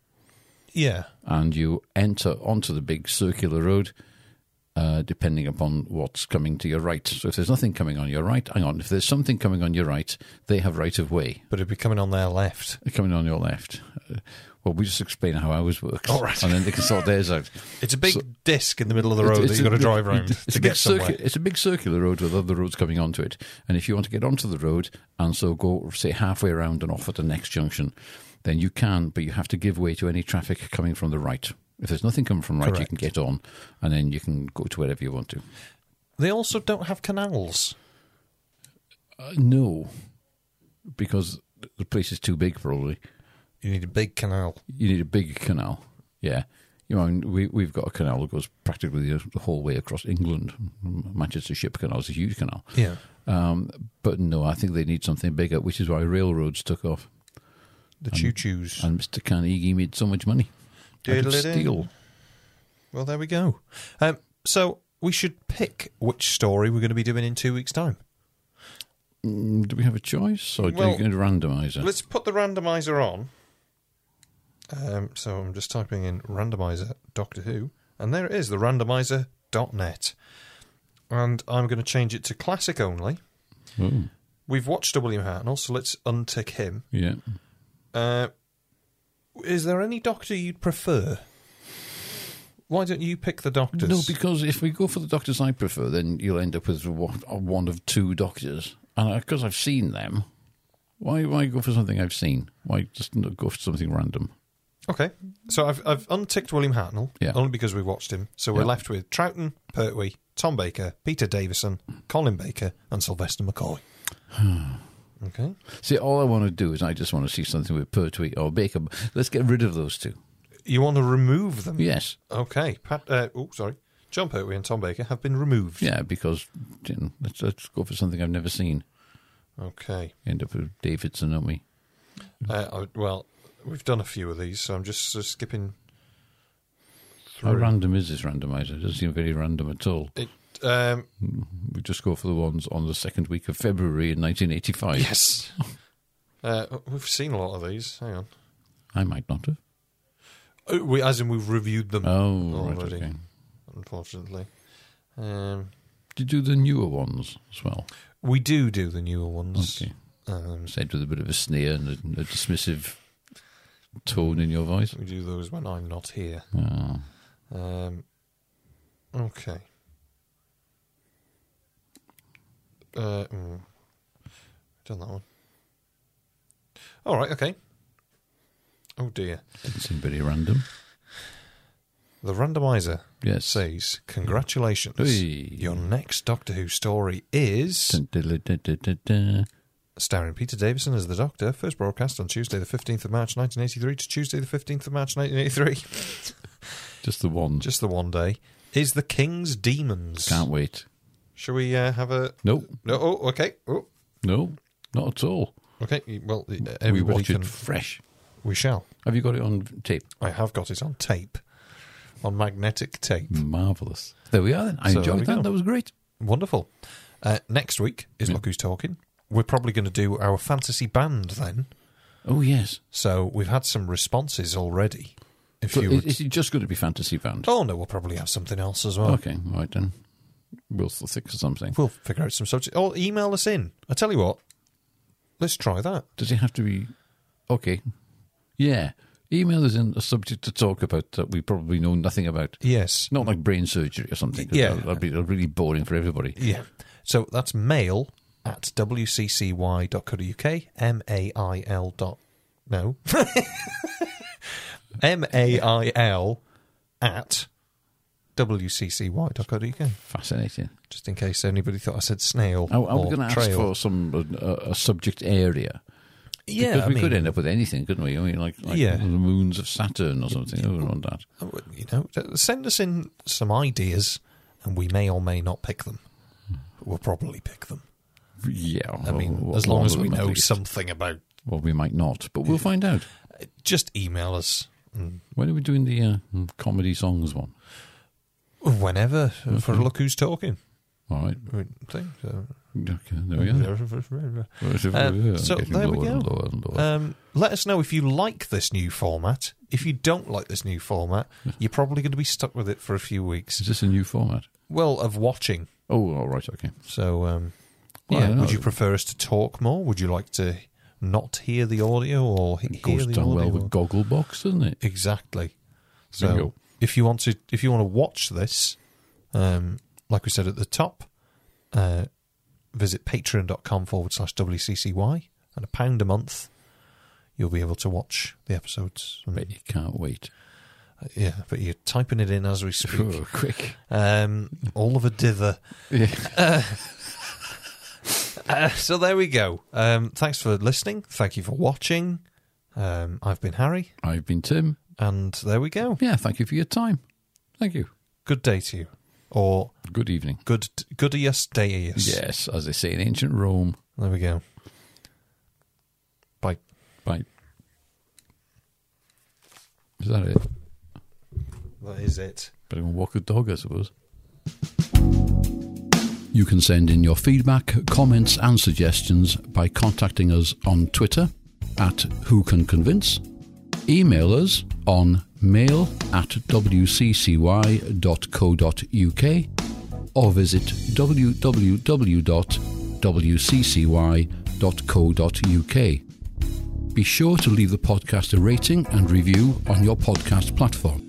yeah,
and you enter onto the big circular road. Uh, depending upon what's coming to your right. So if there's nothing coming on your right, hang on. If there's something coming on your right, they have right of way.
But it'd be coming on their left.
Coming on your left. Uh, well, we just explain how ours works. All right. And then they can sort theirs out.
It's a big disc in the middle of the road that you've got to drive around
it's
to
a big
get somewhere.
circu- it's a big circular road with other roads coming onto it. And if you want to get onto the road and so go, say, halfway around and off at the next junction, then you can, but you have to give way to any traffic coming from the right. If there's nothing coming from right, you can get on and then you can go to wherever you want to.
They also don't have canals.
Uh, no, because the place is too big, probably.
You need a big canal.
You need a big canal. Yeah. You know, and we, we've got a canal that goes practically the the whole way across England. Manchester Ship Canal is a huge canal.
Yeah.
Um, but no, I think they need something bigger, which is why railroads took off.
The choo-choos.
And Mr. Carnegie made so much money. I could
Diddle-diddle.
steal.
Well, there we go. Um, so we should pick which story we're going to be doing in two weeks' time.
Mm, Do we have a choice, or do
Well,
you going to randomise it?
Let's put the randomizer on. Um, so I'm just typing in randomizer Doctor Who, and there it is, the randomizer.net. And I'm going to change it to classic only.
Oh,
We've watched W. Hartnell, so let's untick him.
yeah.
Uh, is there any doctor you'd prefer? Why don't you pick the doctors?
No, because if we go for the doctors I prefer, then you'll end up with one, one of two doctors. And because I've seen them, why why go for something I've seen? Why just not go for something random?
Okay, so I've I've unticked William Hartnell
Yeah.
only because we watched him. So we're
Yeah.
left with Troughton, Pertwee, Tom Baker, Peter Davison, Colin Baker, and Sylvester McCoy.
Hmm.
okay,
See, all I want to do is I just want to see something with Pertwee or Baker. Let's get rid of those two.
you want to remove them?
Yes.
Okay, Pat. Uh, oh, sorry, John Pertwee and Tom Baker have been removed.
Yeah, because you know, let's, let's go for something I've never seen.
Okay.
End up with Davidson, don't we?
Uh, I, well, we've done a few of these, so I'm just uh, skipping.
How
Through.
random is this randomizer? It doesn't seem very random at all.
It, um,
We just go for the ones on the second week of February in 1985.
yes. Uh, we've seen a lot of these. Hang on.
I might not have.
Oh, we, as in, we've reviewed them
Oh, right,
already,
okay.
unfortunately. Um,
Do you do the newer ones as well?
we do do the newer ones.
Okay.
Um,
Said with a bit of a sneer and a, a dismissive tone in your voice.
we do those when I'm not here.
Ah.
Um, okay. Uh, mm. done that one. All right. Okay. Oh dear.
Didn't seem very random.
The randomizer
Yes.
says, "Congratulations!
Hey.
Your next Doctor Who story is."
Dun, dun, dun, dun, dun, dun, dun.
starring Peter Davison as the Doctor, first broadcast on Tuesday the 15th of March 1983 to Tuesday the 15th of March 1983,
Just the one.
just the one day, is The King's Demons.
Can't wait.
Shall we uh, have a...
Nope.
No, oh, okay. Oh,
No, not at all.
okay, well, everybody
we watch
can...
it fresh.
We shall.
Have you got it on tape?
I have got it on tape, on magnetic tape.
Hmm. Marvellous. There we are then. I
So there we
enjoyed that.
go.
That was great.
Wonderful. Uh, next week is Look Who's Talking. We're probably going to do our fantasy band then.
Oh, yes.
So we've had some responses already. If
But
you
is,
would...
is it just going to be Fantasy Band?
Oh no, we'll probably have something else as well.
Okay, all right then. We'll think of something.
We'll figure out some subject. Oh, email us in. I tell you what, let's try that.
Does it have to be. Okay. Yeah. Email is in a subject to talk about that we probably know nothing about.
Yes.
Not like brain surgery or something. 'cause
Yeah.
That'd, that'd be really boring for everybody.
Yeah. So that's mail at wccy.co.uk. M A I L dot. No. M A I L at wccy.co.uk.
Fascinating.
Just in case anybody thought I said snail.
Oh, I, I was
or
going to ask
trail.
for some uh, a subject area.
Yeah,
because
I
we
mean-
could end up with anything, couldn't we? I mean, like, like
Yeah.
the moons of Saturn or something. I wouldn't want that.
you know, uh, send us in some ideas, and we may or may not pick them. We'll probably pick them.
Yeah,
I mean,
well,
as long
one
as
of
we
them at
know
least.
something about.
Well, we might not, but we'll find out.
Just email us.
When are we doing the uh, comedy songs one?
Whenever
Okay.
for look who's talking.
All right.
We think so.
Okay, there we are.
Oh, Uh, so
Getting
there we
lower
go.
and lower and lower.
Um, let us know if you like this new format. If you don't like this new format, you're probably going to be stuck with it for a few weeks.
Is this a new format?
Well, of watching.
Oh, all right, okay.
So, um,
Well,
yeah,
no,
would you prefer us to talk more? Would you like to not hear the audio or he- hear
goes
the
down well
audio?
with Gogglebox, doesn't it?
Exactly.
There you
So,
go.
if you want to, if you want to watch this, um, like we said at the top, uh, visit patreon.com forward slash WCCY and a pound a month, you'll be able to watch the episodes. I mean,
you can't wait.
yeah, but you're typing it in as we speak.
Oh, quick.
Um, Oliver Dither. Uh, uh, so there we go. Um, thanks for listening. Thank you for watching. Um, I've been Harry.
I've been Tim.
And there we go.
Yeah, thank you for your time. Thank you.
Good day to you. Or
good evening.
Good goodiest dayest.
Yes, as they say in ancient Rome.
There we go. Bye.
Bye. Is that it?
That is it.
Better go and walk a dog, I suppose. You can send in your feedback, comments, and suggestions by contacting us on Twitter at Who Can Convince, email us on mail at wccy.co.uk, or visit www.wccy.co.uk. Be sure to leave the podcast a rating and review on your podcast platform.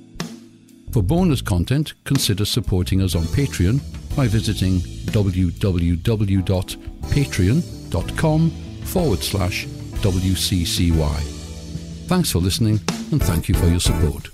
For bonus content, consider supporting us on Patreon by visiting www.patreon.com forward slash WCCY. Thanks for listening and thank you for your support.